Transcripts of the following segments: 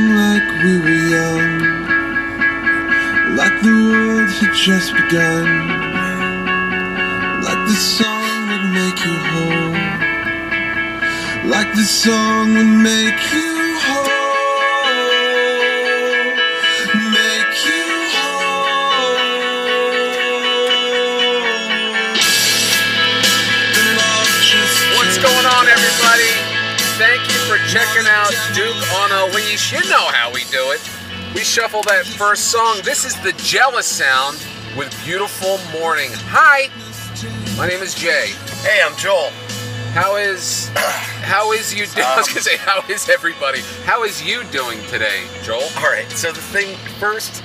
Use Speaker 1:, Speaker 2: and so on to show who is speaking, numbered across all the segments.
Speaker 1: we were young, like the world had just begun, like the song would make you whole, like the song would make you whole, make you whole. The love just
Speaker 2: What's going on, everybody? Thank you for checking out Duke on a Leash. You know how we do it. We shuffle that first song. This is the Jealous Sound with Beautiful Morning. Hi, my name is Jay.
Speaker 3: Hey, I'm Joel.
Speaker 2: How is how is you? I was gonna say how is everybody? How is you doing today, Joel?
Speaker 3: All right, so the thing first.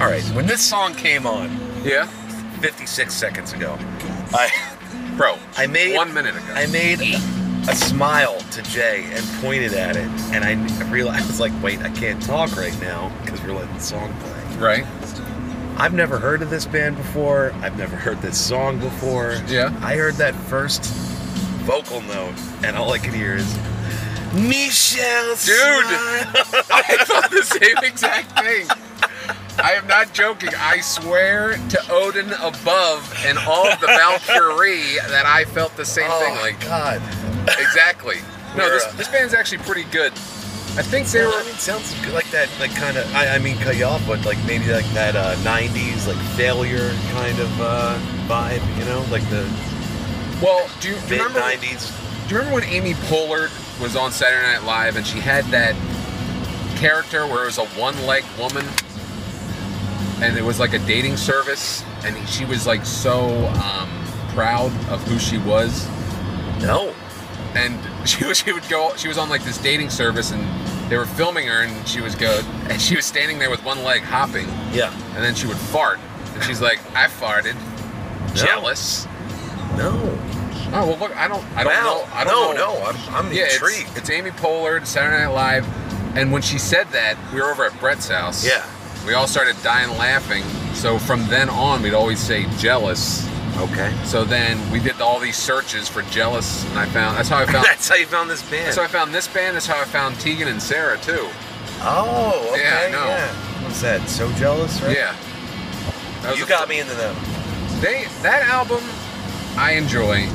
Speaker 3: All right, when this song came on
Speaker 2: Yeah,
Speaker 3: 56 seconds ago, I
Speaker 2: bro.
Speaker 3: I made
Speaker 2: one minute ago.
Speaker 3: I made a smile to Jay and pointed at it, and I realized I was like, wait, I can't talk right now because we're letting the song play.
Speaker 2: right.
Speaker 3: I've never heard of this band before. I've never heard this song before.
Speaker 2: Yeah.
Speaker 3: I heard that first vocal note, and all I could hear is Michelle.
Speaker 2: Dude! I thought the same exact thing. I am not joking. I swear to Odin above and all of the Valkyrie that I felt the same
Speaker 3: Oh
Speaker 2: thing.
Speaker 3: my
Speaker 2: Like
Speaker 3: God.
Speaker 2: exactly. No,
Speaker 3: We're,
Speaker 2: this
Speaker 3: uh,
Speaker 2: this band's actually pretty good. I think they
Speaker 3: Well,
Speaker 2: were.
Speaker 3: I mean, it sounds good, like that, like kind of. I, I mean, cut you off, but like maybe like that uh, '90s like failure kind of uh, vibe, you know, like the
Speaker 2: Well, do you
Speaker 3: mid
Speaker 2: remember?
Speaker 3: '90s.
Speaker 2: Do you remember when Amy Pollard was on Saturday Night Live and she had that character where it was a one-legged woman, and it was like a dating service, and she was like so um, proud of who she was.
Speaker 3: No,
Speaker 2: and she was she would go she was on like this dating service and they were filming her and she was go and she was standing there with one leg hopping
Speaker 3: yeah,
Speaker 2: and then she would fart and she's like I farted jealous
Speaker 3: no.
Speaker 2: oh well look I don't I don't
Speaker 3: wow.
Speaker 2: know I don't
Speaker 3: no,
Speaker 2: know
Speaker 3: no. I'm, I'm
Speaker 2: yeah it's-
Speaker 3: intrigued.
Speaker 2: It's, Amy Pollard Saturday Night Live and when she said that we were over at Brett's house
Speaker 3: Yeah.
Speaker 2: we all started dying laughing so from then on we'd always say jealous
Speaker 3: okay.
Speaker 2: so then we did all these searches for jealous and I found that's how I found
Speaker 3: That's how you found this band.
Speaker 2: That's how I found this band. That's how I found Tegan and Sarah too.
Speaker 3: oh, okay.
Speaker 2: Yeah, I
Speaker 3: Yeah,
Speaker 2: know.
Speaker 3: What's that? So jealous, right?
Speaker 2: Yeah. That was
Speaker 3: You
Speaker 2: a-
Speaker 3: got me into them.
Speaker 2: They that album, I enjoy.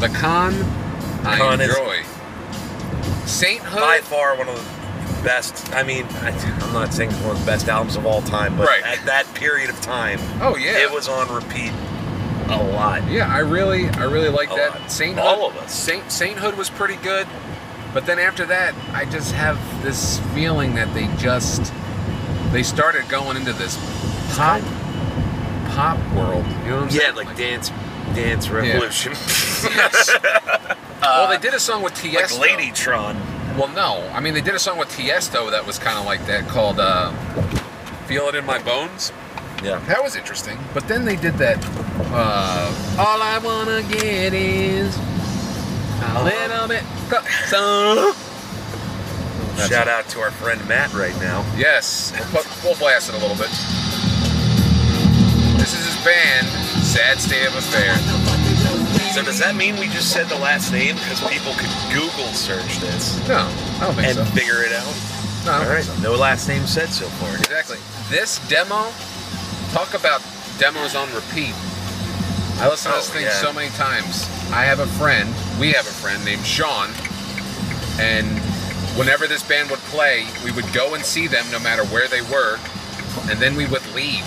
Speaker 2: The Con, I
Speaker 3: Con is-
Speaker 2: enjoy. Sainthood.
Speaker 3: By far one of the best. I mean, I, I'm not saying it's one of the best albums of all time, but
Speaker 2: Right.
Speaker 3: at that period of time,
Speaker 2: oh yeah.
Speaker 3: It was on repeat a lot.
Speaker 2: Yeah, I really, I really like
Speaker 3: A
Speaker 2: that.
Speaker 3: lot.
Speaker 2: Sainthood.
Speaker 3: All of us.
Speaker 2: Saint Sainthood was pretty good, but then after that, I just have this feeling that they just they started going into this pop pop world. You know what I'm
Speaker 3: Yeah,
Speaker 2: saying?
Speaker 3: like dance, dance revolution.
Speaker 2: Yes. well, they did a song with
Speaker 3: like
Speaker 2: Tiesto.
Speaker 3: Ladytron.
Speaker 2: Well, no. I mean, they did a song with Tiesto that was kind of like that called uh, Feel It In My Bones.
Speaker 3: Yeah.
Speaker 2: That was interesting. But then they did that uh, All I Wanna Get Is
Speaker 3: Uh-huh.
Speaker 2: A Little Bit So. That's
Speaker 3: Shout out to our friend Matt right now.
Speaker 2: Yes. We'll, put, we'll blast it a little bit. This is his band, Sad State of Affairs.
Speaker 3: So does that mean we just said the last name because people could Google search this
Speaker 2: No, I don't think
Speaker 3: and
Speaker 2: so.
Speaker 3: figure it out?
Speaker 2: No, I don't
Speaker 3: All
Speaker 2: think
Speaker 3: right.
Speaker 2: so.
Speaker 3: No last name said so far.
Speaker 2: Exactly. This demo, talk about demos on repeat. I listen to this
Speaker 3: Oh,
Speaker 2: thing
Speaker 3: yeah.
Speaker 2: so many times. I have a friend, we have a friend named Sean, and whenever this band would play, we would go and see them no matter where they were, and then we would leave.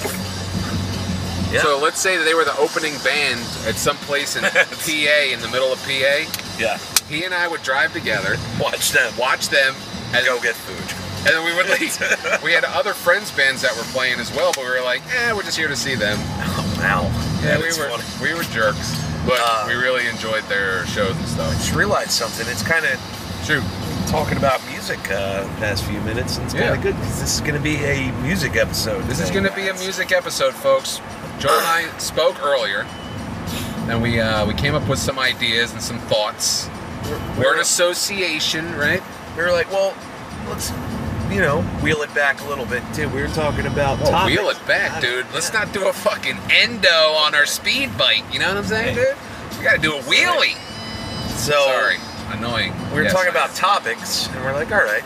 Speaker 3: Yeah.
Speaker 2: So let's say that they were the opening band at some place in PA, in the middle of PA.
Speaker 3: yeah.
Speaker 2: He and I would drive together,
Speaker 3: Watch them.
Speaker 2: watch them, and
Speaker 3: Go get food.
Speaker 2: and then we would leave. we had other friends' bands that were playing as well, but we were like, eh, we're just here to see them.
Speaker 3: Oh, wow.
Speaker 2: Yeah, we
Speaker 3: That's
Speaker 2: were
Speaker 3: funny.
Speaker 2: we were jerks, but
Speaker 3: Uh,
Speaker 2: we really enjoyed their shows and stuff.
Speaker 3: Just realized something. It's kind of
Speaker 2: Shoot,
Speaker 3: talking about music uh, past few minutes. and It's
Speaker 2: Yeah.
Speaker 3: kind of good because this is going to be a music episode.
Speaker 2: this is
Speaker 3: today,
Speaker 2: going to be a
Speaker 3: guys.
Speaker 2: music episode, folks. Joel and I spoke earlier, and we uh, we came up with some ideas and some thoughts. Word association, right?
Speaker 3: We were like, well, let's, you know, wheel it back a little bit too. We were talking about
Speaker 2: Oh,
Speaker 3: topics.
Speaker 2: wheel it back, dude. Let's not do a fucking endo on our speed bike. You know what I'm saying,
Speaker 3: Hey.
Speaker 2: dude? We got to do a wheelie.
Speaker 3: So
Speaker 2: Sorry, annoying.
Speaker 3: we were
Speaker 2: Yes,
Speaker 3: talking
Speaker 2: I
Speaker 3: about topics, and we're like, all right,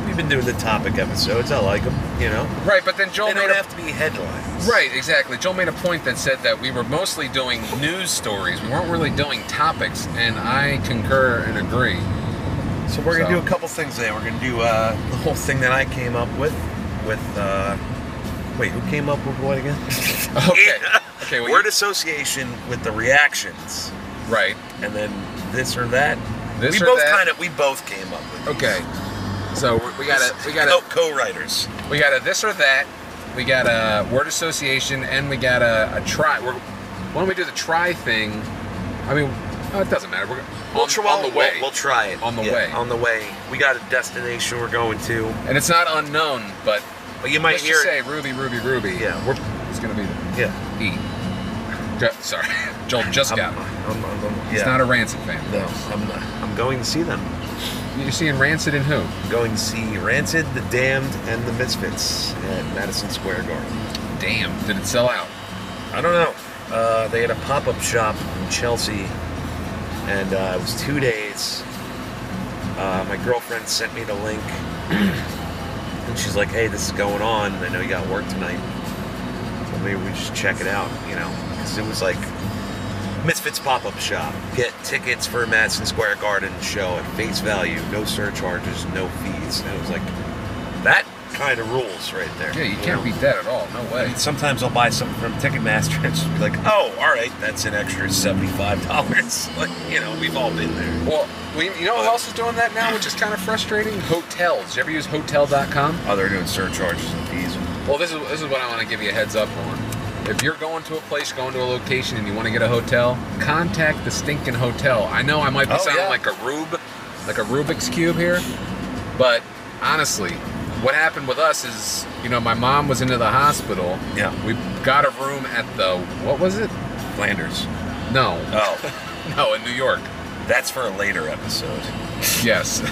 Speaker 3: we we've been doing the topic episodes. I like them, you know.
Speaker 2: Right, but then Joel
Speaker 3: They
Speaker 2: made
Speaker 3: don't
Speaker 2: a
Speaker 3: have to be headlines.
Speaker 2: Right, exactly. Joel made a point that said that we were mostly doing news stories. We weren't really doing topics, and I concur and agree.
Speaker 3: So we're gonna
Speaker 2: So-
Speaker 3: do a couple things today. We're gonna do uh, the whole thing that I came up with. With uh, wait, who came up with what again?
Speaker 2: Okay. Okay, well,
Speaker 3: Word
Speaker 2: you-
Speaker 3: association with the reactions,
Speaker 2: Right.
Speaker 3: and then this or that.
Speaker 2: This
Speaker 3: we
Speaker 2: or
Speaker 3: both
Speaker 2: that.
Speaker 3: kind of we both came up with.
Speaker 2: Okay. So we- we got a we got
Speaker 3: no
Speaker 2: a
Speaker 3: co-writers.
Speaker 2: we got a this or that. We got a word association, and we got a, a try. We're, why don't we do the try thing? I mean, oh, it doesn't matter. We're
Speaker 3: We'll
Speaker 2: on,
Speaker 3: try
Speaker 2: on the way,
Speaker 3: We'll, we'll try it
Speaker 2: On the
Speaker 3: Yeah,
Speaker 2: way.
Speaker 3: On the way. We got a destination we're going to,
Speaker 2: and it's not unknown, but
Speaker 3: but you might
Speaker 2: let's
Speaker 3: hear
Speaker 2: just
Speaker 3: it.
Speaker 2: say Ruby, Ruby, Ruby.
Speaker 3: Yeah, we're
Speaker 2: it's gonna be there.
Speaker 3: yeah.
Speaker 2: E. Ju- sorry, Joel just
Speaker 3: I'm,
Speaker 2: got.
Speaker 3: I'm,
Speaker 2: one.
Speaker 3: I'm, I'm-
Speaker 2: He's
Speaker 3: yeah.
Speaker 2: not a Rancid fan.
Speaker 3: No, I'm not. I'm going to see them.
Speaker 2: You're seeing Rancid and who?
Speaker 3: I'm going to see Rancid, The Damned, and The Misfits at Madison Square Garden.
Speaker 2: Damn, did it sell out?
Speaker 3: I don't know. Uh, they had a pop-up shop in Chelsea, and uh, it was two days. Uh, my girlfriend sent me the link, and she's like, "Hey, this is going on. I know you got work tonight, so maybe we just check it out." You know, because it was like Misfits pop-up shop. Get tickets for Madison Square Garden show at face value, no surcharges, no fees. And it was like that kind of rules right there.
Speaker 2: Yeah, you
Speaker 3: know?
Speaker 2: can't beat that at all. No way.
Speaker 3: And sometimes I'll buy something from Ticketmaster and just be like, oh, all right, that's an extra $75. Like, you know, we've all been there.
Speaker 2: Well, we, you know who else is doing that now, which is kind of frustrating? Hotels. You ever use Hotel.com?
Speaker 3: Oh, they're doing surcharges and fees.
Speaker 2: Well, this is this is what I want to give you a heads up on. If you're going to a place, going to a location, and you want to get a hotel, contact the stinking hotel. I know I might be
Speaker 3: Oh,
Speaker 2: sounding
Speaker 3: yeah.
Speaker 2: like a rube, like a Rubik's cube here, but honestly, what happened with us is, you know, my mom was into the hospital.
Speaker 3: Yeah.
Speaker 2: We got a room at the what was it?
Speaker 3: Flanders.
Speaker 2: No,
Speaker 3: Oh,
Speaker 2: no, in New York.
Speaker 3: that's for a later episode.
Speaker 2: Yes.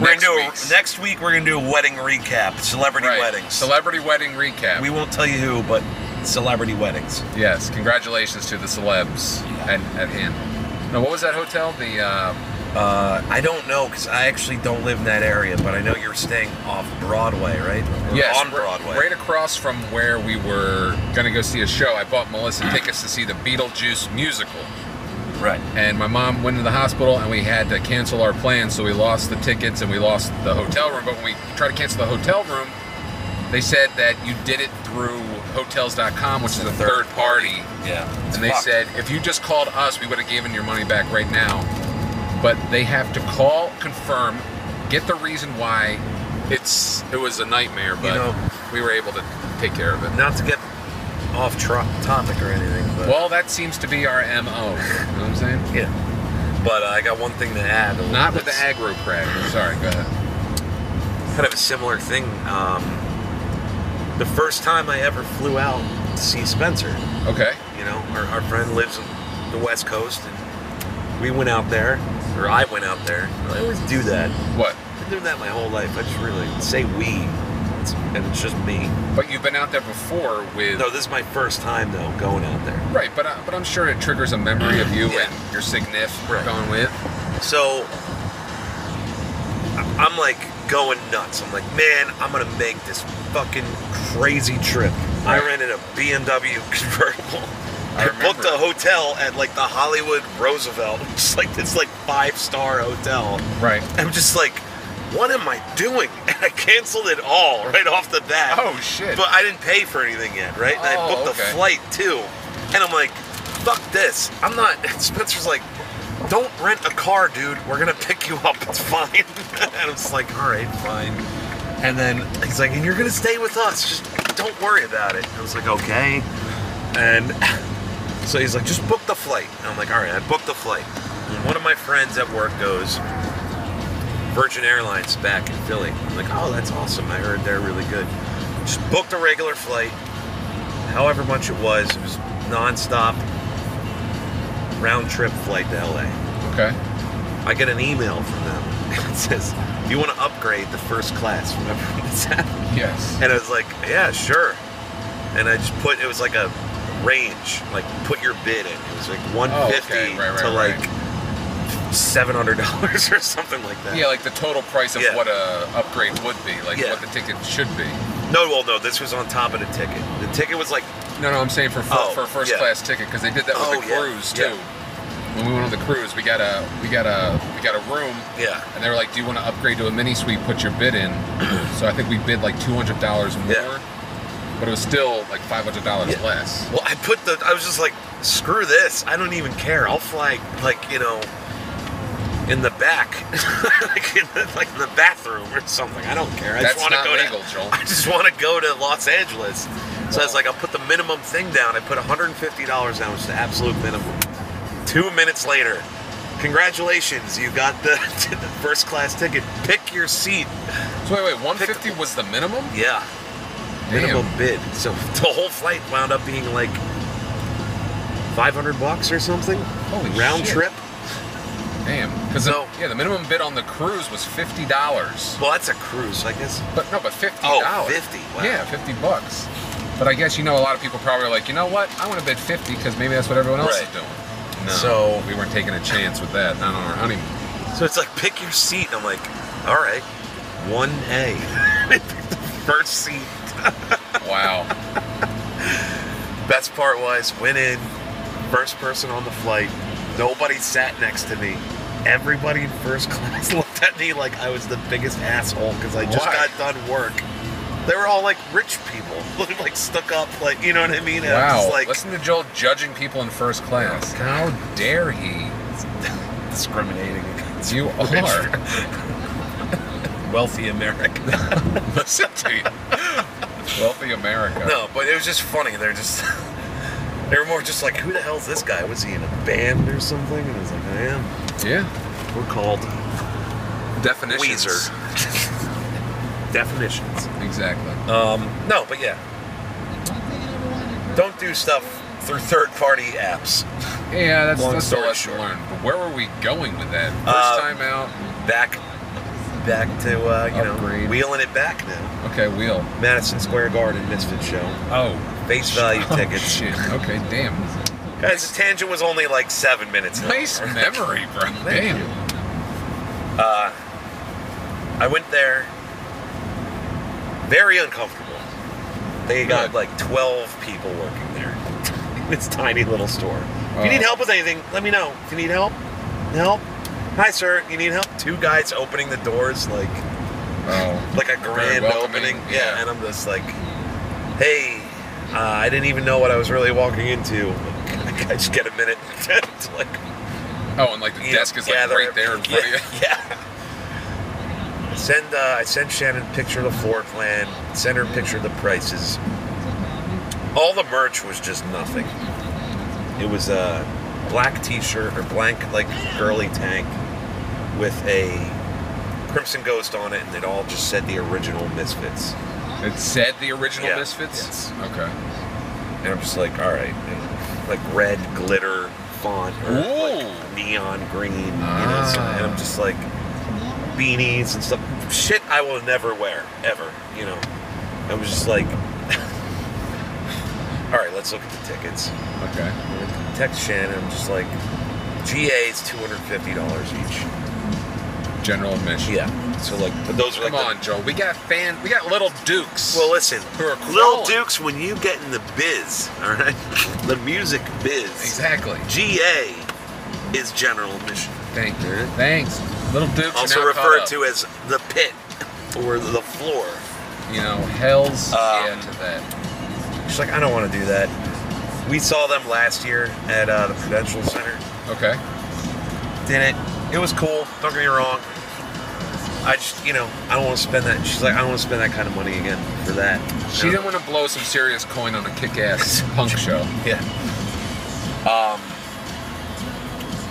Speaker 3: We're
Speaker 2: Next
Speaker 3: gonna do
Speaker 2: week's.
Speaker 3: a, next week. We're gonna do a wedding recap, celebrity
Speaker 2: Right.
Speaker 3: weddings.
Speaker 2: Celebrity wedding recap.
Speaker 3: we won't tell you who, but celebrity weddings.
Speaker 2: Yes, congratulations to the celebs
Speaker 3: Yeah.
Speaker 2: at, at hand. No, what was that hotel? The uh,
Speaker 3: Uh, I don't know because I actually don't live in that area, but I know you're staying off Broadway, right? Or
Speaker 2: yes,
Speaker 3: on
Speaker 2: r-
Speaker 3: Broadway.
Speaker 2: right across from where we were gonna go see a show. I bought Melissa tickets to see the Beetlejuice musical,
Speaker 3: right.
Speaker 2: and my mom went to the hospital, and we had to cancel our plans, so we lost the tickets and we lost the hotel room. But when we tried to cancel the hotel room, they said that you did it through Hotels.com, which is a third party.
Speaker 3: Yeah.
Speaker 2: and they
Speaker 3: Fuck.
Speaker 2: said if you just called us we would have given your money back right now but they have to call confirm get the reason why it's it was a nightmare but
Speaker 3: know-
Speaker 2: we were able to take care of it
Speaker 3: not to get off tro- topic or anything, but
Speaker 2: well that seems to be our mo you know what i'm saying
Speaker 3: yeah. But uh, I got one thing to add.
Speaker 2: not with the
Speaker 3: That's
Speaker 2: aggro crag sorry go ahead
Speaker 3: Kind of a similar thing. Um, the first time I ever flew out to see Spencer,
Speaker 2: okay
Speaker 3: you know, our, our friend lives on the West Coast, and we went out there, or I went out there. I always do that.
Speaker 2: what
Speaker 3: I've been doing that my whole life. I just really say we, it's, and it's just me.
Speaker 2: but you've been out there before with
Speaker 3: No, this is my first time though going out there.
Speaker 2: right but, I, but i'm sure it triggers a memory of you
Speaker 3: Yeah.
Speaker 2: and your signif
Speaker 3: Right.
Speaker 2: going with
Speaker 3: So I- I'm like going nuts. I'm like, man, I'm gonna make this fucking crazy trip. I
Speaker 2: Right.
Speaker 3: rented a BMW convertible.
Speaker 2: I
Speaker 3: I, booked
Speaker 2: remember.
Speaker 3: a hotel at like the Hollywood Roosevelt, which is like this like five star hotel.
Speaker 2: right
Speaker 3: I'm just like, what am I doing? And I canceled it all right off the bat.
Speaker 2: oh shit
Speaker 3: But I didn't pay for anything yet, right? And I
Speaker 2: Oh,
Speaker 3: booked
Speaker 2: okay.
Speaker 3: the flight too. And I'm like, fuck this. I'm not. Spencer's like, don't rent a car, dude. We're going to pick you up. It's fine. and I'm just like, all right, fine. And then he's like, and you're going to stay with us. Just don't worry about it. I was like, okay. And so he's like, just book the flight. And I'm like, all right, I booked the flight. And one of my friends at work goes, Virgin Airlines back in Philly. I'm like, oh, that's awesome. I heard they're really good. Just booked a regular flight, however much it was. It was nonstop round trip flight to LA.
Speaker 2: okay
Speaker 3: I get an email from them. It says, "You want to upgrade the first class?" Remember when this happened?
Speaker 2: yes
Speaker 3: And I was like, "Yeah, sure." And I just put it was like a range, like put your bid in. It was like 150
Speaker 2: Oh, right, right,
Speaker 3: to
Speaker 2: right.
Speaker 3: like seven hundred dollars or something like that.
Speaker 2: Yeah, like the total price of
Speaker 3: Yeah.
Speaker 2: what a upgrade would be, like
Speaker 3: Yeah.
Speaker 2: what the ticket should be.
Speaker 3: No, well, no, this was on top of the ticket. The ticket was like,
Speaker 2: No, no, I'm saying for fir-
Speaker 3: Oh,
Speaker 2: for a first
Speaker 3: yeah.
Speaker 2: class ticket because they did that with
Speaker 3: Oh,
Speaker 2: the
Speaker 3: yeah,
Speaker 2: cruise
Speaker 3: yeah.
Speaker 2: too. When we went on the cruise, we got a we got a we got a room,
Speaker 3: yeah,
Speaker 2: and they were like, "Do you want to upgrade to a mini suite? Put your bid in." so I think we bid like two hundred dollars more,
Speaker 3: Yeah.
Speaker 2: but it was still like five hundred dollars
Speaker 3: Yeah.
Speaker 2: less.
Speaker 3: Well, I put the. I was just like, screw this. I don't even care. I'll fly like you know, in the back, like, in the, like in the bathroom or something. I don't care. I
Speaker 2: That's
Speaker 3: just want to
Speaker 2: not
Speaker 3: go
Speaker 2: legal,
Speaker 3: to.
Speaker 2: Joel.
Speaker 3: I just want to go to Los Angeles. So I was like, I'll put the minimum thing down. I put $150 down, which is the absolute minimum. Two minutes later, congratulations, you got the, the first class ticket. Pick your seat.
Speaker 2: So wait, wait, one fifty was the minimum?
Speaker 3: Yeah. minimum bid. So the whole flight wound up being like 500 bucks or something.
Speaker 2: Holy
Speaker 3: round
Speaker 2: shit.
Speaker 3: trip.
Speaker 2: Damn, because
Speaker 3: No.
Speaker 2: yeah, the minimum bid on the cruise was fifty dollars.
Speaker 3: Well, that's a cruise, I guess.
Speaker 2: But no, but fifty
Speaker 3: Oh,
Speaker 2: dollars.
Speaker 3: 50, wow.
Speaker 2: Yeah, fifty bucks. But I guess you know a lot of people probably are like, you know what? I want to bid fifty because maybe that's what everyone else
Speaker 3: Right.
Speaker 2: is doing.
Speaker 3: So-
Speaker 2: we weren't taking a chance with that. Not on our honeymoon.
Speaker 3: So it's like pick your seat. And I'm like, all right, one A. First seat.
Speaker 2: Wow.
Speaker 3: Best part was went in, first person on the flight. Nobody sat next to me. Everybody in first class looked at me like I was the biggest asshole because I just
Speaker 2: Why?
Speaker 3: got done work. They were all like rich people, like stuck up, like you know what I mean. And I'm
Speaker 2: wow.
Speaker 3: just like,
Speaker 2: Listen to Joel judging people in first class. How dare he?
Speaker 3: discriminating against
Speaker 2: You are.
Speaker 3: wealthy American.
Speaker 2: Listen to you. Wealthy America.
Speaker 3: no, but it was just funny. They're just they were more just like, who the hell's this guy? Was he in a band or something? And I was like, I am.
Speaker 2: Yeah.
Speaker 3: We're called
Speaker 2: Definitions.
Speaker 3: Weezer. Definitions.
Speaker 2: Exactly.
Speaker 3: Um, no, but yeah, don't do stuff through third-party apps.
Speaker 2: Yeah, that's,
Speaker 3: Long
Speaker 2: that's the
Speaker 3: story
Speaker 2: lesson
Speaker 3: short.
Speaker 2: learned. But where were we going with that? First
Speaker 3: Uh,
Speaker 2: time out.
Speaker 3: Back, back to uh, you
Speaker 2: Upgrade.
Speaker 3: know, wheeling it back now.
Speaker 2: Okay, wheel.
Speaker 3: Madison Square Garden Misfit Show.
Speaker 2: Oh,
Speaker 3: Face value tickets.
Speaker 2: shit. Okay, damn.
Speaker 3: Guys, the tangent was only like seven minutes. long.
Speaker 2: Nice memory, bro.
Speaker 3: Thank you.
Speaker 2: Damn.
Speaker 3: Uh, I went there. Very uncomfortable. They got
Speaker 2: Good.
Speaker 3: like 12 people working there. It's a tiny little store. If you
Speaker 2: Oh.
Speaker 3: need help with anything, let me know. If you need help, help. Hi, sir. You need help? Two guys opening the doors like
Speaker 2: Oh,
Speaker 3: like a grand
Speaker 2: welcoming,
Speaker 3: opening. Yeah.
Speaker 2: yeah.
Speaker 3: and I'm just like, hey, uh, I didn't even know what I was really walking into. I just get a minute to like
Speaker 2: oh, and like the
Speaker 3: you know,
Speaker 2: desk is like
Speaker 3: gather
Speaker 2: right there in front
Speaker 3: yeah,
Speaker 2: of you.
Speaker 3: Yeah. Send uh, I sent Shannon a picture of the floor plan. Send her a picture of the prices. All the merch was just nothing. It was a black T-shirt or blank like girly tank with a crimson ghost on it, and it all just said the original Misfits.
Speaker 2: It said the original
Speaker 3: Yeah.
Speaker 2: Misfits.
Speaker 3: Yes.
Speaker 2: Okay.
Speaker 3: And I'm just like, all right, and, like red glitter font or
Speaker 2: Ooh.
Speaker 3: like neon green, you know. So,
Speaker 2: Ah.
Speaker 3: and I'm just like beanies and stuff, shit I will never wear ever, you know. I was just like, all right, let's look at the tickets.
Speaker 2: Okay.
Speaker 3: I Text Shannon. I'm just like, GA is two hundred fifty dollars each.
Speaker 2: General admission.
Speaker 3: Yeah. So like, but those are like
Speaker 2: Come
Speaker 3: the
Speaker 2: on, Joel. We got fan. We got little Dukes.
Speaker 3: Well, listen,
Speaker 2: Who are
Speaker 3: Lil
Speaker 2: crawling.
Speaker 3: Dukes, when you get in the biz, all right, the music biz,
Speaker 2: exactly.
Speaker 3: GA is general admission,
Speaker 2: Thank you. Thanks. Little Dukes. are
Speaker 3: also
Speaker 2: now caught
Speaker 3: referred
Speaker 2: up.
Speaker 3: to as the pit or the floor.
Speaker 2: You know, hell's
Speaker 3: Um,
Speaker 2: yeah to that.
Speaker 3: She's like, I don't want to do that. We saw them last year at uh, the Prudential Center.
Speaker 2: Okay.
Speaker 3: Did it? It was cool. Don't get me wrong. I just, you know, I don't want to spend that. She's like, I don't want to spend that kind of money again for that.
Speaker 2: She
Speaker 3: You know?
Speaker 2: didn't want to blow some serious coin on a kick-ass punk show.
Speaker 3: Yeah. Um.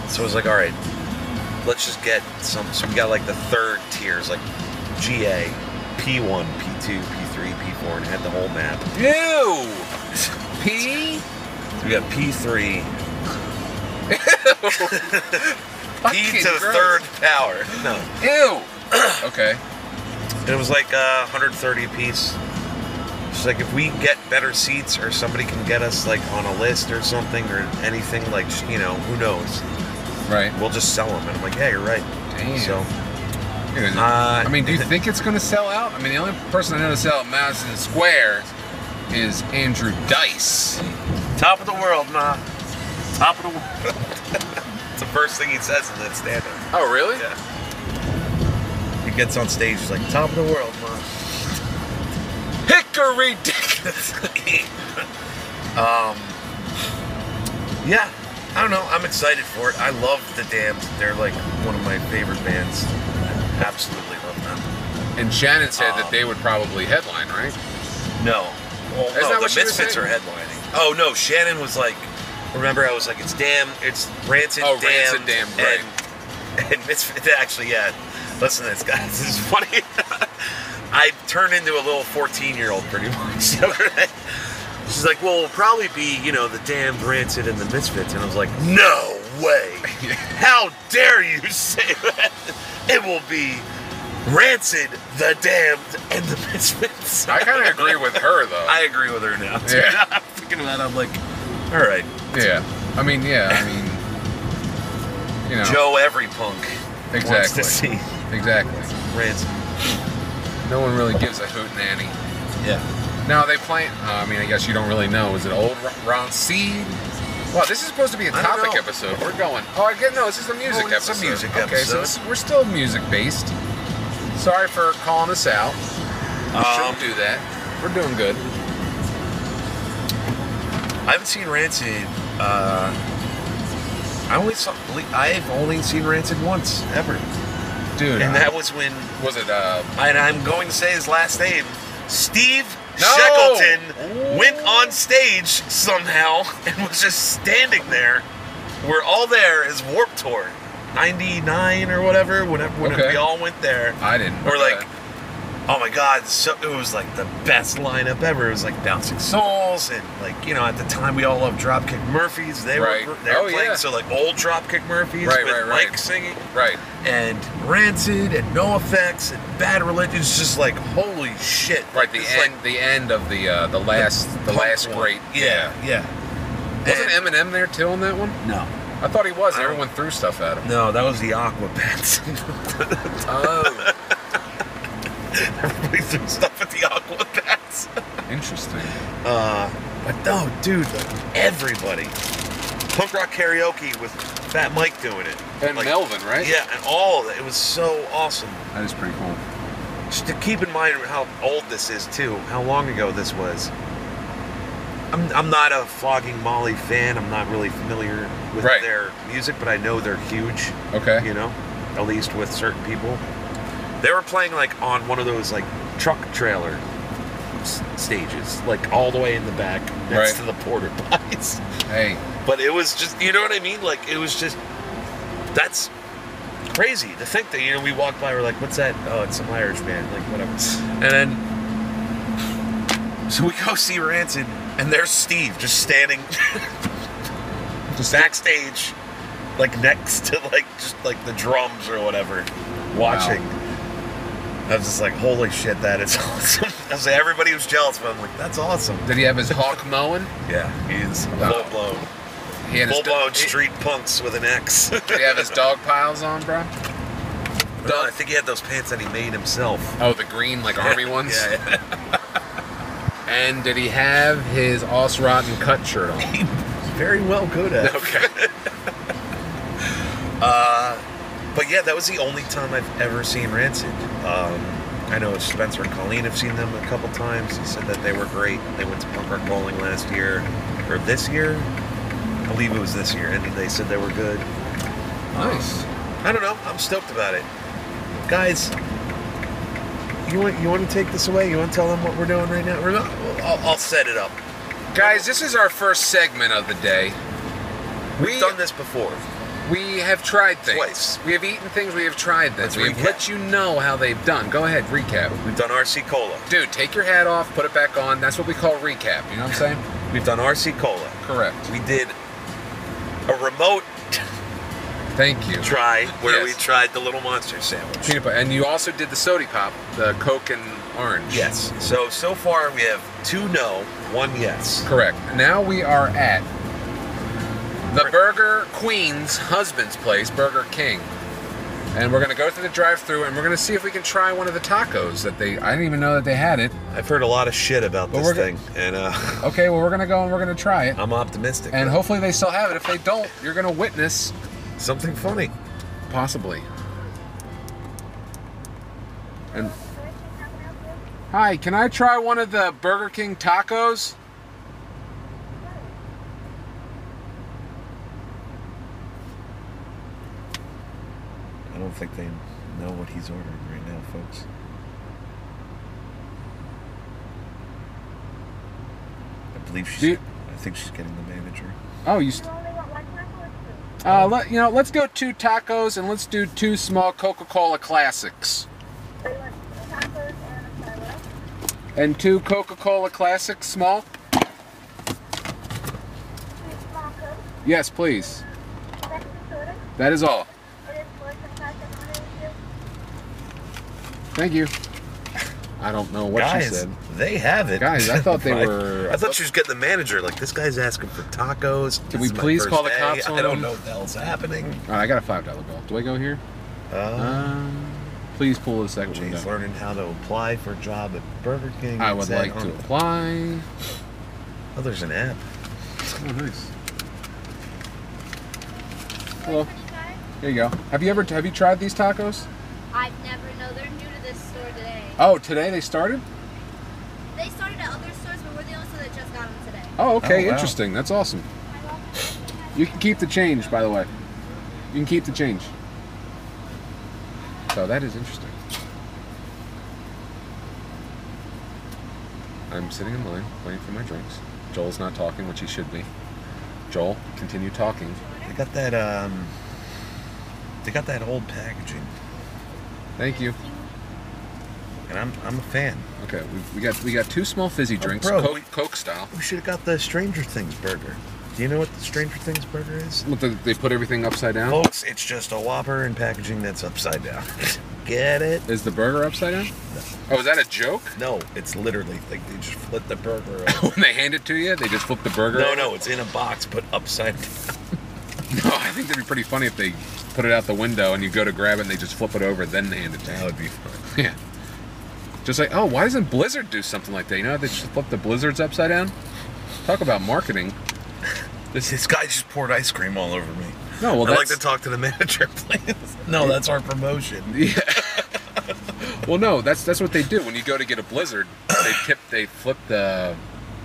Speaker 3: So I was like, all right, let's just get some. So we got like the third tiers, like GA, P1, P2, P3, P4, and it had the whole map.
Speaker 2: Ew. P.
Speaker 3: So we got P3, P
Speaker 2: Fucking
Speaker 3: to the
Speaker 2: gross.
Speaker 3: third power. No.
Speaker 2: Ew. okay.
Speaker 3: And it was like uh, 130 a piece. She's like, if we get better seats or somebody can get us like on a list or something or anything, like, you know, who knows.
Speaker 2: Right.
Speaker 3: We'll just sell them." And I'm like, "Yeah, you're right."
Speaker 2: Damn.
Speaker 3: So
Speaker 2: Dude,
Speaker 3: Uh,
Speaker 2: I mean, do you think it's going to sell out? I mean, the only person I know to sell at Madison Square is Andrew Dice.
Speaker 3: top of the world, ma. Top of the world. it's the first thing he says in that stand-up.
Speaker 2: Oh, really?
Speaker 3: Yeah. He gets on stage, he's like, top of the world, man.
Speaker 2: Hickory dick.
Speaker 3: um, yeah, I don't know. I'm excited for it. I love the Damned. They're like one of my favorite bands. I absolutely love them.
Speaker 2: And Shannon said
Speaker 3: Um,
Speaker 2: that they would probably headline, right?
Speaker 3: No, well,
Speaker 2: Isn't that
Speaker 3: no,
Speaker 2: what
Speaker 3: the
Speaker 2: she was
Speaker 3: Misfits are
Speaker 2: saying?
Speaker 3: headlining. Oh no, Shannon was like, remember I was like, it's Damned, it's Rancid,
Speaker 2: Oh,
Speaker 3: Damned,
Speaker 2: Rancid, Damned,
Speaker 3: and, and Misfits. Actually, yeah. Listen to this, guys. This is funny. I turned into a little 14 year old pretty much. She's like, well, it'll probably be, you know, the damned rancid and the misfits. And I was like, no way. How dare you say that? It will be rancid, the damned, and the misfits.
Speaker 2: I kind of agree with her, though.
Speaker 3: I agree with her now. too.
Speaker 2: Yeah.
Speaker 3: I'm thinking about it. I'm like, all right.
Speaker 2: yeah. I mean, yeah. I mean, you know.
Speaker 3: Joe, every punk wants
Speaker 2: Exactly.
Speaker 3: to see
Speaker 2: Exactly.
Speaker 3: rancid.
Speaker 2: No one really gives a hoot nanny.
Speaker 3: Yeah.
Speaker 2: Now they playing. Uh, I mean, I guess you don't really know. Is it old Ro- Ron C? Wow, this is supposed to be a
Speaker 3: I don't
Speaker 2: topic
Speaker 3: know.
Speaker 2: episode. We're going. Oh, I get no. This is a music
Speaker 3: Oh, it's a
Speaker 2: episode.
Speaker 3: music
Speaker 2: okay, so
Speaker 3: episode.
Speaker 2: this, we're still music based. Sorry for calling us out. We
Speaker 3: Um,
Speaker 2: shouldn't do that. We're doing good.
Speaker 3: I haven't seen Rancid. Uh, I only saw. I've only seen Rancid once ever,
Speaker 2: Dude,
Speaker 3: and
Speaker 2: I-
Speaker 3: that was when.
Speaker 2: was it. Uh,
Speaker 3: And I'm going to say his last name, Steve
Speaker 2: No!
Speaker 3: Shackleton, went on stage somehow and was just standing there. We're all there as Warp Tour, '99 or whatever. Whenever, whenever
Speaker 2: Okay.
Speaker 3: we all went there,
Speaker 2: I didn't. uh,
Speaker 3: Or like,
Speaker 2: Okay.
Speaker 3: oh my God, so, it was like the best lineup ever. It was like Bouncing Souls and like you know at the time we all loved Dropkick Murphys. They
Speaker 2: Right.
Speaker 3: were they were
Speaker 2: Oh,
Speaker 3: playing
Speaker 2: yeah.
Speaker 3: so like old Dropkick Murphys
Speaker 2: Right,
Speaker 3: with
Speaker 2: right, right.
Speaker 3: Mike singing
Speaker 2: right.
Speaker 3: and Rancid and No Effects and Bad Religion. It's just like holy shit.
Speaker 2: Right, the
Speaker 3: It's
Speaker 2: end, the end of the uh, the last, the,
Speaker 3: punk
Speaker 2: last
Speaker 3: one.
Speaker 2: great.
Speaker 3: Yeah, yeah.
Speaker 2: Wasn't
Speaker 3: And-
Speaker 2: Eminem there too on that one?
Speaker 3: No,
Speaker 2: I thought he was.
Speaker 3: I don't-
Speaker 2: Everyone threw stuff at him.
Speaker 3: no, that was the Aquabats.
Speaker 2: Oh,
Speaker 3: Everybody threw stuff at the Aquabats.
Speaker 2: interesting.
Speaker 3: Uh, but no, dude, like, everybody. Punk rock karaoke with Fat Mike doing it.
Speaker 2: And
Speaker 3: Like,
Speaker 2: Melvin, right?
Speaker 3: Yeah, and all of it. It was so awesome.
Speaker 2: that is pretty cool.
Speaker 3: Just to keep in mind how old this is, too, how long ago this was. I'm, I'm not a Flogging Molly fan. I'm not really familiar with
Speaker 2: Right.
Speaker 3: their music, but I know they're huge,
Speaker 2: Okay.
Speaker 3: you know, at least with certain people. They were playing like on one of those like truck trailer s- stages, like all the way in the back next
Speaker 2: Right.
Speaker 3: to the porter pies.
Speaker 2: Hey,
Speaker 3: But it was just, you know what I mean? Like, it was just, that's crazy to think that, you know, we walked by, we're like, what's that? Oh, it's some Irish band, like, whatever. And then, so we go see Rancid, and there's Steve just standing just backstage, like, next to, like, just like the drums or whatever, watching. I was just like, holy shit, that is awesome. I was like, everybody was jealous, but I'm like, that's awesome.
Speaker 2: did he have his hawk mowing?
Speaker 3: Yeah, he's
Speaker 2: Wow.
Speaker 3: low blown.
Speaker 2: He had his
Speaker 3: Full
Speaker 2: do-
Speaker 3: blown
Speaker 2: he-
Speaker 3: street punks with an X.
Speaker 2: Did he have his dog piles on, bro?
Speaker 3: no, I think he had those pants that he made himself.
Speaker 2: Oh, the green like army ones.
Speaker 3: Yeah, yeah.
Speaker 2: And did he have his Os Rotten cut shirt on?
Speaker 3: Very well good at.
Speaker 2: Okay.
Speaker 3: Uh, but yeah, that was the only time I've ever seen Rancid. Um, I know Spencer and Colleen have seen them a couple times. He said that they were great. They went to Punk Rock Bowling last year, or this year. I believe it was this year, and they said they were good.
Speaker 2: Nice.
Speaker 3: I don't know. I'm stoked about it, guys. You want you want to take this away? You want to tell them what we're doing right now? We're not. I'll, I'll set it up.
Speaker 2: Guys, this is our first segment of the day.
Speaker 3: We've done this before.
Speaker 2: We have tried things.
Speaker 3: Twice.
Speaker 2: We have eaten things. We have tried
Speaker 3: Let's
Speaker 2: things. We've
Speaker 3: recap.
Speaker 2: let you know how they've done. Go ahead, recap.
Speaker 3: We've done RC Cola.
Speaker 2: Dude, take your hat off, put it back on. That's what we call recap. You know what I'm saying?
Speaker 3: We've done RC Cola.
Speaker 2: Correct.
Speaker 3: We did a remote
Speaker 2: Thank you.
Speaker 3: try where
Speaker 2: Yes.
Speaker 3: we tried the Little Monster sandwich.
Speaker 2: Peanut butter. And you also did the sody pop, the Coke and orange.
Speaker 3: Yes. So so far we have two no, one yes.
Speaker 2: Correct. Now we are at the Burger Queen's husband's place, Burger King. And we're gonna go through the drive-through, and we're gonna see if we can try one of the tacos that they—I didn't even know that they had it.
Speaker 3: I've heard a lot of shit about
Speaker 2: But
Speaker 3: this
Speaker 2: we're
Speaker 3: thing,
Speaker 2: gonna-
Speaker 3: and uh,
Speaker 2: Okay, well we're gonna go and we're gonna try it,
Speaker 3: I'm optimistic.
Speaker 2: and hopefully they still have it. If they don't, you're gonna witness
Speaker 3: something funny.
Speaker 2: Possibly. And Hi, can I try one of the Burger King tacos?
Speaker 3: I don't think they know what he's ordering right now, folks. I believe she's.
Speaker 2: Do you-
Speaker 3: I think she's getting the manager.
Speaker 2: Oh, you st- uh, let, you know, let's go two tacos and let's do two small Coca-Cola classics. And two Coca-Cola classics small? Yes, please. That is all. Thank you. I don't know what
Speaker 3: Guys,
Speaker 2: she said.
Speaker 3: they have it.
Speaker 2: Guys, I thought they
Speaker 3: Like,
Speaker 2: were-
Speaker 3: I thought she was getting the manager. Like this guy's asking for tacos.
Speaker 2: Can
Speaker 3: This
Speaker 2: we
Speaker 3: is my
Speaker 2: please
Speaker 3: first
Speaker 2: call the
Speaker 3: day.
Speaker 2: cops on
Speaker 3: I don't
Speaker 2: him?
Speaker 3: know what the hell's happening.
Speaker 2: All right, I got a five dollar bill. Do I go here?
Speaker 3: Uh,
Speaker 2: Um, please pull the second
Speaker 3: Jay's
Speaker 2: window.
Speaker 3: learning how to apply for a job at Burger King.
Speaker 2: I
Speaker 3: Is
Speaker 2: would
Speaker 3: that
Speaker 2: like
Speaker 3: on-
Speaker 2: to apply.
Speaker 3: Oh, there's an app.
Speaker 2: Oh, nice. Hello. Here you go. Have you ever have you tried these tacos?
Speaker 4: I've never know they're new to this store today.
Speaker 2: Oh, today they started.
Speaker 4: They started at other stores, but we're the only store that just got them today.
Speaker 2: Oh, okay,
Speaker 3: Oh, wow.
Speaker 2: interesting. That's awesome. You can keep the change, by the way. You can keep the change. So that is interesting. I'm sitting in line waiting for my drinks. Joel's not talking, which he should be. Joel, continue talking.
Speaker 3: They got that. Um, they got that old packaging,
Speaker 2: Thank you.
Speaker 3: and I'm I'm a fan.
Speaker 2: Okay, we, we got we got two small fizzy drinks,
Speaker 3: bro,
Speaker 2: Coke,
Speaker 3: we-
Speaker 2: Coke style.
Speaker 3: We should have got the Stranger Things burger. Do you know what the Stranger Things burger is?
Speaker 2: What the, they put everything upside down.
Speaker 3: Folks, it's just a Whopper and packaging that's upside down. Get it?
Speaker 2: Is the burger upside down? Oh, is that a joke?
Speaker 3: No, it's literally like they just flip the burger. over.
Speaker 2: when they hand it to you, they just flip the burger.
Speaker 3: no, no, it's in a box but upside down.
Speaker 2: No, I think that'd be pretty funny if they put it out the window and you go to grab it and they just flip it over, then they hand it
Speaker 3: That
Speaker 2: down.
Speaker 3: would be fun.
Speaker 2: Yeah. Just like, oh, why doesn't Blizzard do something like that? You know, how they just flip the blizzards upside down. Talk about marketing.
Speaker 3: This guy just poured ice cream all over me.
Speaker 2: No, well,
Speaker 3: I'd like
Speaker 2: that's
Speaker 3: to talk to the manager, please. No, that's our promotion.
Speaker 2: Yeah. well, no, that's that's what they do when you go to get a blizzard. They tip, they flip the,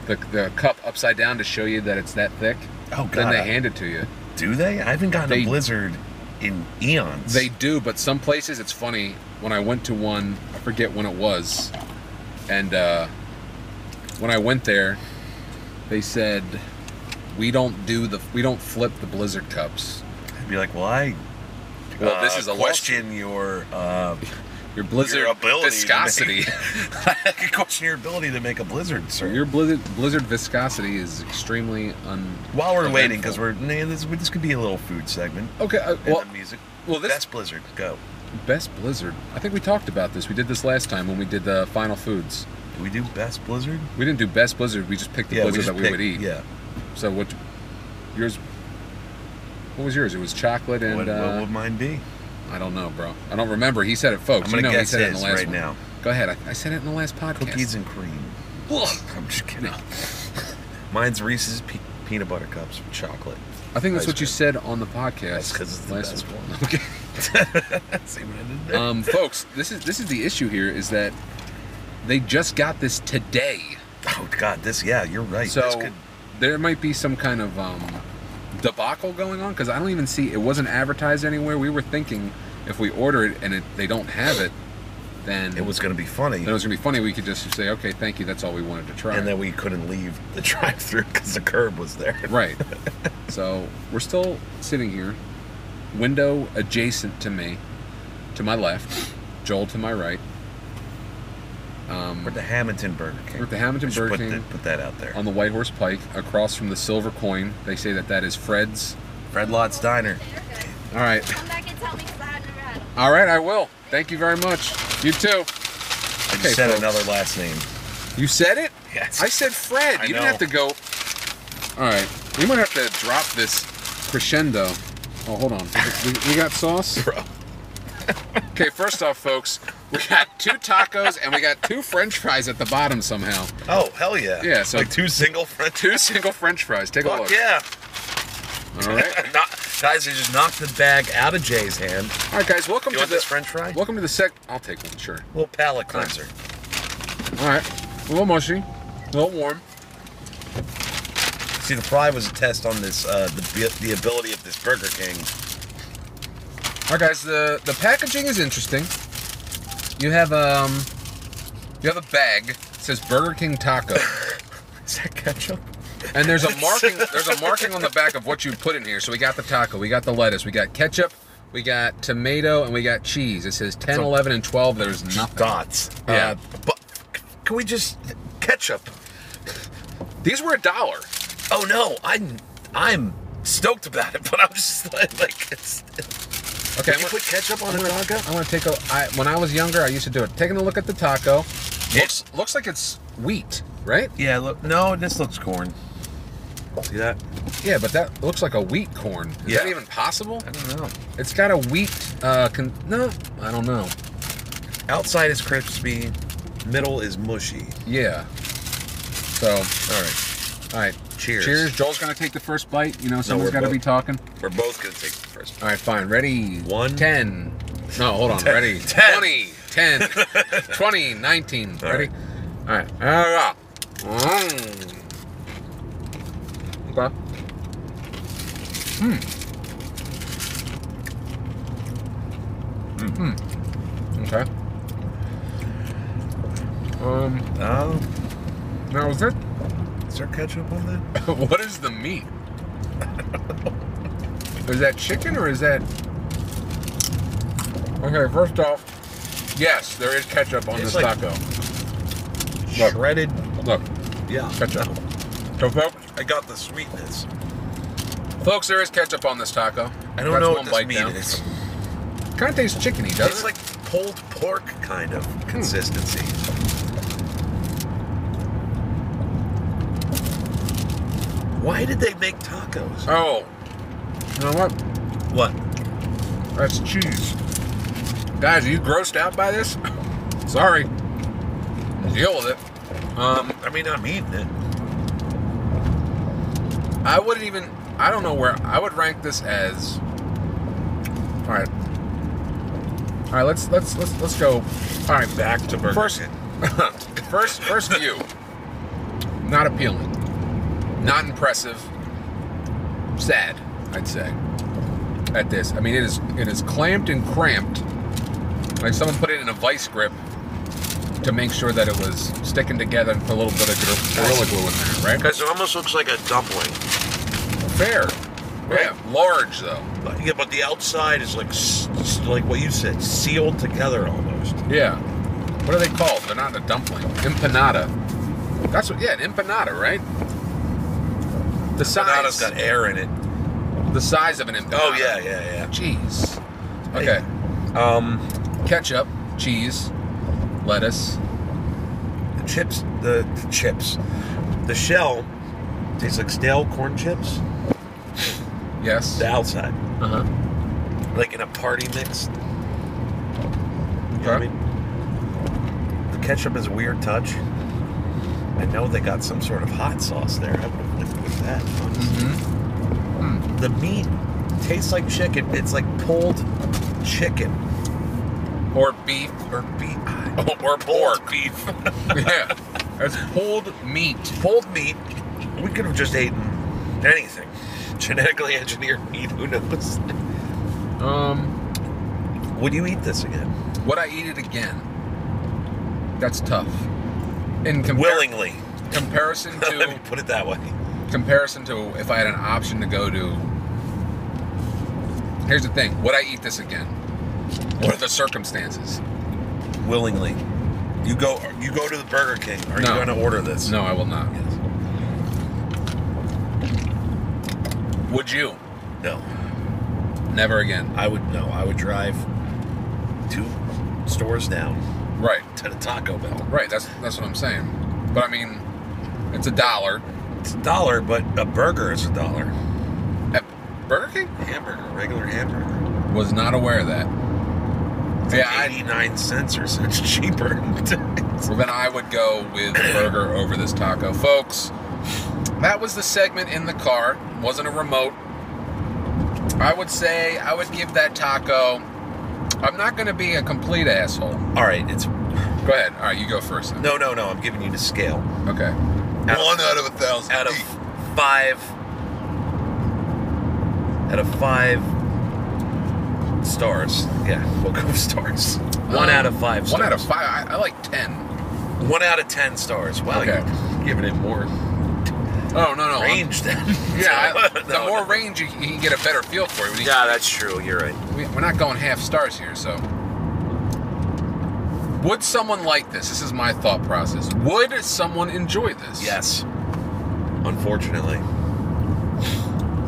Speaker 2: the the cup upside down to show you that it's that thick.
Speaker 3: Oh, God.
Speaker 2: Then they hand it to you.
Speaker 3: Do they? I haven't gotten
Speaker 2: They-
Speaker 3: a blizzard in eons.
Speaker 2: They do, but some places it's funny. When I went to one, I forget when it was, and uh, when I went there, they said we don't do the we don't flip the blizzard cups.
Speaker 3: I'd be like, well, I.
Speaker 2: Well,
Speaker 3: uh,
Speaker 2: this is a
Speaker 3: question. Your uh,
Speaker 2: lawsuit. Your blizzard
Speaker 3: your ability to
Speaker 2: viscosity.
Speaker 3: I could question your ability to make a blizzard, sir.
Speaker 2: your blizzard blizzard viscosity is extremely un.
Speaker 3: While we're waiting, because
Speaker 2: eventful.
Speaker 3: we're nah, this, this could be a little food segment.
Speaker 2: okay. Uh,
Speaker 3: And
Speaker 2: well,
Speaker 3: the music.
Speaker 2: well, this-
Speaker 3: best blizzard. Go.
Speaker 2: best blizzard. I think we talked about this. We did this last time when we did the final foods.
Speaker 3: Do we do best blizzard?
Speaker 2: We didn't do best blizzard. We just picked the blizzard
Speaker 3: just
Speaker 2: that we
Speaker 3: pick-
Speaker 2: would eat.
Speaker 3: Yeah.
Speaker 2: So what? Yours? What was yours? It was chocolate and
Speaker 3: what, what
Speaker 2: uh,
Speaker 3: would mine be?
Speaker 2: I don't know, bro. I don't remember. He said it, folks.
Speaker 3: I'm gonna
Speaker 2: you know,
Speaker 3: guess
Speaker 2: he said it in the
Speaker 3: his
Speaker 2: last
Speaker 3: right
Speaker 2: one.
Speaker 3: now.
Speaker 2: Go ahead. I, I said it in the last podcast.
Speaker 3: Cookies and cream.
Speaker 2: Ugh.
Speaker 3: I'm just kidding.
Speaker 2: No.
Speaker 3: Mine's Reese's pe- peanut butter cups with chocolate.
Speaker 2: I think that's
Speaker 3: Ice
Speaker 2: what you
Speaker 3: cream.
Speaker 2: said on the podcast.
Speaker 3: That's 'cause it's the
Speaker 2: last
Speaker 3: best one.
Speaker 2: Okay.
Speaker 3: See what I did there?
Speaker 2: um, folks, this is this is the issue here is that they just got this today.
Speaker 3: oh God, this. Yeah, you're right.
Speaker 2: So
Speaker 3: this could,
Speaker 2: there might be some kind of um, debacle going on because I don't even see it wasn't advertised anywhere. We were thinking if we order it and it, they don't have it, then
Speaker 3: it was gonna be funny.
Speaker 2: then it was gonna be funny. We could just say, okay, thank you. That's all we wanted to try.
Speaker 3: and then we couldn't leave the drive-through because the curb was there.
Speaker 2: right. so we're still sitting here, window adjacent to me, to my left, Joel to my right. Um,
Speaker 3: We're at the Hamilton Burger King. Um,
Speaker 2: We're at the Hamilton
Speaker 3: I should
Speaker 2: Burger
Speaker 3: put
Speaker 2: King.
Speaker 3: that- put that out there.
Speaker 2: on the White Horse Pike, across from the Silver Coin, they say that that is Fred's.
Speaker 3: Fred Lott's Diner.
Speaker 4: They're good.
Speaker 2: All right.
Speaker 4: Come back and tell me because I had never had them.
Speaker 2: All right, I will. Thank you very much. You too.
Speaker 3: I just
Speaker 2: Okay,
Speaker 3: said
Speaker 2: folks.
Speaker 3: another last name.
Speaker 2: You said it?
Speaker 3: Yes.
Speaker 2: I said Fred.
Speaker 3: I
Speaker 2: you
Speaker 3: know.
Speaker 2: didn't have to go. All right. We might have to drop this crescendo. Oh, hold on. We, we got sauce?
Speaker 3: Bro.
Speaker 2: Okay, first off, folks, we got two tacos and we got two french fries at the bottom somehow.
Speaker 3: Oh, hell yeah.
Speaker 2: Yeah, so-
Speaker 3: like two single French.
Speaker 2: Two single french fries. Take a
Speaker 3: Fuck
Speaker 2: look.
Speaker 3: yeah.
Speaker 2: All right.
Speaker 3: Not, guys, they just knocked the bag out of Jay's hand.
Speaker 2: All right, guys, welcome
Speaker 3: You
Speaker 2: to
Speaker 3: want
Speaker 2: the
Speaker 3: this French fry?
Speaker 2: Welcome to the sec. I'll take one, sure.
Speaker 3: Little palate cleanser.
Speaker 2: All right. A little mushy, a little warm.
Speaker 3: See, the fry was a test on this uh, the the ability of this Burger King.
Speaker 2: All right, guys. The the packaging is interesting. You have um, you have a bag. It says Burger King taco,
Speaker 3: Is that ketchup?
Speaker 2: and there's a marking. There's a marking on the back of what you put in here. So we got the taco, we got the lettuce, we got ketchup, we got tomato, and we got cheese. It says 10,
Speaker 3: So-
Speaker 2: 11, and 12. There's nothing.
Speaker 3: Dots.
Speaker 2: Yeah.
Speaker 3: Uh, but can we just ketchup?
Speaker 2: These were a dollar.
Speaker 3: Oh no, I'm I'm stoked about it, but I'm just like, like it's,
Speaker 2: Okay.
Speaker 3: can
Speaker 2: I'm
Speaker 3: you
Speaker 2: gonna-
Speaker 3: put ketchup on a taco?
Speaker 2: I want to take a. I, when I was younger, I used to do it. Taking a look at the taco, looks looks like it's wheat, right?
Speaker 3: Yeah. Look, no, this looks corn. See that?
Speaker 2: Yeah, but that looks like a wheat corn. Is that
Speaker 3: Yeah.
Speaker 2: even possible?
Speaker 3: I don't know.
Speaker 2: It's got a wheat. Uh, con- no, I don't know.
Speaker 3: Outside is crispy, middle is mushy.
Speaker 2: Yeah. So, all
Speaker 3: All right.
Speaker 2: right.
Speaker 3: Cheers.
Speaker 2: Cheers. Joel's gonna take the first bite. You know, someone's
Speaker 3: we're
Speaker 2: got to
Speaker 3: both-
Speaker 2: be talking.
Speaker 3: We're both gonna take the first.
Speaker 2: All right, fine. Ready.
Speaker 3: One.
Speaker 2: Ten. No, hold on. Ready.
Speaker 3: Ten.
Speaker 2: Twenty. Ten. Twenty. Nineteen.
Speaker 3: All
Speaker 2: Ready.
Speaker 3: right.
Speaker 2: All right. All right. Mm. Okay. Hmm. Okay. Um,
Speaker 3: Oh,
Speaker 2: now is Um, it?
Speaker 3: is there ketchup on that?
Speaker 2: what is the meat? is that chicken or is that? Okay, first off, yes, there is ketchup on
Speaker 3: It's
Speaker 2: this
Speaker 3: like-
Speaker 2: taco. Look.
Speaker 3: Shredded.
Speaker 2: Look,
Speaker 3: Yeah.
Speaker 2: ketchup. So, folks,
Speaker 3: I got the sweetness.
Speaker 2: folks, there is ketchup on this taco.
Speaker 3: I don't
Speaker 2: That's
Speaker 3: know
Speaker 2: one
Speaker 3: what this
Speaker 2: bite
Speaker 3: meat
Speaker 2: down.
Speaker 3: is.
Speaker 2: Kind of tastes chickeny, doesn't
Speaker 3: It's Hmm.
Speaker 2: it?
Speaker 3: like pulled pork kind of consistency. Why did they make tacos?
Speaker 2: oh, you know what?
Speaker 3: What?
Speaker 2: That's cheese. Guys, are you grossed out by this? Sorry. Deal with it. Um,
Speaker 3: I mean, I'm eating it.
Speaker 2: I wouldn't even. I don't know where I would rank this as. All right. All right. Let's let's let's let's go. All right.
Speaker 3: Back to Burger
Speaker 2: First,
Speaker 3: King.
Speaker 2: first, first view. Not appealing. Not impressive. Sad, I'd say. At this, I mean, it is it is clamped and cramped. Like someone put it in a vice grip to make sure that it was sticking together and put a little bit of gor- gorilla glue in there, right?
Speaker 3: Guys, it almost looks like a dumpling.
Speaker 2: Fair.
Speaker 3: Right.
Speaker 2: Yeah, large though.
Speaker 3: But, yeah, but the outside is like s- s- like what you said, sealed together almost.
Speaker 2: Yeah. What are they called? They're not a dumpling. Empanada. That's what. Yeah, an empanada, right? The
Speaker 3: Panada's
Speaker 2: size.
Speaker 3: got air in it.
Speaker 2: The size of an empanada.
Speaker 3: Oh yeah, yeah,
Speaker 2: Jeez.
Speaker 3: Hey.
Speaker 2: Okay.
Speaker 3: yeah. Um,
Speaker 2: Ketchup, cheese, lettuce.
Speaker 3: the chips, the, the chips, the shell tastes like stale corn chips.
Speaker 2: Yes.
Speaker 3: The outside,
Speaker 2: Uh huh.
Speaker 3: like in a party mix. You know what I
Speaker 2: Okay.
Speaker 3: mean? The ketchup is a weird touch. I know they got some sort of hot sauce there. I would have lived with that.
Speaker 2: hmm
Speaker 3: The meat tastes like chicken. It's like pulled chicken
Speaker 2: Or beef.
Speaker 3: or beef.
Speaker 2: Or pork.
Speaker 3: beef.
Speaker 2: yeah. It's pulled meat.
Speaker 3: pulled meat. We could have just eaten anything. Genetically engineered meat. Who knows?
Speaker 2: Um,
Speaker 3: Would you eat this again?
Speaker 2: would I eat it again? That's tough. In compar-
Speaker 3: Willingly.
Speaker 2: comparison
Speaker 3: Let me
Speaker 2: to
Speaker 3: put it that way.
Speaker 2: comparison to if I had an option to go to. Here's the thing: would I eat this again? What are the circumstances?
Speaker 3: Willingly. You go. You go to the Burger King. Are you
Speaker 2: No.
Speaker 3: going to order this?
Speaker 2: No, I will not.
Speaker 3: Yes.
Speaker 2: Would you?
Speaker 3: No.
Speaker 2: Never again.
Speaker 3: I would. No. I would drive two stores down
Speaker 2: Right,
Speaker 3: to the Taco Bell.
Speaker 2: right. That's that's what I'm saying. But I mean, it's a dollar.
Speaker 3: It's a dollar, but a burger is a dollar.
Speaker 2: At Burger
Speaker 3: regular hamburger.
Speaker 2: Was not aware of that.
Speaker 3: It's
Speaker 2: Yeah,
Speaker 3: like
Speaker 2: I,
Speaker 3: 89 cents or so. It's cheaper.
Speaker 2: well, then I would go with burger over this taco. Folks, that was the segment in the car. Wasn't a remote. I would say I would give that taco. I'm not going to be a complete asshole.
Speaker 3: All right, it's
Speaker 2: Go ahead. All right, you go first. then.
Speaker 3: no, no, no. I'm giving you the scale.
Speaker 2: Okay.
Speaker 3: Out of-
Speaker 1: One out of a thousand.
Speaker 3: out of
Speaker 1: feet.
Speaker 3: five out of five stars. Yeah, we'll go with stars. One
Speaker 2: Um,
Speaker 3: out of five. Stars.
Speaker 2: One out of five. I, I like ten.
Speaker 3: One out of ten stars. Wow,
Speaker 2: Okay.
Speaker 3: you're giving it more
Speaker 2: Oh no no. I'm-
Speaker 3: range then.
Speaker 2: Yeah, I- the
Speaker 3: No,
Speaker 2: more
Speaker 3: no.
Speaker 2: range you, you can get a better feel for it. When you-
Speaker 3: Yeah, that's true. You're right.
Speaker 2: we, we're not going half stars here, so. Would someone like this? This is my thought process. Would someone enjoy this?
Speaker 3: Yes. Unfortunately,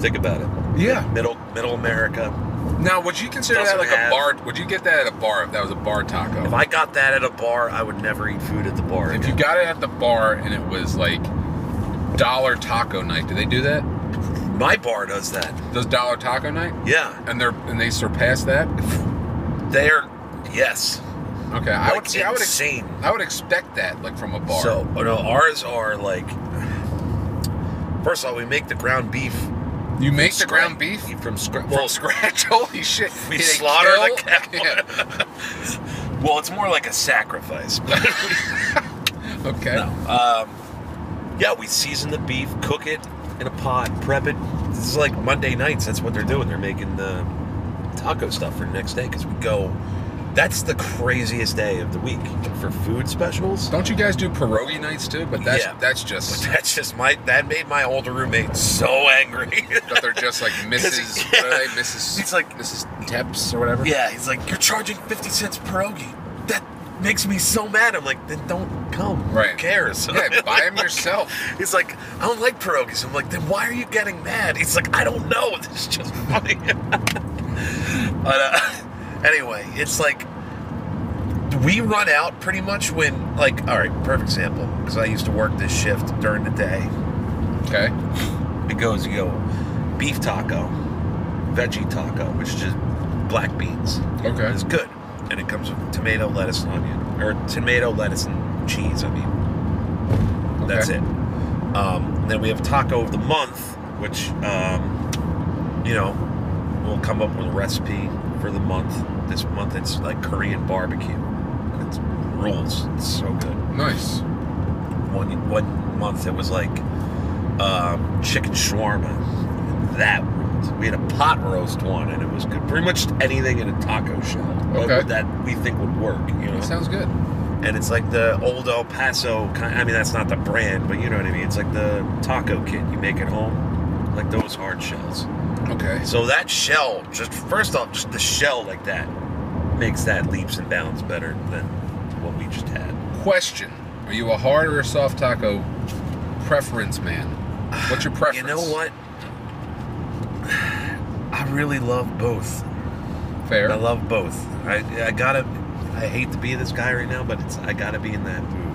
Speaker 3: think about it.
Speaker 2: Yeah.
Speaker 3: Middle Middle America.
Speaker 2: Now, would you consider
Speaker 3: Doesn't
Speaker 2: that like
Speaker 3: have-
Speaker 2: a bar? Would you get that at a bar if that was a bar taco?
Speaker 3: If I got that at a bar, I would never eat food at the bar.
Speaker 2: if you
Speaker 3: again.
Speaker 2: got it at the bar and it was like dollar taco night, do they do that?
Speaker 3: my bar does that.
Speaker 2: Does dollar taco night?
Speaker 3: Yeah,
Speaker 2: And they're and they surpass that?
Speaker 3: they're yes.
Speaker 2: Okay, I would
Speaker 3: Like,
Speaker 2: see. I would ex-
Speaker 3: insane.
Speaker 2: I would expect that like from a bar.
Speaker 3: So, oh no, ours are like. First of all, we make the ground beef.
Speaker 2: You make the
Speaker 3: Scra-
Speaker 2: ground beef
Speaker 3: from scratch.
Speaker 2: from scratch? Holy shit!
Speaker 3: We
Speaker 2: They
Speaker 3: slaughter the cow.
Speaker 2: Yeah.
Speaker 3: well, it's more like a sacrifice. But
Speaker 2: Okay.
Speaker 3: no. Um, yeah, we season the beef, cook it in a pot, prep it. This is like Monday nights. That's what they're doing. They're making the taco stuff for the next day because we go. That's the craziest day of the week for food specials.
Speaker 2: Don't you guys do pierogi nights too? But that's
Speaker 3: Yeah.
Speaker 2: that's
Speaker 3: But
Speaker 2: just
Speaker 3: that's just my. That made my older roommate so angry.
Speaker 2: that they're just like Mrs.
Speaker 3: yeah.
Speaker 2: What are they? Mrs.
Speaker 3: It's like-
Speaker 2: Mrs. Teps or whatever.
Speaker 3: Yeah, he's like, you're charging 50 cents pierogi. That makes me so mad. I'm like, then don't come.
Speaker 2: Right.
Speaker 3: Who cares?
Speaker 2: Yeah, buy them yourself.
Speaker 3: He's like, I don't like pierogies. I'm like, then why are you getting mad? He's like, I don't know. This is just funny. but uh, anyway, it's like we run out pretty much when, like, all right, perfect example because I used to work this shift during the day.
Speaker 2: Okay.
Speaker 3: It goes, you go beef taco, veggie taco, which is just black beans.
Speaker 2: Okay.
Speaker 3: It's good. And it comes with tomato, lettuce, and onion. Or tomato, lettuce, and cheese, I mean. That's
Speaker 2: Okay.
Speaker 3: it. Um, then we have taco of the month, which, um, you know, we'll come up with a recipe for the month. This month it's like Korean barbecue. And It's rules. It's so good.
Speaker 2: Nice.
Speaker 3: One, one month it was like um, chicken shawarma. That ruled. We had a pot roast one, and it was good. Pretty much anything in a taco shell but
Speaker 2: Okay.
Speaker 3: that we think would work. You know,
Speaker 2: That sounds good.
Speaker 3: and it's like the old El Paso. Kind, I mean, that's not the brand, but you know what I mean. It's like the taco kit you make at home, like those hard shells.
Speaker 2: Okay.
Speaker 3: So that shell, just first off, just the shell like that makes that leaps and bounds better than what we just had.
Speaker 2: Question: Are you a hard or a soft taco preference man? What's your preference?
Speaker 3: You know what? I really love both.
Speaker 2: Fair.
Speaker 3: I love both. I, I gotta. I hate to be this guy right now, but it's I gotta be in that mood.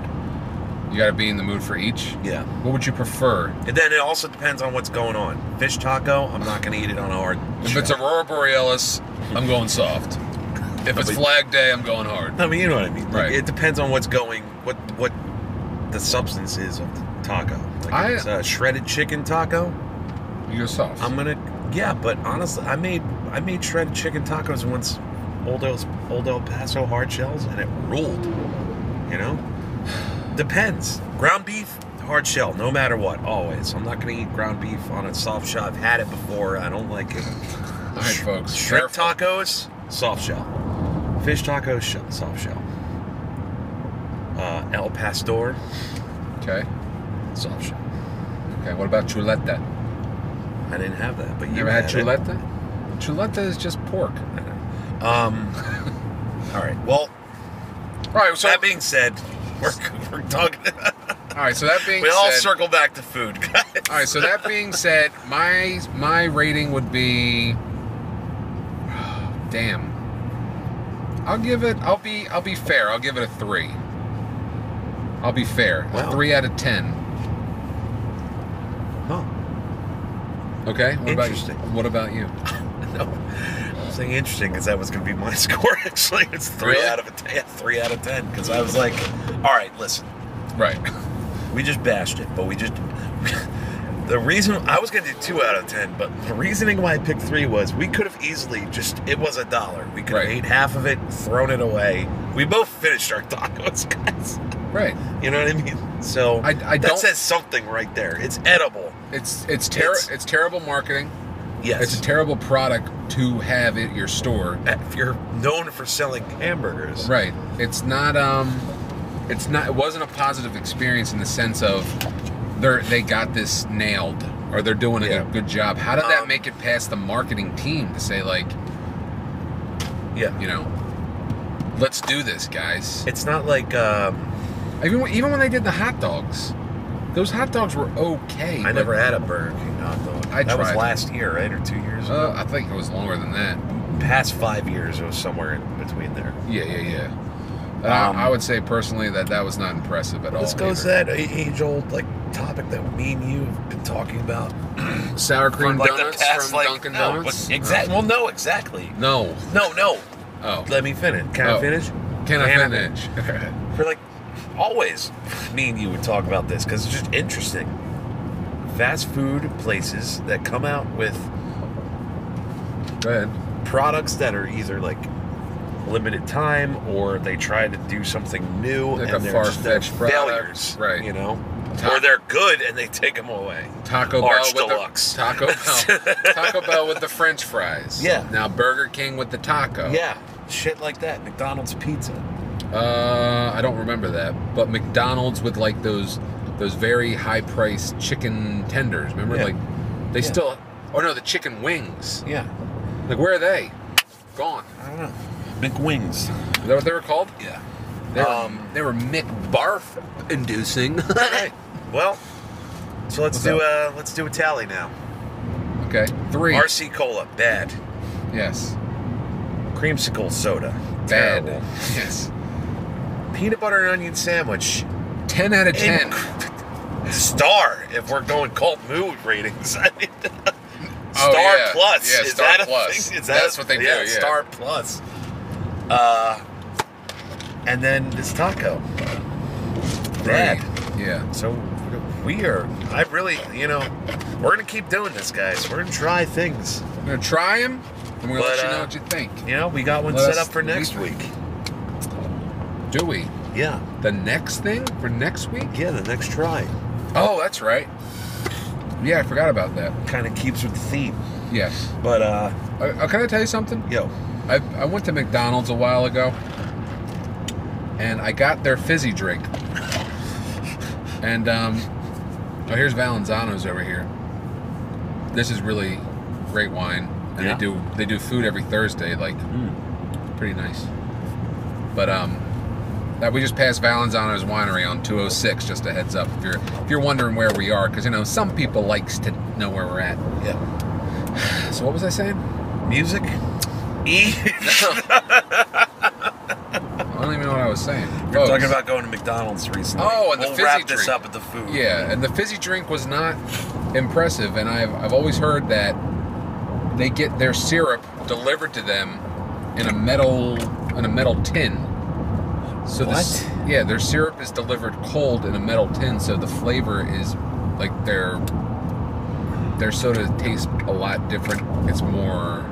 Speaker 2: You got to be in the mood for each.
Speaker 3: Yeah.
Speaker 2: What would you prefer?
Speaker 3: And then it also depends on what's going on. Fish taco, I'm not gonna eat it on a hard.
Speaker 2: If it's Aurora Borealis, I'm going soft. If it's Flag Day, I'm going hard.
Speaker 3: I mean, you know what I mean. Like,
Speaker 2: Right.
Speaker 3: It depends on what's going, what what the substance is of the taco. Like
Speaker 2: I-
Speaker 3: if it's a shredded chicken taco,
Speaker 2: You go soft.
Speaker 3: I'm gonna. Yeah, but honestly, I made I made shredded chicken tacos once, old El old El Paso hard shells, and it ruled. You know, depends. Ground beef, hard shell, no matter what, always. I'm not gonna eat ground beef on a soft shell. I've had it before. I don't like it.
Speaker 2: All right, folks.
Speaker 3: Shrimp
Speaker 2: careful.
Speaker 3: tacos, soft shell. Fish tacos, sh- soft shell. Uh, El Pastor,
Speaker 2: Okay.
Speaker 3: soft shell.
Speaker 2: Okay. What about chuleta?
Speaker 3: I didn't have that, but you
Speaker 2: You ever had
Speaker 3: it.
Speaker 2: chuleta? Chuleta is just pork.
Speaker 3: Um. all right. Well,
Speaker 2: All right. So
Speaker 3: that being said, we're, we're talking.
Speaker 2: all right. So that being
Speaker 3: we all
Speaker 2: said,
Speaker 3: circle back to food, guys.
Speaker 2: all right. So that being said, my my rating would be, damn. I'll give it. I'll be. I'll be fair. I'll give it a three. I'll be fair.
Speaker 3: Wow.
Speaker 2: A three out of ten.
Speaker 3: Huh.
Speaker 2: Okay. What
Speaker 3: Interesting.
Speaker 2: About you? What about you?
Speaker 3: no. I'm saying interesting because that was going to be my score. Actually, it's three
Speaker 2: Really?
Speaker 3: out of a ten. Yeah, three out of ten because I was like, all right, listen,
Speaker 2: Right.
Speaker 3: we just bashed it, but we just. The reason I was gonna do two out of ten, but the reasoning why I picked three was we could have easily just it was a dollar. We could have
Speaker 2: Right.
Speaker 3: ate half of it, thrown it away. We both finished our tacos, guys.
Speaker 2: Right.
Speaker 3: You know what I mean? So
Speaker 2: I- I
Speaker 3: that
Speaker 2: don't-
Speaker 3: says something right there. It's edible.
Speaker 2: It's it's ter-
Speaker 3: It's-
Speaker 2: it's, terrible marketing.
Speaker 3: Yes.
Speaker 2: It's a terrible product to have at your store.
Speaker 3: if you're known for selling hamburgers,
Speaker 2: Right. It's not um it's not it wasn't a positive experience in the sense of they're they got this nailed or they're doing a
Speaker 3: Yeah.
Speaker 2: good job. How did that
Speaker 3: Um,
Speaker 2: make it past the marketing team to say like,
Speaker 3: yeah,
Speaker 2: you know, let's do this, guys?
Speaker 3: it's not like um,
Speaker 2: Even when- even when they did the hot dogs, those hot dogs were okay.
Speaker 3: I
Speaker 2: but-
Speaker 3: never had a Burger King hot dog.
Speaker 2: I
Speaker 3: that was
Speaker 2: tried.
Speaker 3: last year, right, or two years?
Speaker 2: Uh, I think it was longer than that.
Speaker 3: Past five years, it was somewhere in between there.
Speaker 2: Yeah, yeah, yeah. And
Speaker 3: Um,
Speaker 2: I, I would say personally that that was not impressive at all.
Speaker 3: This goes
Speaker 2: either.
Speaker 3: to that age-old like topic that me and you have been talking about
Speaker 2: sour cream
Speaker 3: like
Speaker 2: donuts from Dunkin'
Speaker 3: no,
Speaker 2: Donuts. Uh,
Speaker 3: but exact- Well, no, exactly.
Speaker 2: No.
Speaker 3: No, no.
Speaker 2: Oh.
Speaker 3: Let me finish. Can I
Speaker 2: Oh.
Speaker 3: finish?
Speaker 2: Can I
Speaker 3: Can I-
Speaker 2: finish?
Speaker 3: for like always me and you would talk about this because it's just interesting fast food places that come out with
Speaker 2: Go ahead.
Speaker 3: products that are either like limited time or they try to do something new
Speaker 2: Like
Speaker 3: and
Speaker 2: a
Speaker 3: they're just they're
Speaker 2: far-fetched product,
Speaker 3: failures
Speaker 2: right.
Speaker 3: you know
Speaker 2: Ta-
Speaker 3: or they're good and they take them away
Speaker 2: Taco Bell
Speaker 3: Large
Speaker 2: with the-
Speaker 3: deluxe.
Speaker 2: Taco Bell. Taco Bell with the French fries.
Speaker 3: Yeah.
Speaker 2: Now Burger King with the taco.
Speaker 3: yeah shit like that mcdonald's pizza
Speaker 2: Uh, I don't remember that, but McDonald's with like those those very high priced chicken tenders. Remember,
Speaker 3: Yeah.
Speaker 2: like they
Speaker 3: Yeah.
Speaker 2: still. Oh no, the chicken wings.
Speaker 3: yeah
Speaker 2: Like where are they? Gone.
Speaker 3: i don't know mcwings
Speaker 2: Is that what they were called?
Speaker 3: yeah
Speaker 2: They were,
Speaker 3: Um,
Speaker 2: they were Mick Barf inducing.
Speaker 3: well so let's
Speaker 2: What's
Speaker 3: do uh let's do a tally now
Speaker 2: okay, three.
Speaker 3: rc cola bad
Speaker 2: yes,
Speaker 3: creamsicle soda.
Speaker 2: bad.
Speaker 3: Terrible.
Speaker 2: Yes,
Speaker 3: Peanut butter and onion sandwich.
Speaker 2: ten out of ten.
Speaker 3: Inc- Star. If we're going cult mood ratings, I mean, Star
Speaker 2: Oh, yeah.
Speaker 3: Plus.
Speaker 2: Yeah,
Speaker 3: is
Speaker 2: Star
Speaker 3: that a
Speaker 2: Plus.
Speaker 3: thing? Is
Speaker 2: That's
Speaker 3: that a-
Speaker 2: what they do, yeah.
Speaker 3: Star Plus. Uh, and then this taco.
Speaker 2: Three.
Speaker 3: Bad.
Speaker 2: Yeah.
Speaker 3: So we are. I really, you know, we're gonna keep doing this, guys. We're gonna try things.
Speaker 2: I'm gonna try them. I'm gonna
Speaker 3: But,
Speaker 2: let you know
Speaker 3: uh,
Speaker 2: what you think.
Speaker 3: You know, we got one
Speaker 2: Well,
Speaker 3: set
Speaker 2: that's
Speaker 3: up for
Speaker 2: the
Speaker 3: next week.
Speaker 2: Do we?
Speaker 3: Yeah.
Speaker 2: The next thing for next week?
Speaker 3: Yeah, the next try.
Speaker 2: Oh, that's right. Yeah, I forgot about that.
Speaker 3: Kind of keeps with the theme.
Speaker 2: Yes.
Speaker 3: But uh,
Speaker 2: Uh, uh, can I tell you something?
Speaker 3: yo,
Speaker 2: I, I went to McDonald's a while ago, and I got their fizzy drink. And um, oh, here's Valenzano's over here. This is really great wine, and
Speaker 3: Yeah. Hmm.
Speaker 2: they do they do food every Thursday, like pretty nice. But um, that we just passed Valenzano's Winery on 206. Just a heads up if you're if you're wondering where we are, because you know some people likes to know where we're at.
Speaker 3: yeah,
Speaker 2: So what was I saying?
Speaker 3: music. E.
Speaker 2: I don't even know what I was saying.
Speaker 3: We're
Speaker 2: Folks.
Speaker 3: talking about going to McDonald's recently.
Speaker 2: Oh, and the
Speaker 3: we'll
Speaker 2: fizzy
Speaker 3: wrap this
Speaker 2: drink.
Speaker 3: up with the food.
Speaker 2: Yeah, and the fizzy drink was not impressive, and I've, I've always heard that they get their syrup delivered to them in a metal in a metal tin. So this
Speaker 3: What?
Speaker 2: yeah, their syrup is delivered cold in a metal tin, so the flavor is like their their soda tastes a lot different. It's more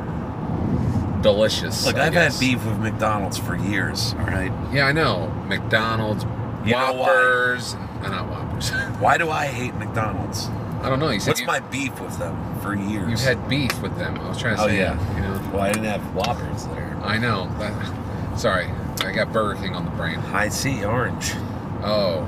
Speaker 2: delicious.
Speaker 3: Look,
Speaker 2: I
Speaker 3: I've
Speaker 2: guess.
Speaker 3: had beef with McDonald's for years. All right.
Speaker 2: Yeah, I know McDonald's,
Speaker 3: You know why?
Speaker 2: Whoppers, and not Whoppers.
Speaker 3: Why do I hate McDonald's?
Speaker 2: I don't know. You said
Speaker 3: What's
Speaker 2: you-
Speaker 3: my beef with them for years?
Speaker 2: You've had beef with them. I was trying to
Speaker 3: Oh,
Speaker 2: say,
Speaker 3: yeah.
Speaker 2: you know,
Speaker 3: Well, I didn't have Whoppers there.
Speaker 2: I know. That, sorry, I got Burger King on the brain.
Speaker 3: I see orange.
Speaker 2: Oh,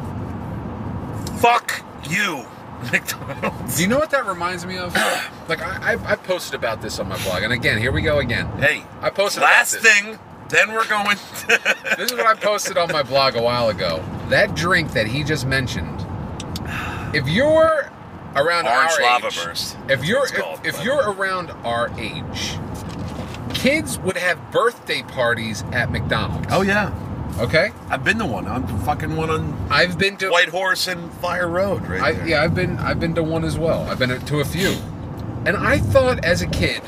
Speaker 3: Fuck you, McDonald's.
Speaker 2: do you know what that reminds me of? like I, I, I posted about this on my blog, and again, here we go again.
Speaker 3: Hey,
Speaker 2: I posted about
Speaker 3: last
Speaker 2: this.
Speaker 3: thing. Then we're going.
Speaker 2: This is what I posted on my blog a while ago. That drink that he just mentioned. If you're around
Speaker 3: orange
Speaker 2: our
Speaker 3: lava
Speaker 2: age,
Speaker 3: burst.
Speaker 2: If you're
Speaker 3: It's
Speaker 2: if,
Speaker 3: called,
Speaker 2: if
Speaker 3: but-
Speaker 2: you're around our age, kids would have birthday parties at McDonald's.
Speaker 3: Oh yeah,
Speaker 2: Okay.
Speaker 3: I've been to one. I'm fucking one on
Speaker 2: I've been to
Speaker 3: White Horse and Fire Road, right
Speaker 2: I,
Speaker 3: there.
Speaker 2: yeah, I've been I've been to one as well. I've been to a few, and I thought as a kid,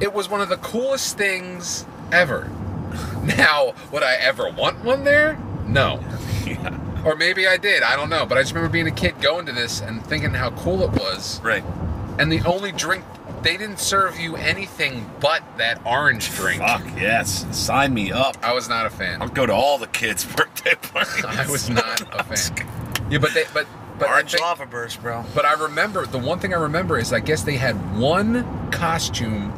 Speaker 2: it was one of the coolest things ever. Now, would I ever want one there? No.
Speaker 3: yeah.
Speaker 2: Or maybe I did. I don't know. But I just remember being a kid going to this and thinking how cool it was.
Speaker 3: Right.
Speaker 2: And the only drink they didn't serve you anything but that orange drink.
Speaker 3: Fuck yes. Sign me up.
Speaker 2: I was not a fan.
Speaker 3: I'll go to all the kids' birthday parties.
Speaker 2: I was not a fan. Yeah, but they but but I
Speaker 3: Orange
Speaker 2: think-
Speaker 3: lava burst, bro.
Speaker 2: But I remember the one thing I remember is I guess they had one costume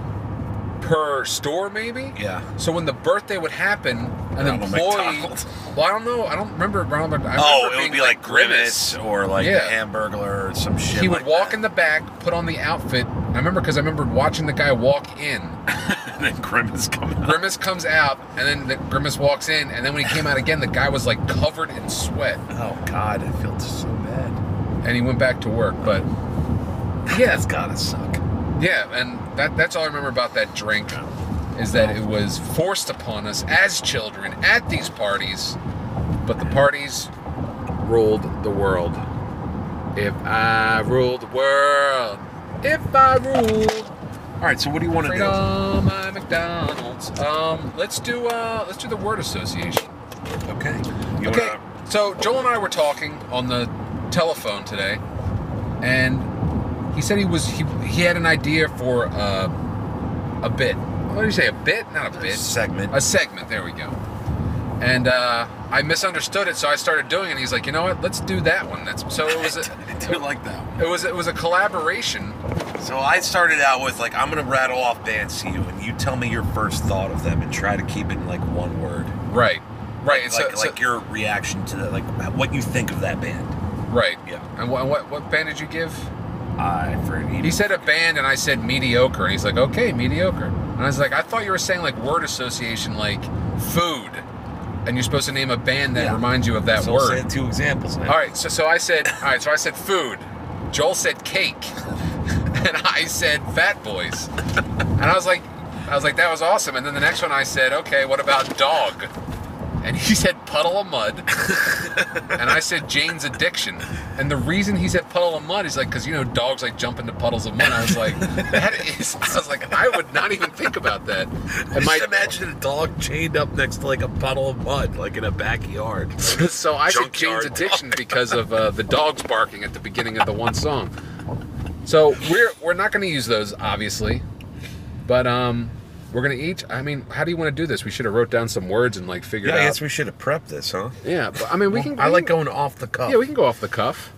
Speaker 2: per store, maybe.
Speaker 3: Yeah.
Speaker 2: So when the birthday would happen, an
Speaker 3: Ronald
Speaker 2: employee.
Speaker 3: McDonald.
Speaker 2: Well, I don't know. I don't remember Ronald. Mc- I
Speaker 3: Oh,
Speaker 2: remember
Speaker 3: it would
Speaker 2: being
Speaker 3: be like Grimace or like
Speaker 2: Yeah.
Speaker 3: the Hamburglar or some shit.
Speaker 2: He would
Speaker 3: like
Speaker 2: walk
Speaker 3: that.
Speaker 2: in the back, put on the outfit. I remember because I remember watching the guy walk in.
Speaker 3: and then Grimace coming out.
Speaker 2: Grimace comes out, and then the Grimace walks in, and then when he came out again, the guy was like covered in sweat,
Speaker 3: Oh God, I feel so bad.
Speaker 2: and he went back to work. But
Speaker 3: Yeah, that's gotta suck.
Speaker 2: Yeah, and that, that's all I remember about that drink is that it was forced upon us as children at these parties, but the parties ruled the world. If I ruled the world, if I ruled
Speaker 3: All right, so what do you want to do?
Speaker 2: freedom, my McDonald's. Um, let's do uh, let's do the word association.
Speaker 3: Okay. You
Speaker 2: Okay,
Speaker 3: Wanna,
Speaker 2: so Joel and I were talking on the telephone today, and he said he was he, he had an idea for uh, a bit. What did you say? A bit? Not a bit.
Speaker 3: segment.
Speaker 2: A segment. There we go. And uh, I misunderstood it, so I started doing it. And he's like, you know what? Let's do that one. That's so it was.
Speaker 3: I
Speaker 2: A,
Speaker 3: do like that.
Speaker 2: it was it was a collaboration.
Speaker 3: So I started out with like I'm gonna rattle off bands to you, and you tell me your first thought of them, and try to keep it in like one word,
Speaker 2: Right. Right. And
Speaker 3: like
Speaker 2: so, so-
Speaker 3: like your reaction to that, like what you think of that band.
Speaker 2: right.
Speaker 3: Yeah.
Speaker 2: And what, what what band did you give?
Speaker 3: I for
Speaker 2: He said a band, and I said mediocre. And he's like, okay, mediocre. And I was like, I thought you were saying like word association, like food, and you're supposed to name a band that
Speaker 3: Yeah.
Speaker 2: reminds you of that
Speaker 3: so I'll
Speaker 2: word.
Speaker 3: say two examples. Now.
Speaker 2: all right, so so I said, all right, so I said food. Joel said cake, and I said Fat Boys, and I was like, I was like, that was awesome. And then the next one, I said, okay, what about dog? And he said puddle of mud, and I said Jane's addiction. And the reason he said puddle of mud is like because you know dogs like jump into puddles of mud. I was like, that is. I was like, I would not even think about that. And
Speaker 3: Just
Speaker 2: my
Speaker 3: imagine a dog chained up next to like a puddle of mud, like in a backyard.
Speaker 2: so I said Jane's
Speaker 3: Junkyard
Speaker 2: addiction because of uh, the dogs barking at the beginning of the one song. So we're we're not going to use those obviously, but um, we're going to each. I mean, how do you want to do this? We should have wrote down some words and like figured
Speaker 3: yeah, I
Speaker 2: out.
Speaker 3: guess we should have prepped this, huh?
Speaker 2: yeah, but I mean, we can.
Speaker 3: I
Speaker 2: we
Speaker 3: like
Speaker 2: can-
Speaker 3: going off the cuff.
Speaker 2: Yeah, we can go off the cuff,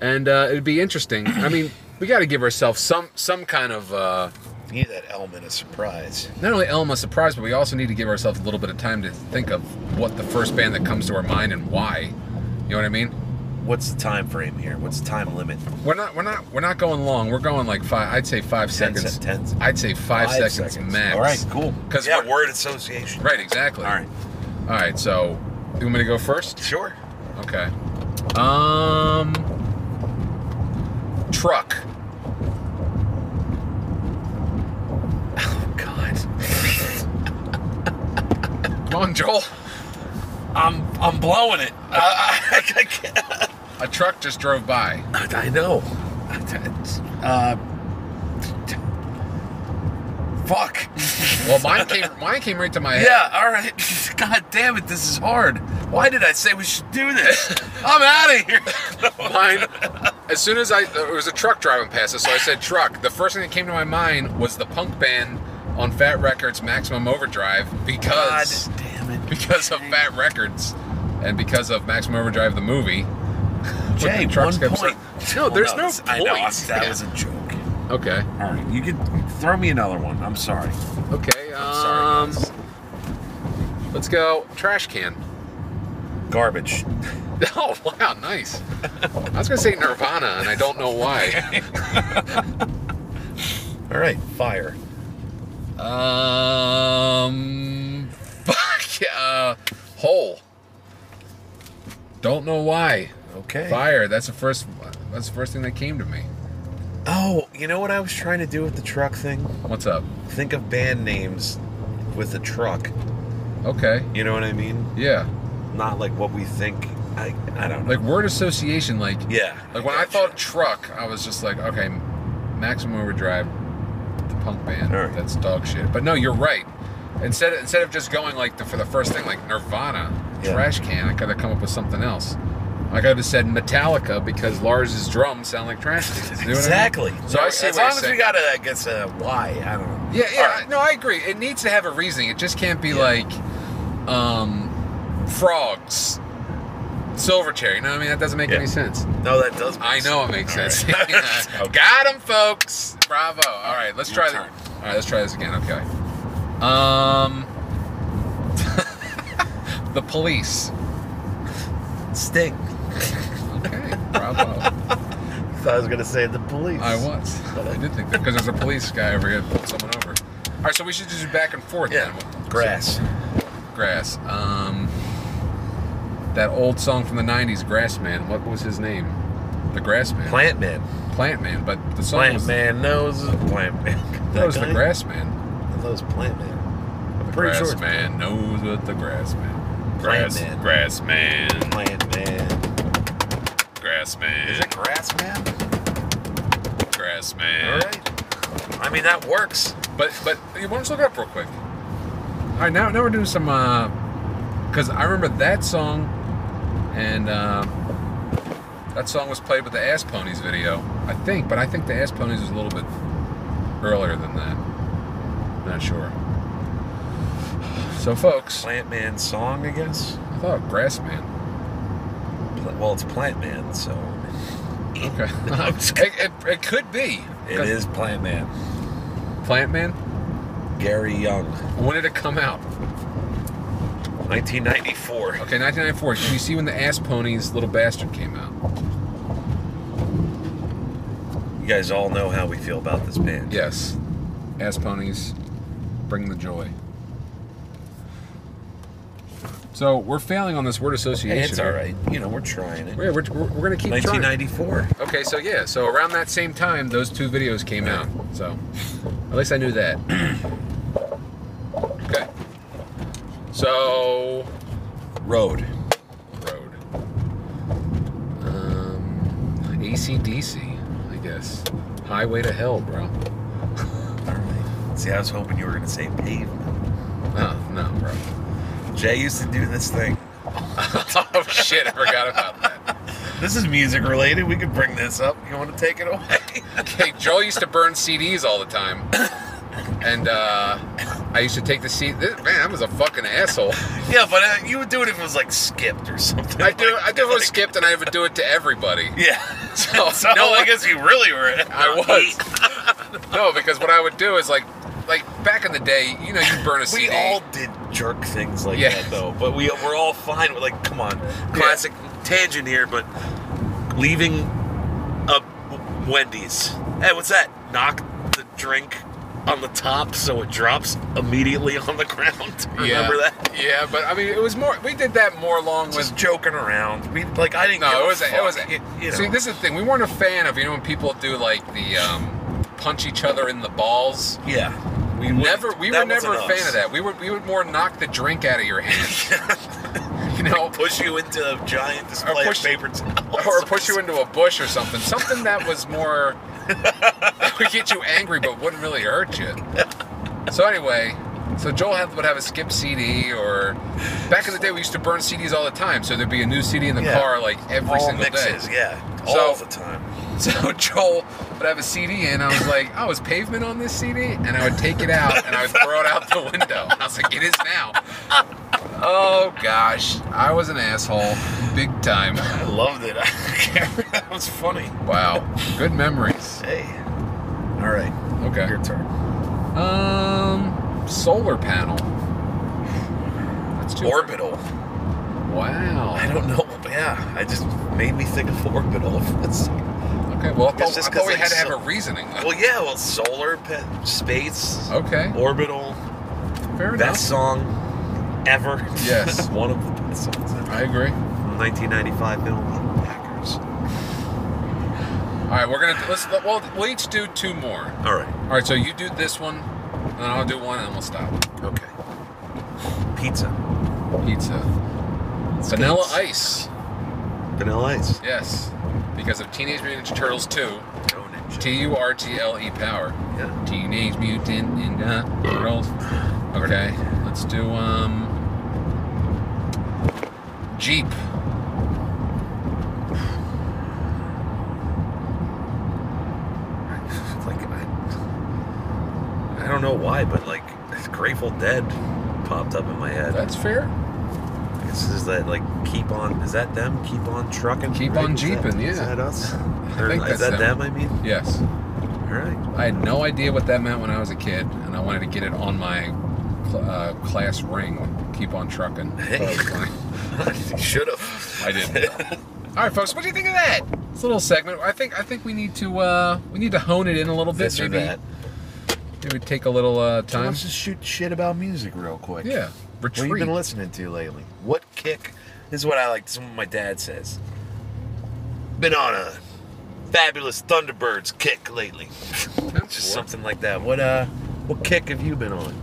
Speaker 2: and uh, it'd be interesting. I mean, we got to give ourselves some some kind of. Uh,
Speaker 3: need that element of surprise.
Speaker 2: not only element of surprise, but we also need to give ourselves a little bit of time to think of what the first band that comes to our mind and why. You know what I mean?
Speaker 3: What's the time frame here? What's the time limit?
Speaker 2: We're not. We're not. We're not going long. We're going like five. I'd say five
Speaker 3: Ten
Speaker 2: seconds.
Speaker 3: sec- tens.
Speaker 2: I'd say five,
Speaker 3: Five
Speaker 2: seconds, max.
Speaker 3: All right, cool.
Speaker 2: 'Cause
Speaker 3: yeah,
Speaker 2: we're-
Speaker 3: word association.
Speaker 2: Right. Exactly.
Speaker 3: All right,
Speaker 2: All right. So, you want me to go first?
Speaker 3: sure.
Speaker 2: Okay. Um. Truck.
Speaker 3: Oh God,
Speaker 2: Come on, Joel.
Speaker 3: I'm I'm blowing it. I, I, I, can't-
Speaker 2: A truck just drove by.
Speaker 3: I know. Uh, fuck.
Speaker 2: Well, mine came. mine came right to my head.
Speaker 3: Yeah, all right. God damn it, this is hard. Why did I say we should do this? I'm out of here.
Speaker 2: Mine. As soon as I, there was a truck driving past us, so I said truck. The first thing that came to my mind was the punk band on Fat Records, Maximum Overdrive,
Speaker 3: God
Speaker 2: because.
Speaker 3: damn it.
Speaker 2: because of Fat Records and because of Maximum Overdrive the movie.
Speaker 3: Jay,
Speaker 2: the trucks
Speaker 3: one
Speaker 2: kept
Speaker 3: point.
Speaker 2: saying- No, there's no
Speaker 3: that's- I know,
Speaker 2: point.
Speaker 3: that
Speaker 2: Yeah.
Speaker 3: was a joke.
Speaker 2: Okay.
Speaker 3: All right, you could throw me another one. I'm sorry.
Speaker 2: Okay.
Speaker 3: sorry,
Speaker 2: Um,
Speaker 3: guys.
Speaker 2: let's go. Trash can.
Speaker 3: Garbage.
Speaker 2: Oh wow, nice. I was gonna say Nirvana, and I don't know why.
Speaker 3: All right, fire.
Speaker 2: Um, fuck. Uh, hole. Don't know why.
Speaker 3: Okay.
Speaker 2: Fire. That's the first. That's the first thing that came to me.
Speaker 3: Oh, you know what I was trying to do with the truck thing?
Speaker 2: What's up?
Speaker 3: Think of band names with a truck.
Speaker 2: Okay.
Speaker 3: You know what I mean?
Speaker 2: Yeah.
Speaker 3: Not like what we think. I I don't know.
Speaker 2: Like word association. Like
Speaker 3: yeah.
Speaker 2: Like when I
Speaker 3: gotcha.
Speaker 2: thought truck, I was just like, okay, maximum overdrive, the punk band.
Speaker 3: All right.
Speaker 2: That's dog shit. But no, you're right. Instead of, instead of just going like the, for the first thing like Nirvana,
Speaker 3: Yeah.
Speaker 2: trash can, I could have come up with something else. I could have said Metallica because Lars's drums sound like trash cans. You know what I mean?
Speaker 3: Exactly.
Speaker 2: So I see
Speaker 3: as
Speaker 2: what
Speaker 3: long
Speaker 2: you're
Speaker 3: as we
Speaker 2: saying.
Speaker 3: got a, I guess, a why. I don't know.
Speaker 2: Yeah, yeah.
Speaker 3: All right.
Speaker 2: No, I agree. It needs to have a reasoning. It just can't be like um, frogs, Silverchair. You know what I mean? That doesn't make
Speaker 3: Yeah.
Speaker 2: any sense.
Speaker 3: No, that does. Make
Speaker 2: I know it makes
Speaker 3: All right.
Speaker 2: sense.
Speaker 3: Okay.
Speaker 2: Got him, folks. Bravo. All right, let's
Speaker 3: Your
Speaker 2: try
Speaker 3: turn.
Speaker 2: this. All right, let's try this again. Okay. Um, the police.
Speaker 3: Sting.
Speaker 2: Okay. Bravo.
Speaker 3: Thought I was gonna say the police.
Speaker 2: I was. I did think that because there's a police guy over here that pulled someone over. All right, so we should just do back and forth.
Speaker 3: Yeah.
Speaker 2: Then.
Speaker 3: Grass.
Speaker 2: Grass. Um, that old song from the '90s, Grass Man. What was his name? The Grass Man.
Speaker 3: Plant man.
Speaker 2: Plant Man. But the song
Speaker 3: Plant
Speaker 2: was
Speaker 3: man knows. Plant man.
Speaker 2: that was the
Speaker 3: guy?
Speaker 2: Grass Man.
Speaker 3: That was plant man.
Speaker 2: The grass
Speaker 3: Pretty sure it's-
Speaker 2: man knows what the grass man.
Speaker 3: Plant
Speaker 2: Grass
Speaker 3: man.
Speaker 2: grass man.
Speaker 3: Plant man.
Speaker 2: Grass man.
Speaker 3: grass man?
Speaker 2: Grass man.
Speaker 3: All right. I mean that works.
Speaker 2: But but you want to look it up real quick. All right, now now we're doing some uh, because I remember that song, and uh, that song was played with the Ass Ponies video, I think. But I think the Ass Ponies was a little bit earlier than that. Not sure. So folks,
Speaker 3: Plant man song, I guess.
Speaker 2: I thought grass man.
Speaker 3: Pla- Well, it's plant man, so
Speaker 2: Okay.
Speaker 3: I'm just
Speaker 2: it, it, it could be.
Speaker 3: it is plant man.
Speaker 2: Plant Man.
Speaker 3: Gary Young,
Speaker 2: When did it come out?
Speaker 3: 1994.
Speaker 2: Okay, 1994. Can you see when the Ass Ponies Little Bastard came out?
Speaker 3: You guys all know how we feel about this band.
Speaker 2: Yes. Ass Ponies, bring the joy. So we're failing on this word association.
Speaker 3: Hey, it's all right. You know, we're trying it.
Speaker 2: eh? We're, we're, we're, we're gonna keep trying.
Speaker 3: 1994.
Speaker 2: Okay, so yeah, so around that same time, those two videos came out. So at least I knew that. okay. So
Speaker 3: Road.
Speaker 2: road. Um, ACDC, I guess. Highway to Hell, bro.
Speaker 3: All right. See, I was hoping you were going to say pavement.
Speaker 2: No, no, bro.
Speaker 3: Jay used to do this thing.
Speaker 2: oh shit, I forgot about that.
Speaker 3: This is music related. We could bring this up. You want to take it away?
Speaker 2: Hey, Joel used to burn CDs all the time. And uh, I used to take the CD. This, man, I was a fucking asshole.
Speaker 3: yeah, but uh, you would do it if it was like skipped or something.
Speaker 2: I do,
Speaker 3: like-
Speaker 2: I do
Speaker 3: like-
Speaker 2: was skipped, and I would do it to everybody.
Speaker 3: Yeah.
Speaker 2: So,
Speaker 3: So
Speaker 2: no,
Speaker 3: I
Speaker 2: I
Speaker 3: guess you really were.
Speaker 2: I was. No, because what I would do is like, like back in the day, you know, you burn a
Speaker 3: We
Speaker 2: CD.
Speaker 3: all did jerk things like
Speaker 2: Yeah.
Speaker 3: that though, but we we're all fine with like, come on, classic tangent here, but leaving a Wendy's. Hey, what's that? Knock the drink on the top so it drops immediately on the ground. Remember
Speaker 2: yeah.
Speaker 3: that?
Speaker 2: Yeah, but I mean, it was more. We did that more along with
Speaker 3: Just joking around. We like I didn't. give
Speaker 2: No, it was. A, it was.
Speaker 3: fuck.
Speaker 2: A,
Speaker 3: you know.
Speaker 2: See, this is the thing. We weren't a fan of you know when people do like the um, punch each other in the balls.
Speaker 3: Yeah, we
Speaker 2: Never.
Speaker 3: wouldn't.
Speaker 2: We
Speaker 3: That
Speaker 2: were never a
Speaker 3: wasn't
Speaker 2: fan
Speaker 3: us.
Speaker 2: of that. We would. We would more knock the drink out of your hand. you know,
Speaker 3: Push you into a giant display
Speaker 2: push-
Speaker 3: of paper towels.
Speaker 2: or push you into a bush or something. Something that was more that would get you angry, but wouldn't really hurt you. So anyway. So Joel had, would have a skip CD, or back in the day we used to burn CDs all the time. So there'd be a new CD in the
Speaker 3: Yeah.
Speaker 2: car like every
Speaker 3: all
Speaker 2: single
Speaker 3: mixes.
Speaker 2: day.
Speaker 3: Yeah,
Speaker 2: So-
Speaker 3: all the time.
Speaker 2: So Joel would have a CD in. I was like, oh, is pavement on this CD? And I would take it out and I would throw it out the window. And I was like, it is now. Oh gosh, I was an asshole, big time.
Speaker 3: I loved it. I don't care. That was funny.
Speaker 2: Wow, good memories.
Speaker 3: Hey. All right.
Speaker 2: Okay.
Speaker 3: Your turn.
Speaker 2: Um, solar panel. That's too.
Speaker 3: Orbital. I
Speaker 2: Wow.
Speaker 3: don't know. Yeah, I just made me think of orbital. It's-
Speaker 2: Okay. Well, I
Speaker 3: It's
Speaker 2: thought,
Speaker 3: just
Speaker 2: I thought
Speaker 3: 'cause
Speaker 2: we
Speaker 3: it's
Speaker 2: had to have
Speaker 3: so-
Speaker 2: a reasoning.
Speaker 3: well, yeah. Well, solar, pa- space,
Speaker 2: Okay.
Speaker 3: orbital.
Speaker 2: Fair enough.
Speaker 3: Best song ever.
Speaker 2: Yes.
Speaker 3: One of the best songs ever.
Speaker 2: I agree.
Speaker 3: 1995 film. Packers.
Speaker 2: All right, we're gonna let's well we'll each do two more.
Speaker 3: All right.
Speaker 2: All right, so you do this one, and I'll do one, and we'll stop.
Speaker 3: Okay. Pizza.
Speaker 2: Pizza, vanilla ice.
Speaker 3: Vanilla ice.
Speaker 2: Yes, because of Teenage Mutant Ninja Turtles 2,
Speaker 3: Own it.
Speaker 2: T U R T L E power.
Speaker 3: Yeah.
Speaker 2: Teenage Mutant Ninja Turtles. Okay, let's do um Jeep.
Speaker 3: Like I, I don't know why, but like Grateful Dead popped up in my head.
Speaker 2: That's fair.
Speaker 3: This is that like keep on is that them? Keep on trucking.
Speaker 2: Keep on
Speaker 3: Is that-
Speaker 2: jeeping, yeah.
Speaker 3: Is that us? Or
Speaker 2: think
Speaker 3: is
Speaker 2: that's
Speaker 3: that
Speaker 2: them.
Speaker 3: them? I mean,
Speaker 2: Yes.
Speaker 3: all right.
Speaker 2: I had no idea what that meant when I was a kid, and I wanted to get it on my cl- uh, class ring. Keep on trucking.
Speaker 3: Hey. Should have.
Speaker 2: I didn't. All right, folks, what do you think of that? This little segment. I think I think we need to uh, we need to hone it in a little bit.
Speaker 3: This or
Speaker 2: maybe
Speaker 3: that.
Speaker 2: maybe take a little uh,
Speaker 5: So
Speaker 2: time.
Speaker 5: let's just shoot shit about music real quick.
Speaker 2: Yeah,
Speaker 5: What have you
Speaker 2: retreat.
Speaker 5: been listening to lately?
Speaker 3: What kick? This is what I like. This is what my dad says. Been on a fabulous Thunderbirds kick lately. Just something like that. What uh? What kick have you been on?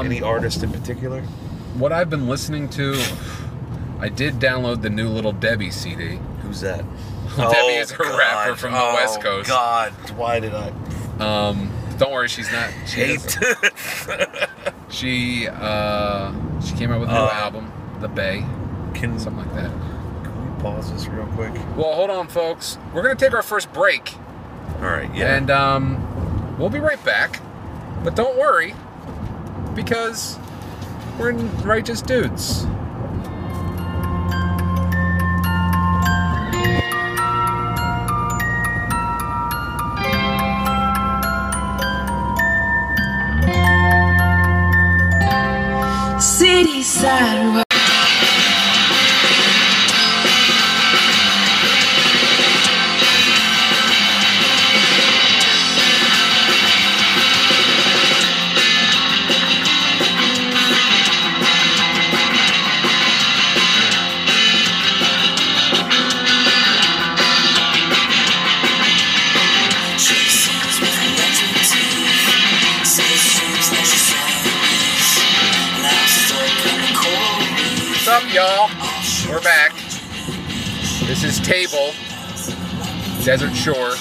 Speaker 2: um,
Speaker 3: Any artist in particular?
Speaker 2: what I've been listening to, I did download the new Little Debbie CD.
Speaker 3: Who's that?
Speaker 2: Debbie is a rapper from the
Speaker 3: Oh,
Speaker 2: West Coast.
Speaker 3: God, why did I
Speaker 2: Um, don't worry, she's not. She
Speaker 3: hate?
Speaker 2: doesn't- She uh, she came out with a new
Speaker 3: Uh,
Speaker 2: album, The Bay,
Speaker 3: Can
Speaker 2: something like that.
Speaker 3: Can we pause this real quick?
Speaker 2: Well, hold on, folks. We're gonna take our first break,
Speaker 3: All right, yeah.
Speaker 2: and um, we'll be right back. But don't worry, because we're righteous dudes.
Speaker 6: City sidewalk.
Speaker 7: Chases with electric teeth, stations that you silence, last stuck in the cold
Speaker 2: What's up, y'all? We're back. This is Table, Desert Shore.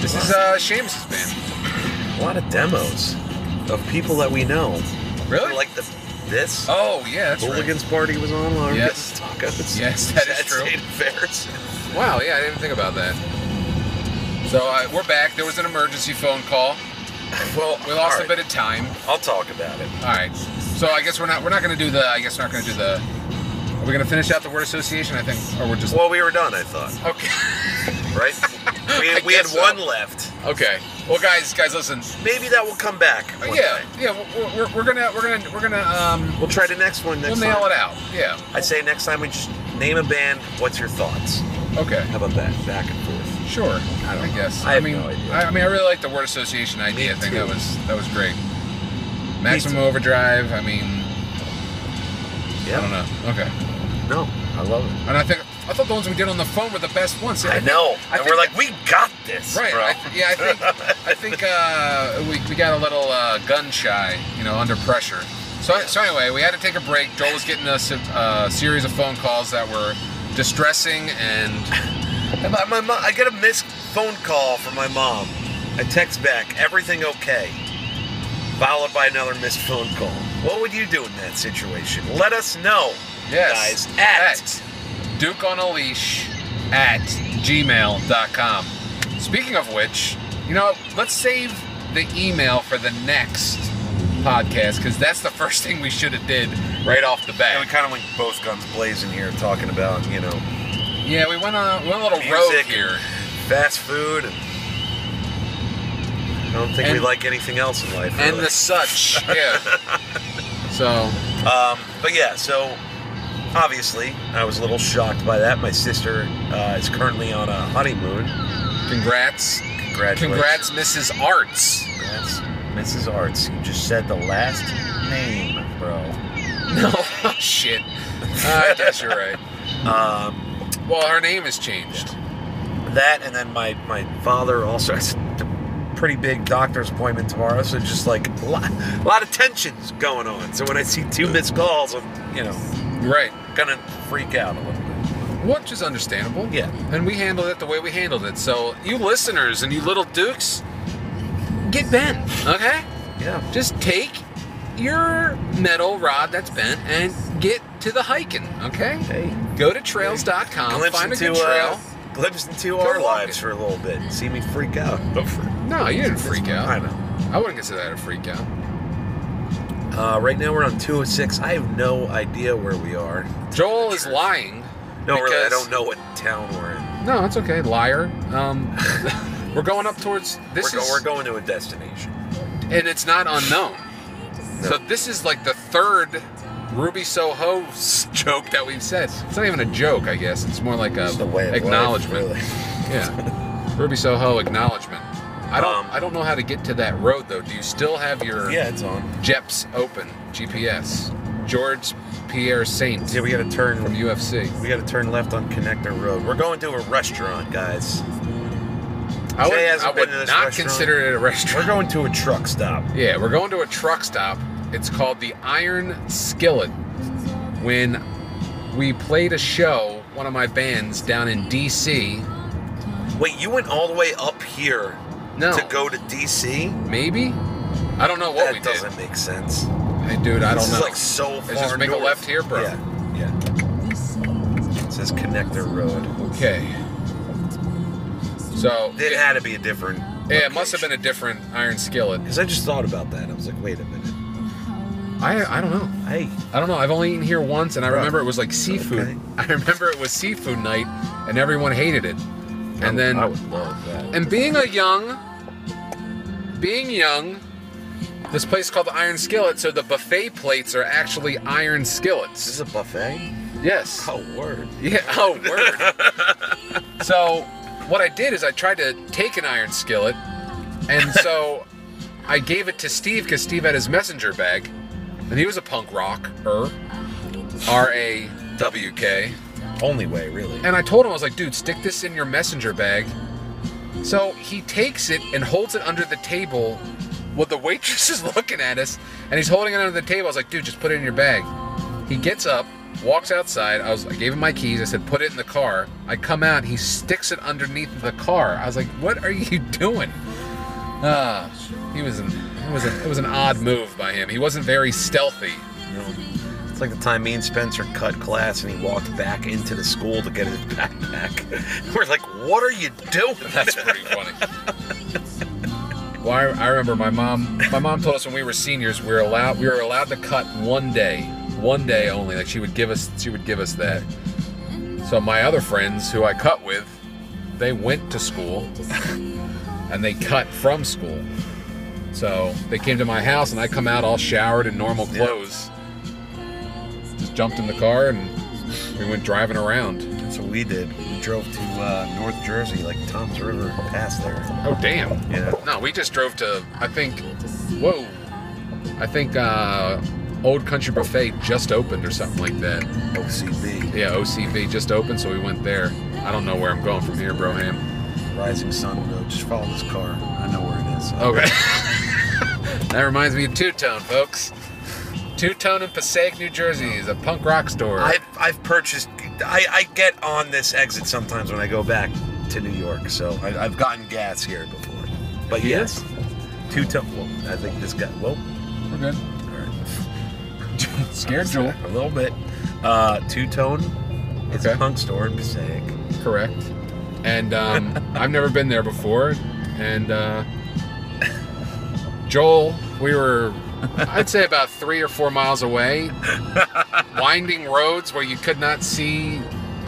Speaker 2: This is uh, Seamus's band.
Speaker 3: a lot of demos of people that we know.
Speaker 2: Really?
Speaker 3: Like the this
Speaker 2: Oh yeah, that's right.
Speaker 3: hooligans party was on while we were
Speaker 2: Yes.
Speaker 3: getting tacos.
Speaker 2: Yes, that is
Speaker 3: Sad
Speaker 2: true.
Speaker 3: State affairs.
Speaker 2: Wow, yeah, I didn't think about that. So uh, we're back. There was an emergency phone call.
Speaker 3: Well,
Speaker 2: We lost
Speaker 3: all
Speaker 2: a bit
Speaker 3: right,
Speaker 2: of time.
Speaker 3: I'll talk about it.
Speaker 2: All right. So I guess we're not we're not gonna do the. I guess we're not gonna do the. Are we gonna finish out the word association? I think, or we're just
Speaker 3: Well, we were done. I thought.
Speaker 2: okay.
Speaker 3: Right? we
Speaker 2: I
Speaker 3: had, we had
Speaker 2: guess so.
Speaker 3: one left.
Speaker 2: Okay. Well, guys, guys, listen.
Speaker 3: Maybe that will come back.
Speaker 2: Uh,
Speaker 3: one
Speaker 2: yeah,
Speaker 3: day.
Speaker 2: yeah. We're, we're, we're gonna we're gonna we're gonna um
Speaker 3: We'll try the next one next
Speaker 2: we'll nail
Speaker 3: time.
Speaker 2: it out. Yeah.
Speaker 3: I say next time we just name a band. What's your thoughts?
Speaker 2: Okay.
Speaker 3: How about that? Back and forth.
Speaker 2: Sure. I, don't guess.
Speaker 3: I have
Speaker 2: mean,
Speaker 3: no idea.
Speaker 2: I, I mean, I really like the word association idea. I
Speaker 3: Me
Speaker 2: think
Speaker 3: too.
Speaker 2: that was that was great. Maximum
Speaker 3: too.
Speaker 2: overdrive. I mean,
Speaker 3: Yeah.
Speaker 2: I don't know. Okay.
Speaker 3: No, I love it.
Speaker 2: And I think I thought the ones we did on the phone were the best ones. See,
Speaker 3: I
Speaker 2: think-
Speaker 3: know.
Speaker 2: I
Speaker 3: and
Speaker 2: think-
Speaker 3: we're like, we got this,
Speaker 2: Right.
Speaker 3: bro.
Speaker 2: I th- yeah, I think I think uh, we, we got a little uh, gun shy, you know, under pressure. So so anyway, we had to take a break. Joel was getting us a uh, series of phone calls that were distressing, and
Speaker 3: And My, my mom, I get a missed phone call from my mom. I text back, everything okay. Followed by another missed phone call. What would you do in that situation? Let us know,
Speaker 2: yes,
Speaker 3: guys. At,
Speaker 2: Duke on a leash at gmail.com. Speaking of which, you know, let's save the email for the next podcast because that's the first thing we should have did right off the bat.
Speaker 3: and we kind of went both guns blazing here, talking about you know
Speaker 2: Yeah, we went on, we went on a little road
Speaker 3: Music.
Speaker 2: here.
Speaker 3: fast food. And I don't think we
Speaker 2: And-
Speaker 3: like anything else in life.
Speaker 2: And
Speaker 3: really.
Speaker 2: the such. Yeah. so,
Speaker 3: Um, but yeah, so obviously I was a little shocked by that. My sister uh, is currently on a honeymoon.
Speaker 2: congrats. Congrats,
Speaker 3: Congratulations.
Speaker 2: Mrs. Arts.
Speaker 3: That's Mrs. Arts. You just said the last name, bro.
Speaker 2: No. Oh, Shit. Uh, I guess you're right.
Speaker 3: Um,
Speaker 2: Well, her name has changed.
Speaker 3: that and then my my father also has a pretty big doctor's appointment tomorrow, so just like a lot, a lot of tensions going on. So when I see two missed calls, I'm you know
Speaker 2: Right.
Speaker 3: gonna freak out a little bit.
Speaker 2: which is understandable.
Speaker 3: Yeah.
Speaker 2: And we handled it the way we handled it. So you listeners and you little dukes, get bent, okay?
Speaker 3: Yeah.
Speaker 2: Just take your metal rod that's bent and get to the hiking, okay?
Speaker 3: Hey.
Speaker 2: Go to trails.com,
Speaker 3: Glimpse
Speaker 2: find a
Speaker 3: into,
Speaker 2: good trail.
Speaker 3: uh, glimpse into
Speaker 2: Go
Speaker 3: our
Speaker 2: walk
Speaker 3: lives
Speaker 2: it.
Speaker 3: for a little bit. See me freak out. But for,
Speaker 2: no, you didn't freak
Speaker 3: I
Speaker 2: out.
Speaker 3: know.
Speaker 2: I, wouldn't consider that a freak out.
Speaker 3: Uh, right now we're on 206. I have no idea where we are.
Speaker 2: Joel is lying.
Speaker 3: No, really, I
Speaker 2: because-
Speaker 3: don't know what town we're in.
Speaker 2: No, it's okay, liar. Um, we're going up towards
Speaker 3: We're,
Speaker 2: this
Speaker 3: go-
Speaker 2: is,
Speaker 3: we're going to a destination.
Speaker 2: and it's not unknown. So this is like the third Ruby Soho s- joke that we've said. It's not even a joke, I guess. It's more like a
Speaker 5: It's the way of life,
Speaker 2: acknowledgement.
Speaker 5: really.
Speaker 2: Yeah, Ruby Soho acknowledgement. I don't.
Speaker 3: Um,
Speaker 2: I don't know how to get to that road though. Do you still have your
Speaker 5: Yeah, it's on.
Speaker 2: JEPs open? GPS. George Pierre Saint
Speaker 3: Yeah, we got to turn.
Speaker 2: from UFC.
Speaker 3: We got to turn left on Connector Road. We're going to a restaurant, guys.
Speaker 2: I would,
Speaker 3: Jay hasn't
Speaker 2: I would
Speaker 3: been to this
Speaker 2: not
Speaker 3: restaurant.
Speaker 2: consider it a restaurant.
Speaker 3: We're going to a truck stop.
Speaker 2: Yeah, we're going to a truck stop. It's called the Iron Skillet. When we played a show, one of my bands down in DC.
Speaker 3: Wait, you went all the way up here
Speaker 2: No,
Speaker 3: to go to DC?
Speaker 2: maybe. I don't know what we
Speaker 3: that doesn't make sense.
Speaker 2: did. Hey, dude, I don't
Speaker 3: this
Speaker 2: know.
Speaker 3: is like so
Speaker 2: Let's
Speaker 3: far.
Speaker 2: just make a
Speaker 3: north.
Speaker 2: left here, bro.
Speaker 3: Yeah. yeah. It says Connector Road.
Speaker 2: okay. So
Speaker 3: It had to be a different.
Speaker 2: yeah, it must have been a different Iron Skillet.
Speaker 3: Because I just thought about that. I was like, wait a minute.
Speaker 2: I I don't know.
Speaker 3: Hey,
Speaker 2: I don't know. I've only eaten here once, and I remember it was like seafood.
Speaker 3: Okay.
Speaker 2: I remember it was seafood night, and everyone hated it. And then
Speaker 3: I would love that.
Speaker 2: And being a young, being young, this place is called the Iron Skillet, so the buffet plates are actually iron
Speaker 3: This
Speaker 2: skillets.
Speaker 3: is a buffet.
Speaker 2: Yes.
Speaker 3: Oh word.
Speaker 2: Yeah. Oh, word. so, what I did is I tried to take an iron skillet, and so I gave it to Steve because Steve had his messenger bag, and he was a punk rock er, R A W K.
Speaker 3: Only way, really.
Speaker 2: And I told him, I was like, dude, stick this in your messenger bag. So he takes it and holds it under the table while the waitress is looking at us and he's holding it under the table. I was like, dude, just put it in your bag. He gets up, walks outside. I was I gave him my keys. I said, put it in the car. I come out, he sticks it underneath the car. I was like, what are you doing? Ah, he was an it was an, it was an odd move by him. He wasn't very stealthy.
Speaker 3: It's like the time me and Spencer cut class and he walked back into the school to get his backpack. We're like, what are you doing?
Speaker 2: That's pretty funny. Well, I, I remember my mom. My mom told us when we were seniors, we were allowed we were allowed to cut one day, one day only. Like she would give us, she would give us that. So my other friends who I cut with, they went to school, and they cut from school. So they came to my house, and I come out all showered in normal clothes. Just jumped in the car and we went driving around.
Speaker 3: That's what we did. We drove to uh, North Jersey, like Tom's River, past there.
Speaker 2: Oh damn!
Speaker 3: Yeah.
Speaker 2: No, we just drove to. I think. Whoa. I think uh, Old Country Buffet just opened or something like that.
Speaker 3: OCB,
Speaker 2: Yeah, OCB just opened, so we went there. I don't know where I'm going from here, bro. Ham.
Speaker 3: Rising Sun Road. Just follow this car. I know where it is.
Speaker 2: Okay. that reminds me of Two Tone, folks. Two Tone in Passaic, New Jersey is a punk rock store.
Speaker 3: I've, I've purchased. I, I get on this exit sometimes when I go back to New York, so I, I've gotten gas here before. But yes, two tone. Well, I think this guy. Well,
Speaker 2: We're good.
Speaker 3: all right.
Speaker 2: Scared Joel.
Speaker 3: A little bit. Uh, two tone. It's
Speaker 2: Okay.
Speaker 3: a punk store in Passaic.
Speaker 2: Correct. And um, I've never been there before. And uh, Joel, we were, I'd say about three or four miles away, winding roads where you could not see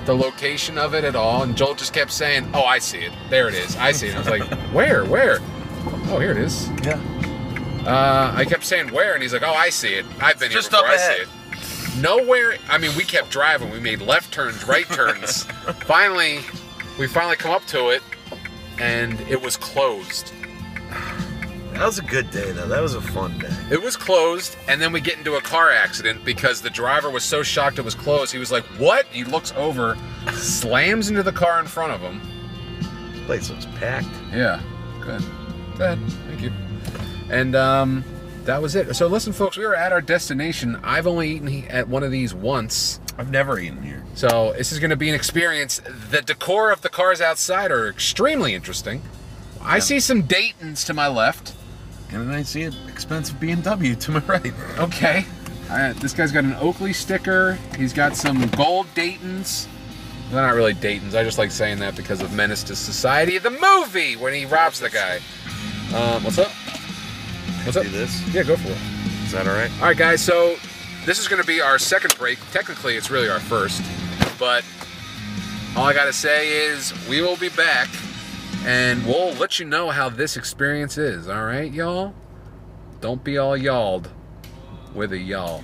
Speaker 2: the location of it at all. And Joel just kept saying, Oh, I see it. There it is. I see it. I was like, Where? Where? Oh, here it is.
Speaker 3: Yeah.
Speaker 2: Uh, I kept saying where, and he's like, "Oh, I see it. I've been
Speaker 3: Just
Speaker 2: here before.
Speaker 3: up
Speaker 2: I see
Speaker 3: ahead.
Speaker 2: it." Nowhere. I mean, we kept driving. We made left turns, right turns. finally, we finally come up to it, and it was closed.
Speaker 3: That was a good day though. That was a fun day.
Speaker 2: It was closed, and then we get into a car accident because the driver was so shocked it was closed. He was like, "What?" He looks over, slams into the car in front of him.
Speaker 3: This place was packed.
Speaker 2: Yeah. Good. Good. Thank you. And um, that was it. So listen, folks, we were at our destination. I've only eaten he- at one of these once.
Speaker 3: I've never eaten here.
Speaker 2: So this is going to be an experience. The decor of the cars outside are extremely interesting. I see some Daytons to my left.
Speaker 3: And then I see an expensive BMW to my right.
Speaker 2: Okay. All right, this guy's got an Oakley sticker. He's got some gold Daytons. They're not really Daytons. I just like saying that because of Menace to Society, the movie, when he robs the guy. Um, what's up? What's up?
Speaker 3: Do this.
Speaker 2: Yeah, go for it.
Speaker 3: Is that all right?
Speaker 2: All right, guys. So this is going to be our second break. Technically, it's really our first, but all I got to say is we will be back, and we'll let you know how this experience is. All right, y'all. Don't be all y'alled with a y'all.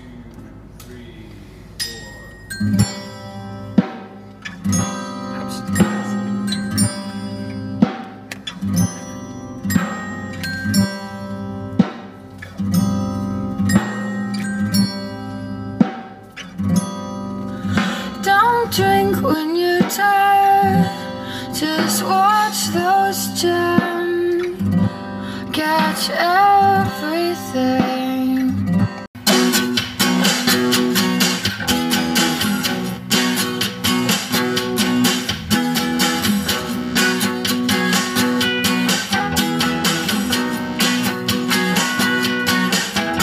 Speaker 6: Don't drink when you're tired. Just watch those gems catch everything.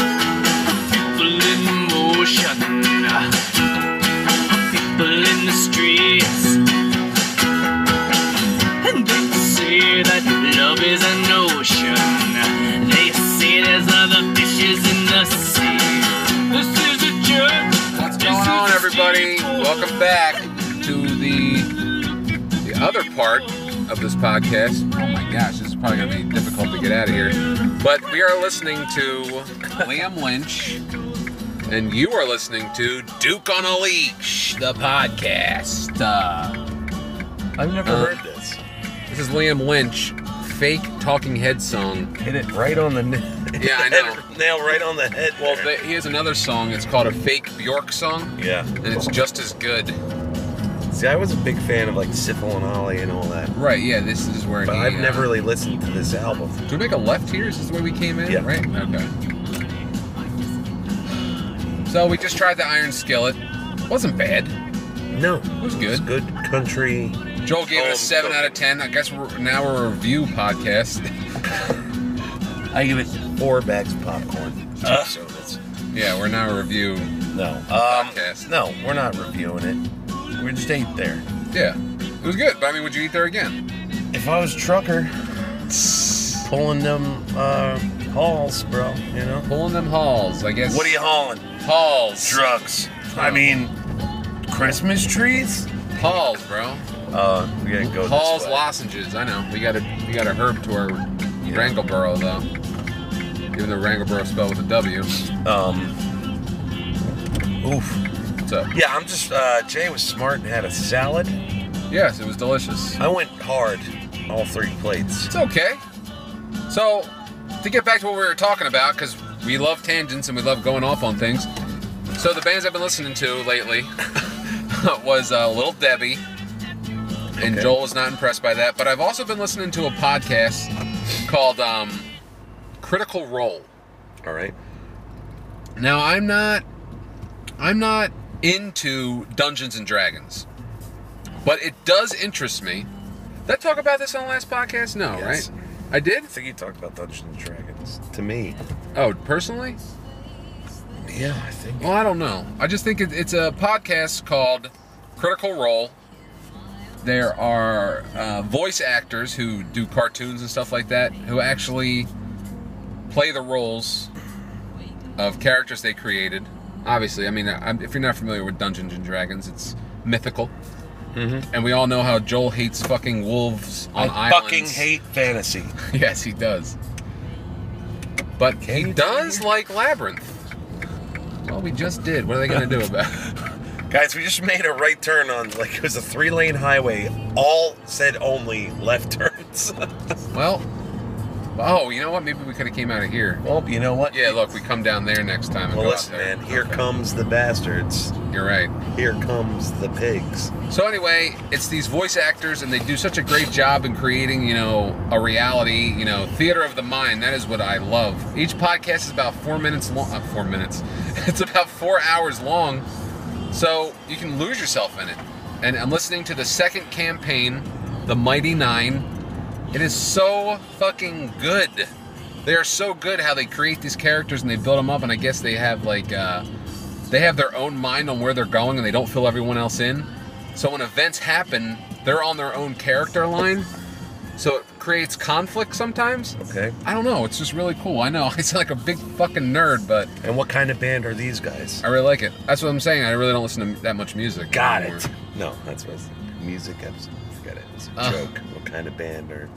Speaker 7: People in motion, people in the streets, and they say that love is an ocean. They say there's other fishes in the sea. This is a church.
Speaker 2: What's going on, everybody? Welcome back to the the other part of this podcast. Oh my gosh, this is probably gonna be difficult to get out of here. But we are listening to Liam Lynch, and you are listening to Duke on a Leash, the podcast. Uh,
Speaker 3: I've never
Speaker 2: Uh,
Speaker 3: heard this.
Speaker 2: this is Liam Lynch, fake Talking Head song.
Speaker 3: Hit it right on the nail.
Speaker 2: Yeah, I know.
Speaker 3: nail right on the head.
Speaker 2: Well,
Speaker 3: there.
Speaker 2: th- he has another song. It's called a fake Bjork song,
Speaker 3: yeah.
Speaker 2: and it's just as good.
Speaker 3: See, I was a big fan of like Syphil and Ollie and all that,
Speaker 2: Right? Yeah, this is where.
Speaker 3: but
Speaker 2: he,
Speaker 3: I've
Speaker 2: uh,
Speaker 3: never really listened to this album.
Speaker 2: Do we make a left here? Is this the way we came in?
Speaker 3: Yeah.
Speaker 2: Right? Okay. So we just tried the iron skillet. Wasn't bad.
Speaker 3: No, it
Speaker 2: was
Speaker 3: It's
Speaker 2: good.
Speaker 3: good country.
Speaker 2: Joel gave it
Speaker 3: Um,
Speaker 2: a 7
Speaker 3: so-
Speaker 2: out of 10. I guess we're, now we're a review podcast.
Speaker 3: I give it four bags of popcorn.
Speaker 2: Uh.
Speaker 3: so that's
Speaker 2: yeah, we're now a review.
Speaker 3: no. Um,
Speaker 2: Podcast.
Speaker 3: no, we're not reviewing it. We just ate there.
Speaker 2: Yeah. It was good, but I mean, would you eat there again?
Speaker 3: If I was a trucker, pulling them uh, hauls, bro, you know.
Speaker 2: Pulling them halls, I guess.
Speaker 3: What are you hauling?
Speaker 2: Halls.
Speaker 3: Drugs.
Speaker 2: Oh.
Speaker 3: I mean, Christmas trees.
Speaker 2: halls, bro.
Speaker 3: Uh, we gotta go.
Speaker 2: Halls
Speaker 3: this way.
Speaker 2: lozenges. I know. We got a we got a herb to our Wrangleboro though. Even though Wrangleboro spelled with a W.
Speaker 3: Um, oof.
Speaker 2: What's up?
Speaker 3: Yeah, I'm just. Uh, Jay was smart and had a salad.
Speaker 2: Yes, it was delicious.
Speaker 3: I went hard, all three plates.
Speaker 2: It's okay. So, to get back to what we were talking about, because we love tangents and we love going off on things. So the bands I've been listening to lately was uh, Little Debbie, and
Speaker 3: Okay.
Speaker 2: Joel was not impressed by that. But I've also been listening to a podcast called um, Critical Role.
Speaker 3: All right.
Speaker 2: Now I'm not I'm not into Dungeons and Dragons. But it does interest me. Did I talk about this on the last podcast? No,
Speaker 3: Yes.
Speaker 2: right? I did?
Speaker 3: I think you talked about Dungeons and Dragons. To me.
Speaker 2: Oh, personally?
Speaker 3: Yeah, I think.
Speaker 2: Well, I don't know. I just think it, it's a podcast called Critical Role. There are uh, voice actors who do cartoons and stuff like that who actually play the roles of characters they created. Obviously, I mean, i if you're not familiar with Dungeons and Dragons, it's mythical. And we all know how Joel hates fucking wolves on
Speaker 3: Mm-hmm. I
Speaker 2: islands.
Speaker 3: fucking hate fantasy.
Speaker 2: Yes, he does. But
Speaker 3: Can
Speaker 2: he
Speaker 3: you
Speaker 2: does
Speaker 3: tell
Speaker 2: like Labyrinth. Well, we just did. What are they going to do about it?
Speaker 3: Guys, we just made a right turn on like it was a three-lane highway. All said only left turns.
Speaker 2: Well, oh, you know what? Maybe we could have came out of here.
Speaker 3: well, you know what?
Speaker 2: Yeah, look, we come down there next time. And
Speaker 3: Well,
Speaker 2: go out
Speaker 3: listen,
Speaker 2: there.
Speaker 3: man. Here comes the bastards.
Speaker 2: You're right.
Speaker 3: Here comes the pigs.
Speaker 2: So anyway, it's these voice actors, and they do such a great job in creating, you know, a reality, you know, theater of the mind. That is what I love. Each podcast is about four minutes long. Uh, four minutes. It's about four hours long, So you can lose yourself in it. And I'm listening to the second campaign, The Mighty Nine. It is so fucking good. They are so good how they create these characters and they build them up, and I guess they have like, uh, they have their own mind on where they're going and they don't fill everyone else in. So when events happen, they're on their own character line. So it creates conflict sometimes.
Speaker 3: Okay.
Speaker 2: I don't know. It's just really cool. I know. I sound like a big fucking nerd, but
Speaker 3: And what kind of band are these guys?
Speaker 2: I really like it. That's what I'm saying. I really don't listen to that much music.
Speaker 3: Got
Speaker 2: anymore.
Speaker 3: it. No, that's what it's music episode. Forget it. It's a
Speaker 2: Uh.
Speaker 3: joke. What kind of band are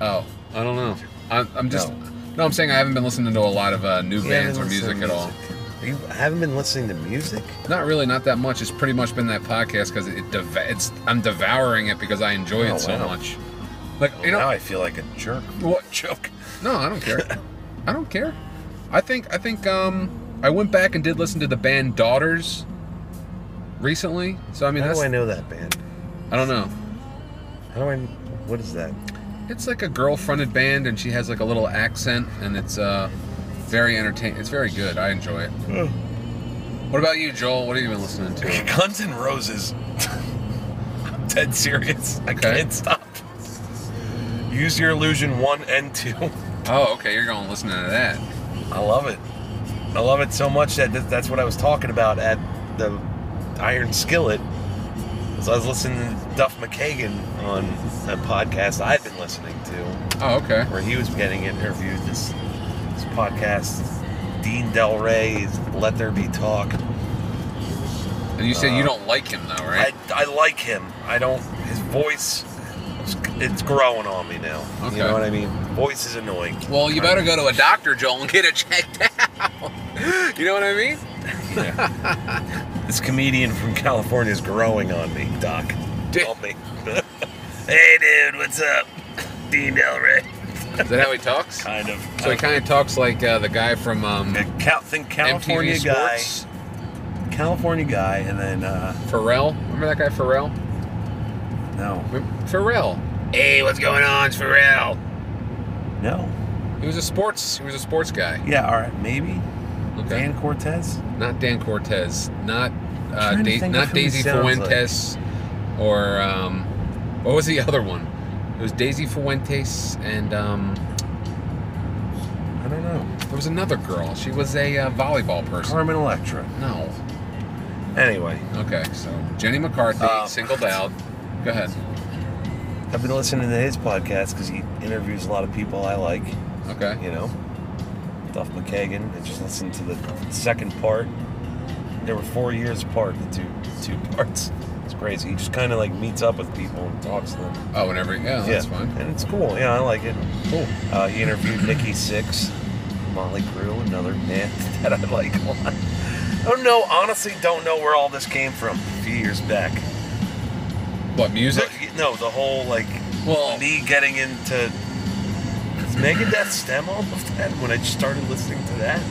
Speaker 2: Oh, I don't know. I'm, I'm just. No. I'm saying I haven't been listening to a lot of uh, new
Speaker 3: You
Speaker 2: bands or
Speaker 3: haven't
Speaker 2: music
Speaker 3: listened
Speaker 2: at
Speaker 3: to
Speaker 2: all.
Speaker 3: music. You haven't been listening to music?
Speaker 2: Not really, not that much. It's pretty much been that podcast because it, dev- it's I'm devouring it because I enjoy
Speaker 3: Oh,
Speaker 2: it so
Speaker 3: wow.
Speaker 2: much. Like you know,
Speaker 3: now I feel like a jerk.
Speaker 2: what?
Speaker 3: Joke.
Speaker 2: No, I don't care. I don't care. I think I think um I went back and did listen to the band Daughters recently. So I mean,
Speaker 3: How
Speaker 2: that's
Speaker 3: do I know that band?
Speaker 2: I don't know.
Speaker 3: How do I? What is that?
Speaker 2: It's like a girl-fronted band, and she has like a little accent, and it's uh, very entertaining. It's very good. I enjoy it. What about you, Joel? What have you been listening to?
Speaker 8: Guns N' Roses. I'm dead serious. I
Speaker 2: Okay.
Speaker 8: can't stop. Use Your Illusion 1 and 2.
Speaker 2: Oh, okay, you're going listening to that.
Speaker 3: I love it. I love it so much that that- that's what I was talking about at the Iron Skillet. So I was listening to Duff McKagan on a podcast I've been listening to,
Speaker 2: Oh, okay.
Speaker 3: where he was getting interviewed. This this podcast, Dean Del Rey's "Let There Be Talk."
Speaker 2: And you said you don't like him though,
Speaker 3: I,
Speaker 2: right?
Speaker 3: I like him. I don't. His voice, it's- it's growing on me now.
Speaker 2: Okay.
Speaker 3: You know what I mean? Voice is annoying.
Speaker 2: well, you better go to a doctor, Joel, and get it checked out. you know what I mean?
Speaker 3: This comedian from California is growing on me, Doc.
Speaker 2: Dude.
Speaker 3: Help me. hey, dude, what's up? Dean Del Rey.
Speaker 2: Is that how he talks?
Speaker 3: Kind of.
Speaker 2: So he kind of talks like uh, the guy from um,
Speaker 3: A Cal- think California
Speaker 2: MTV
Speaker 3: guy.
Speaker 2: Sports,
Speaker 3: California guy, and then, uh,
Speaker 2: Pharrell. Remember that guy, Pharrell?
Speaker 3: no.
Speaker 2: Pharrell. Hey, what's going on, It's Pharrell?
Speaker 3: No.
Speaker 2: He was a sports. He was a sports guy.
Speaker 3: Yeah, all right, maybe.
Speaker 2: Okay.
Speaker 3: Dan Cortez?
Speaker 2: Not Dan Cortez. Not uh,
Speaker 3: trying to
Speaker 2: da-
Speaker 3: think of
Speaker 2: not
Speaker 3: who he
Speaker 2: Daisy
Speaker 3: sounds
Speaker 2: Fuentes, or um, what was the other one? It was Daisy Fuentes, and um,
Speaker 3: I don't know.
Speaker 2: there was another girl. She was a uh, volleyball person.
Speaker 3: Carmen Electra.
Speaker 2: No.
Speaker 3: Anyway,
Speaker 2: Okay. So Jenny McCarthy
Speaker 3: Um,
Speaker 2: singled out. Go ahead.
Speaker 3: I've been listening to his podcast because he interviews a lot of people I like.
Speaker 2: Okay.
Speaker 3: you know, Duff McKagan. I just listened to the second part. They were four years apart, the two two parts. It's crazy. He just kind of like meets up with people and talks to them.
Speaker 2: Oh, whenever. Yeah, that's fine.
Speaker 3: and it's cool. Yeah, I like it. Cool. Uh, he interviewed Nikki Six, Molly Crew, another band that I like a lot. I don't know. Honestly, don't know where all this came from. A few years back.
Speaker 2: What music?
Speaker 3: No, the whole like
Speaker 2: Well-
Speaker 3: me getting into. Does Megadeth stem off of that when I started listening to that?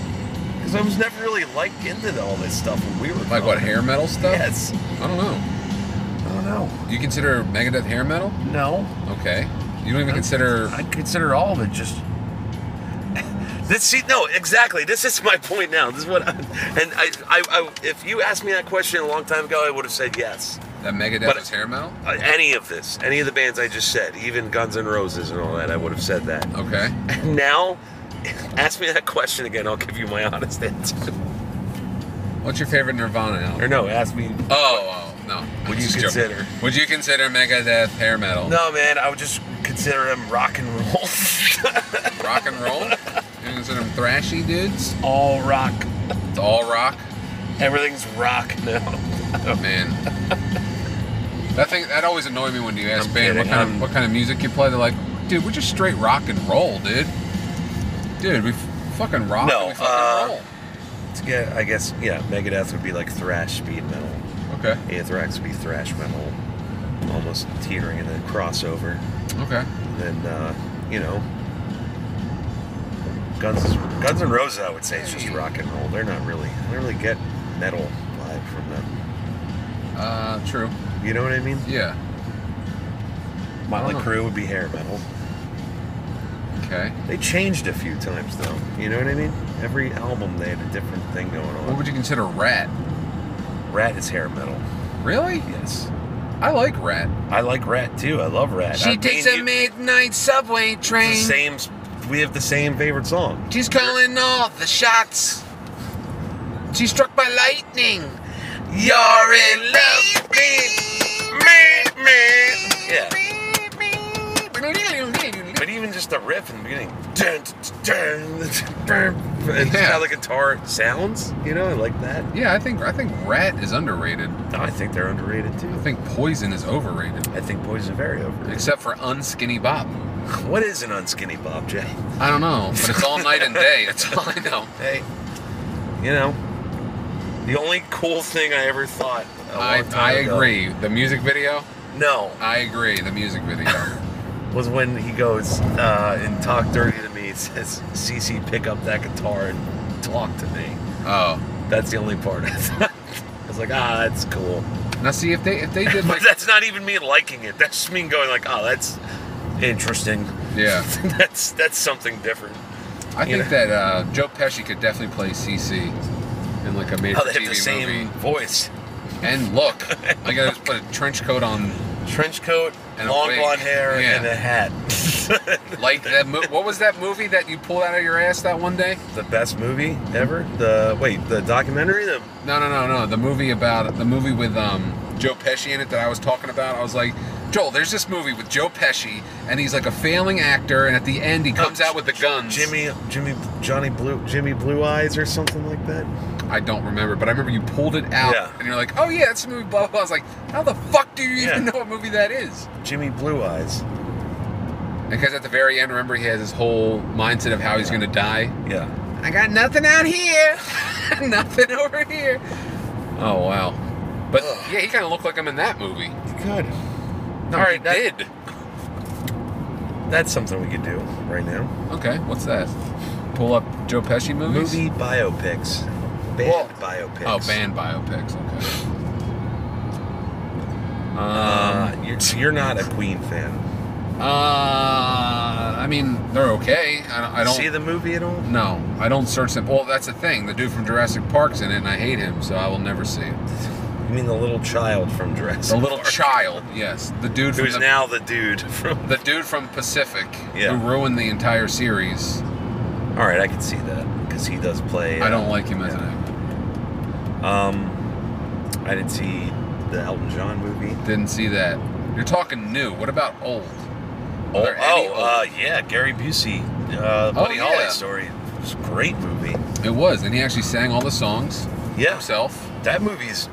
Speaker 3: Because I was never really like into all this stuff when we were
Speaker 2: Like what?
Speaker 3: growing
Speaker 2: Hair metal
Speaker 3: up.
Speaker 2: stuff?
Speaker 3: Yes.
Speaker 2: I don't know.
Speaker 3: I don't know.
Speaker 2: Do you consider Megadeth hair metal?
Speaker 3: No,
Speaker 2: Okay. You don't even consider.
Speaker 9: I consider all of it just
Speaker 3: This see no exactly. This is my point now. This is what, I, and I, I, I, if you asked me that question a long time ago, I would have said yes.
Speaker 2: That Megadeth
Speaker 3: But-
Speaker 2: was hair metal?
Speaker 3: Uh, any of this, any of the bands I just said, even Guns N' Roses and all that, I would have said that.
Speaker 2: Okay.
Speaker 3: Now, ask me that question again. I'll give you my honest answer.
Speaker 2: What's your favorite Nirvana album?
Speaker 3: Or no, ask me.
Speaker 2: Oh, oh no. I'm
Speaker 3: Would you
Speaker 2: just
Speaker 3: consider?
Speaker 2: Would you consider Megadeth hair metal?
Speaker 3: No, man, I would just consider them rock and roll.
Speaker 2: Rock and roll? You consider them thrashy dudes?
Speaker 3: All rock.
Speaker 2: It's all rock?
Speaker 3: Everything's rock now.
Speaker 2: Oh man. That thing that always annoyed me when you ask
Speaker 3: I'm
Speaker 2: band what
Speaker 3: kidding, Um,
Speaker 2: kind of
Speaker 3: I'm-
Speaker 2: what kind of music you play. They're like, dude, we're just straight rock and roll, dude. Dude, we f- fucking rock
Speaker 3: No,
Speaker 2: and we fucking
Speaker 3: uh,
Speaker 2: roll.
Speaker 3: Yeah, I guess, yeah, Megadeth would be like thrash speed metal.
Speaker 2: Okay.
Speaker 3: Anthrax would be thrash metal, almost teetering in the crossover.
Speaker 2: Okay.
Speaker 3: And then, uh, you know, Guns Guns N' Roses, I would say, is just rock and roll. They're not really, I don't really get metal vibe from them.
Speaker 2: Uh true.
Speaker 3: You know what I mean?
Speaker 2: Yeah.
Speaker 3: Motley
Speaker 2: Oh.
Speaker 3: Crue would be hair metal.
Speaker 2: Okay.
Speaker 3: They changed a few times though. You know what I mean? Every album they had a different thing going
Speaker 2: What
Speaker 3: on.
Speaker 2: would you consider rat?
Speaker 3: Rat is hair metal.
Speaker 2: Really?
Speaker 3: Yes.
Speaker 2: I like Rat.
Speaker 3: I like Rat too. I love Rat. I-
Speaker 2: She
Speaker 3: me
Speaker 2: takes
Speaker 3: and
Speaker 2: a
Speaker 3: you-
Speaker 2: midnight subway
Speaker 3: it's the
Speaker 2: train.
Speaker 3: same. We have the same favorite song.
Speaker 2: She's calling all the shots. She's struck by lightning. You're in love with me.
Speaker 3: Yeah. But even just the riff in the beginning, dun, dun, dun, dun, and just
Speaker 2: Yeah.
Speaker 3: how the guitar sounds, you know, I like that.
Speaker 2: Yeah, I think I think Rat is underrated.
Speaker 3: No, I think they're underrated too.
Speaker 2: I think Poison is overrated,
Speaker 3: I think Poison are very overrated.
Speaker 2: except for Unskinny Bob.
Speaker 3: What is an unskinny Bob Jay?
Speaker 2: I don't know, but it's all night and day. That's all I know.
Speaker 3: Hey, you know, the only cool thing I ever thought. a long
Speaker 2: I,
Speaker 3: time
Speaker 2: I
Speaker 3: ago-
Speaker 2: agree. The music video,
Speaker 3: No,
Speaker 2: I agree. The music video.
Speaker 3: was when he goes uh, and talk dirty to me. He says, "CC, pick up that guitar and talk to me."
Speaker 2: oh,
Speaker 3: That's the only part I thought. I was like, ah, that's cool.
Speaker 2: now see if they if they did
Speaker 3: But
Speaker 2: like
Speaker 3: that's not even me liking it. That's just me going like, oh, that's interesting.
Speaker 2: yeah,
Speaker 3: that's that's something different.
Speaker 2: I
Speaker 3: You
Speaker 2: think
Speaker 3: know.
Speaker 2: that uh, Joe Pesci could definitely play CC in like a major
Speaker 3: How Oh, they have
Speaker 2: TV
Speaker 3: the same
Speaker 2: movie.
Speaker 3: voice.
Speaker 2: And look, I gotta just put a trench coat on,
Speaker 3: Trench coat,
Speaker 2: And a
Speaker 3: long
Speaker 2: wig.
Speaker 3: blonde hair,
Speaker 2: Yeah.
Speaker 3: and a hat.
Speaker 2: like that. Mo- what was that movie that you pulled out of your ass that one day?
Speaker 3: the best movie ever. The wait, the documentary. The
Speaker 2: No, no, no, no. The movie about the movie with um, Joe Pesci in it that I was talking about. I was like, Joel, there's this movie with Joe Pesci, and he's like a failing actor, and at the end he comes out with the guns.
Speaker 3: Uh, Jimmy, Jimmy, Johnny Blue, Jimmy Blue Eyes, or something like that.
Speaker 2: I don't remember, but I remember you pulled it out,
Speaker 3: Yeah.
Speaker 2: and you're like, oh yeah, that's the movie. Blah blah. blah. I was like, how the fuck do you even
Speaker 3: Yeah.
Speaker 2: know what movie that is?
Speaker 3: Jimmy Blue Eyes.
Speaker 2: Because at the very end, remember he has his whole mindset of how he's gonna die.
Speaker 3: Yeah.
Speaker 2: I got nothing out here, nothing over here. Oh wow. But
Speaker 3: Ugh.
Speaker 2: yeah, he kind of looked like him in that movie.
Speaker 3: Good.
Speaker 2: No,
Speaker 3: All right,
Speaker 2: he
Speaker 3: that-
Speaker 2: did.
Speaker 3: That's something we could do right now.
Speaker 2: Okay, what's that? Pull up Joe Pesci movies?
Speaker 3: Movie biopics. Band
Speaker 2: Well-
Speaker 3: biopics.
Speaker 2: Oh, band biopics. Okay. Um,
Speaker 3: Uh, you're, so you're not a Queen fan.
Speaker 2: uh, I mean, they're okay. I don't. I don't
Speaker 3: see the movie at all.
Speaker 2: no, I don't search them. Well, that's the thing. The dude from Jurassic Park's in it, and I hate him, so I will never see it.
Speaker 3: You mean the little child from Jurassic?
Speaker 2: The little
Speaker 3: Park,
Speaker 2: child, yes. The dude from
Speaker 3: who's
Speaker 2: the,
Speaker 3: now the dude from.
Speaker 2: the dude from Pacific
Speaker 3: Yeah.
Speaker 2: who ruined the entire series.
Speaker 3: All right, I can see that because he does play.
Speaker 2: I
Speaker 3: uh,
Speaker 2: don't like him as an
Speaker 3: yeah.
Speaker 2: actor.
Speaker 3: Um, I didn't see the Elton John movie.
Speaker 2: Didn't see that. You're talking new. What about old?
Speaker 3: Oh,
Speaker 2: there any
Speaker 3: oh,
Speaker 2: old-
Speaker 3: uh, yeah, Gary Busey, uh, Buddy
Speaker 2: yeah.
Speaker 3: Holly story. It was a great movie.
Speaker 2: It was, and he actually sang all the songs
Speaker 3: Yeah,
Speaker 2: himself.
Speaker 3: that movie's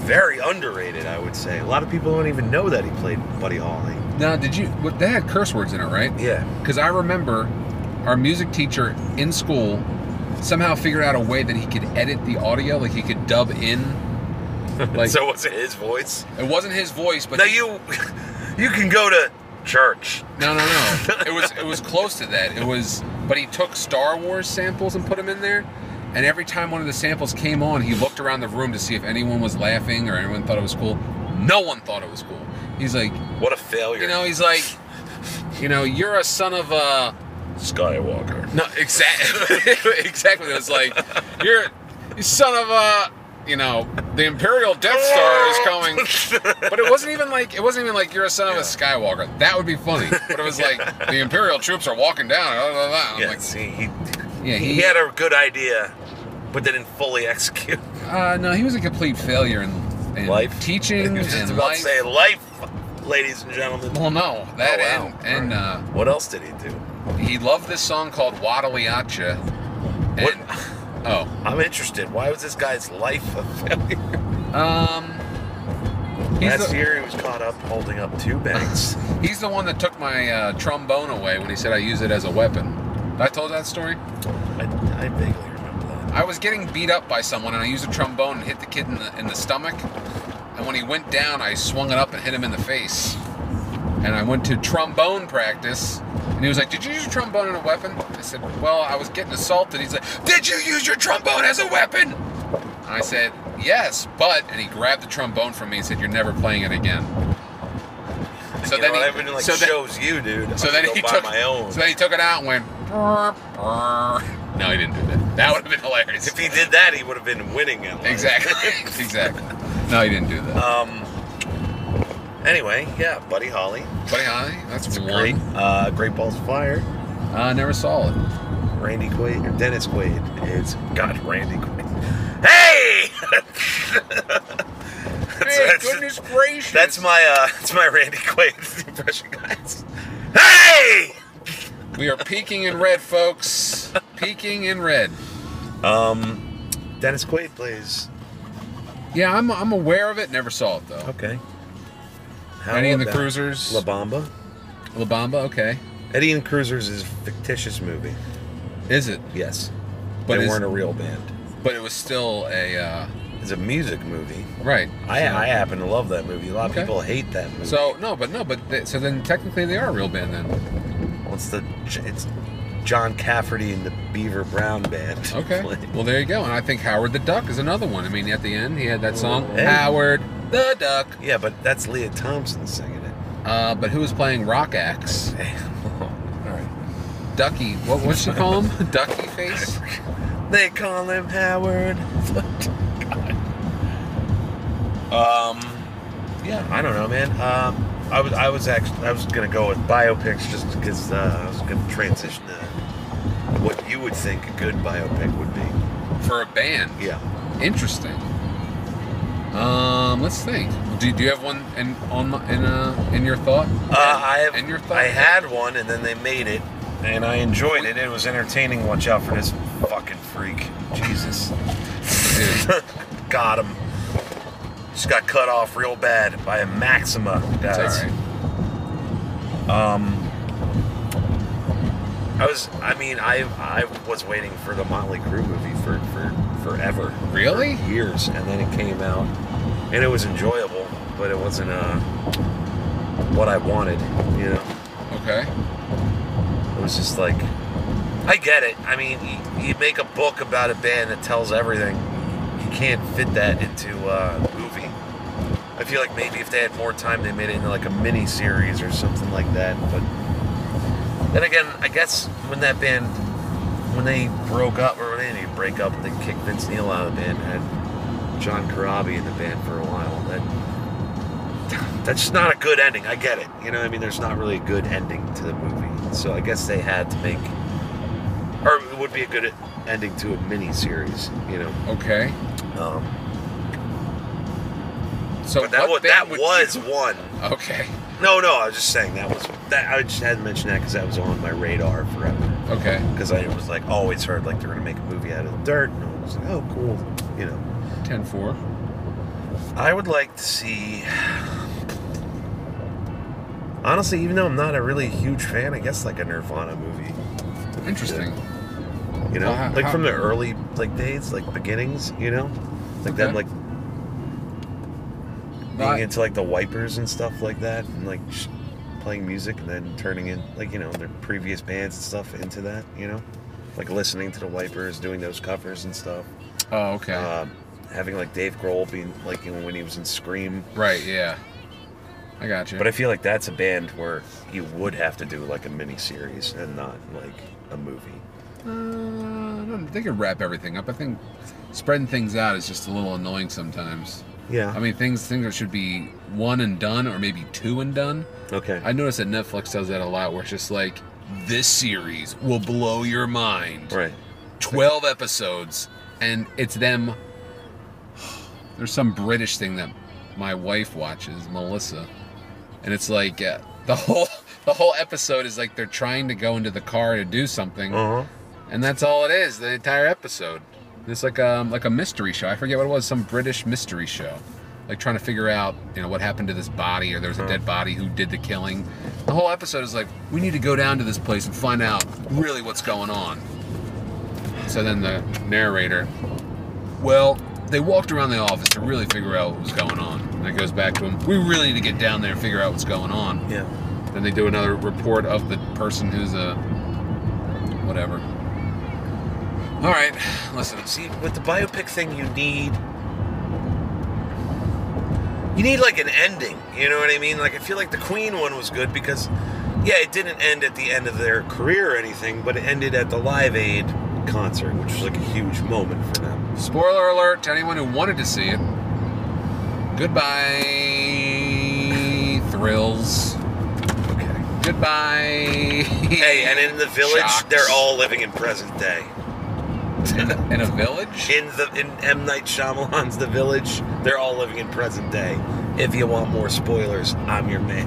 Speaker 3: very underrated. I would say a lot of people don't even know that he played Buddy Holly.
Speaker 2: Now, did you? What they had curse words in it, right?
Speaker 3: Yeah.
Speaker 2: Because I remember our music teacher in school somehow figured out a way that he could edit the audio, like he could dub in. Like
Speaker 3: so was it his voice?
Speaker 2: it wasn't his voice, but
Speaker 3: now
Speaker 2: he-
Speaker 3: you, you can go to church.
Speaker 2: no, no, no. it was it was close to that. It was, but he took Star Wars samples and put them in there. And every time one of the samples came on, he looked around the room to see if anyone was laughing or anyone thought it was cool. No one thought it was cool. He's like,
Speaker 3: What a failure.
Speaker 2: you know, he's like, you know, you're a son of a.
Speaker 3: Skywalker.
Speaker 2: No, exactly. exactly. It was like, you're you son of a, you know, the Imperial Death Star is coming. But it wasn't even like it wasn't even like you're a son of a Skywalker. That would be funny. But it was like the Imperial troops are walking down. Blah, blah, blah. I'm
Speaker 3: Yeah,
Speaker 2: like,
Speaker 3: see, he,
Speaker 2: yeah,
Speaker 3: he had a good idea, but they didn't fully execute.
Speaker 2: uh, no, he was a complete failure in, in
Speaker 3: Life.
Speaker 2: teaching,
Speaker 3: He was just
Speaker 2: and
Speaker 3: about
Speaker 2: life.
Speaker 3: to say life, ladies and gentlemen.
Speaker 2: Well, no, that
Speaker 3: Oh, wow.
Speaker 2: and, and uh,
Speaker 3: What else did he do?
Speaker 2: he loved this song called Waddleyacha. And,
Speaker 3: What-
Speaker 2: Oh.
Speaker 3: I'm interested. Why was this guy's life a failure?
Speaker 2: Um, he's
Speaker 3: Last
Speaker 2: the-
Speaker 3: year, he was caught up holding up two banks.
Speaker 2: He's the one that took my uh, trombone away when he said I use it as a weapon. I told that story.
Speaker 3: I, I vaguely remember that.
Speaker 2: I was getting beat up by someone, and I used a trombone and hit the kid in the, in the stomach. And when he went down, I swung it up and hit him in the face. And I went to trombone practice, and he was like, "Did you use your trombone as a weapon?" I said, "Well, I was getting assaulted." He's like, "Did you use your trombone as a weapon?" And I said, "Yes, but." And he grabbed the trombone from me and said, "You're never playing it again." So
Speaker 3: you know what? I've been to, like
Speaker 2: so then-
Speaker 3: shows you, dude.
Speaker 2: so
Speaker 3: I
Speaker 2: then
Speaker 3: go
Speaker 2: he
Speaker 3: buy
Speaker 2: took
Speaker 3: my own.
Speaker 2: So then he took it out and went. "Brr, brr." No, he didn't do that. That would have been hilarious.
Speaker 3: If he did that, he would have been winning it.
Speaker 2: Exactly. exactly. No, he didn't do that.
Speaker 3: Um. Anyway, yeah, Buddy Holly,
Speaker 2: Buddy Holly, that's, one.
Speaker 3: great. Uh, great Balls of Fire.
Speaker 2: I never saw it.
Speaker 3: Randy Quaid or Dennis Quaid. It's God, Randy Quaid. Hey! that's,
Speaker 2: Hey,
Speaker 3: that's-
Speaker 2: goodness gracious.
Speaker 3: that's my uh, that's my Randy Quaid impression, guys. Hey!
Speaker 2: we are peaking in red, folks. Peaking in red.
Speaker 3: Um, Dennis Quaid plays.
Speaker 2: Yeah, I'm, I'm aware of it. Never saw it though.
Speaker 3: Okay. How
Speaker 2: Eddie and the
Speaker 3: about
Speaker 2: Cruisers.
Speaker 3: La Bamba.
Speaker 2: La Bamba. Okay.
Speaker 3: Eddie and the Cruisers is a fictitious movie.
Speaker 2: Is it?
Speaker 3: Yes,
Speaker 2: But
Speaker 3: they
Speaker 2: is-
Speaker 3: weren't a real band.
Speaker 2: But it was still a uh,
Speaker 3: It's a music movie.
Speaker 2: right.
Speaker 3: I,
Speaker 2: so-
Speaker 3: I happen to love that movie. A lot
Speaker 2: Okay.
Speaker 3: of people hate that movie.
Speaker 2: So no, but no, but they, so then technically they are a real band then.
Speaker 3: Well, it's the it's John Cafferty and the Beaver Brown Band.
Speaker 2: Okay. Well, there you go. And I think Howard the Duck is another one. I mean, at the end he had that song
Speaker 3: Hey.
Speaker 2: Howard the Duck.
Speaker 3: yeah, but that's Leah Thompson singing it.
Speaker 2: Uh, but who was playing rock axe? Ducky. What was she call him? Ducky face.
Speaker 3: they call him Howard. um, yeah, I don't know, man. Um, I was I was actually I was gonna go with biopics just because uh, I was gonna transition to what you would think a good biopic would be.
Speaker 2: For a band.
Speaker 3: Yeah. Uh,
Speaker 2: Interesting. Um, let's think. Do, do you have one in on my- in uh in your thought?
Speaker 3: Uh, I have.
Speaker 2: And your thought?
Speaker 3: I had one, and then they made it, and I enjoyed it. It was entertaining. Watch out for this fucking freak. Oh, Jesus,
Speaker 2: Dude,
Speaker 3: got him. Just got cut off real bad by a Maxima,
Speaker 2: it's
Speaker 3: guys.
Speaker 2: all right.
Speaker 3: Um, I was. I mean, I I was waiting for the Motley Crue movie for for forever,
Speaker 2: Really?
Speaker 3: years, and then it came out, and it was enjoyable, but it wasn't uh what I wanted, you know.
Speaker 2: Okay.
Speaker 3: It was just like, I get it. I mean, you, you make a book about a band that tells everything. You can't fit that into uh, a movie. I feel like maybe if they had more time, they made it into like a mini series or something like that. But then again, I guess when that band, when they broke up, or when they didn't even break up, they kicked Vince Neil out of the band, had John Corabi in the band for a while. That that's just not a good ending. I get it. You know, what I mean, there's not really a good ending to the movie. So I guess they had to make, or it would be a good ending to a mini series. You know,
Speaker 2: Okay.
Speaker 3: um,
Speaker 2: So
Speaker 3: but that
Speaker 2: what
Speaker 3: was
Speaker 2: band
Speaker 3: that
Speaker 2: would
Speaker 3: was
Speaker 2: you-
Speaker 3: one.
Speaker 2: okay.
Speaker 3: No, no, I was just saying that was that. I just had to mention that because that was on my radar forever.
Speaker 2: Okay.
Speaker 3: Because I was like always heard like they're gonna make a movie out of dirt, and I was like, oh, cool. You know,
Speaker 2: 10-4.
Speaker 3: I would like to see. Honestly, even though I'm not a really huge fan, I guess like a Nirvana movie.
Speaker 2: Interesting.
Speaker 3: You know,
Speaker 2: Well, how-
Speaker 3: like
Speaker 2: how-
Speaker 3: from the early like days, like beginnings. You know, like them
Speaker 2: Okay.
Speaker 3: like
Speaker 2: No, I-
Speaker 3: being into like the wipers and stuff like that, and like sh- playing music and then turning in like you know their previous bands and stuff into that, you know, like listening to the wipers, doing those covers and stuff.
Speaker 2: Oh, okay.
Speaker 3: Um, having like Dave Grohl being like you know when he was in Scream,
Speaker 2: right. Yeah. I got you.
Speaker 3: but I feel like that's a band where you would have to do like a mini series and not like a movie.
Speaker 2: Uh, I don't- they can wrap everything up. I think spreading things out is just a little annoying sometimes.
Speaker 3: Yeah.
Speaker 2: I mean, things things that should be one and done, or maybe two and done.
Speaker 3: okay.
Speaker 2: I notice that Netflix does that a lot, where it's just like this series will blow your mind.
Speaker 3: right.
Speaker 2: Twelve episodes, and it's them. There's some British thing that my wife watches, Melissa, and it's like uh, the whole the whole episode is like they're trying to go into the car to do something
Speaker 3: Uh huh.
Speaker 2: and that's all it is the entire episode it's like um like a mystery show i forget what it was some british mystery show like trying to figure out you know what happened to this body or there was a dead body who did the killing the whole episode is like we need to go down to this place and find out really what's going on so then the narrator well they walked around the office to really figure out what was going on and it goes back to him we really need to get down there and figure out what's going on
Speaker 3: Yeah.
Speaker 2: then they do another report of the person who's a whatever. All right, listen.
Speaker 3: See, with the biopic thing, you need you need like an ending. You know what I mean? Like I feel like the Queen one was good because yeah, it didn't end at the end of their career or anything, but it ended at the Live Aid concert, which was like a huge moment for them.
Speaker 2: Spoiler alert to anyone who wanted to see it. Goodbye, thrills.
Speaker 3: Okay.
Speaker 2: Goodbye.
Speaker 10: Hey, and in the village,
Speaker 2: shocks.
Speaker 10: they're all living in present day.
Speaker 2: in a village.
Speaker 10: In the in M Night Shyamalan's The Village, they're all living in present day. If you want more spoilers, I'm your man.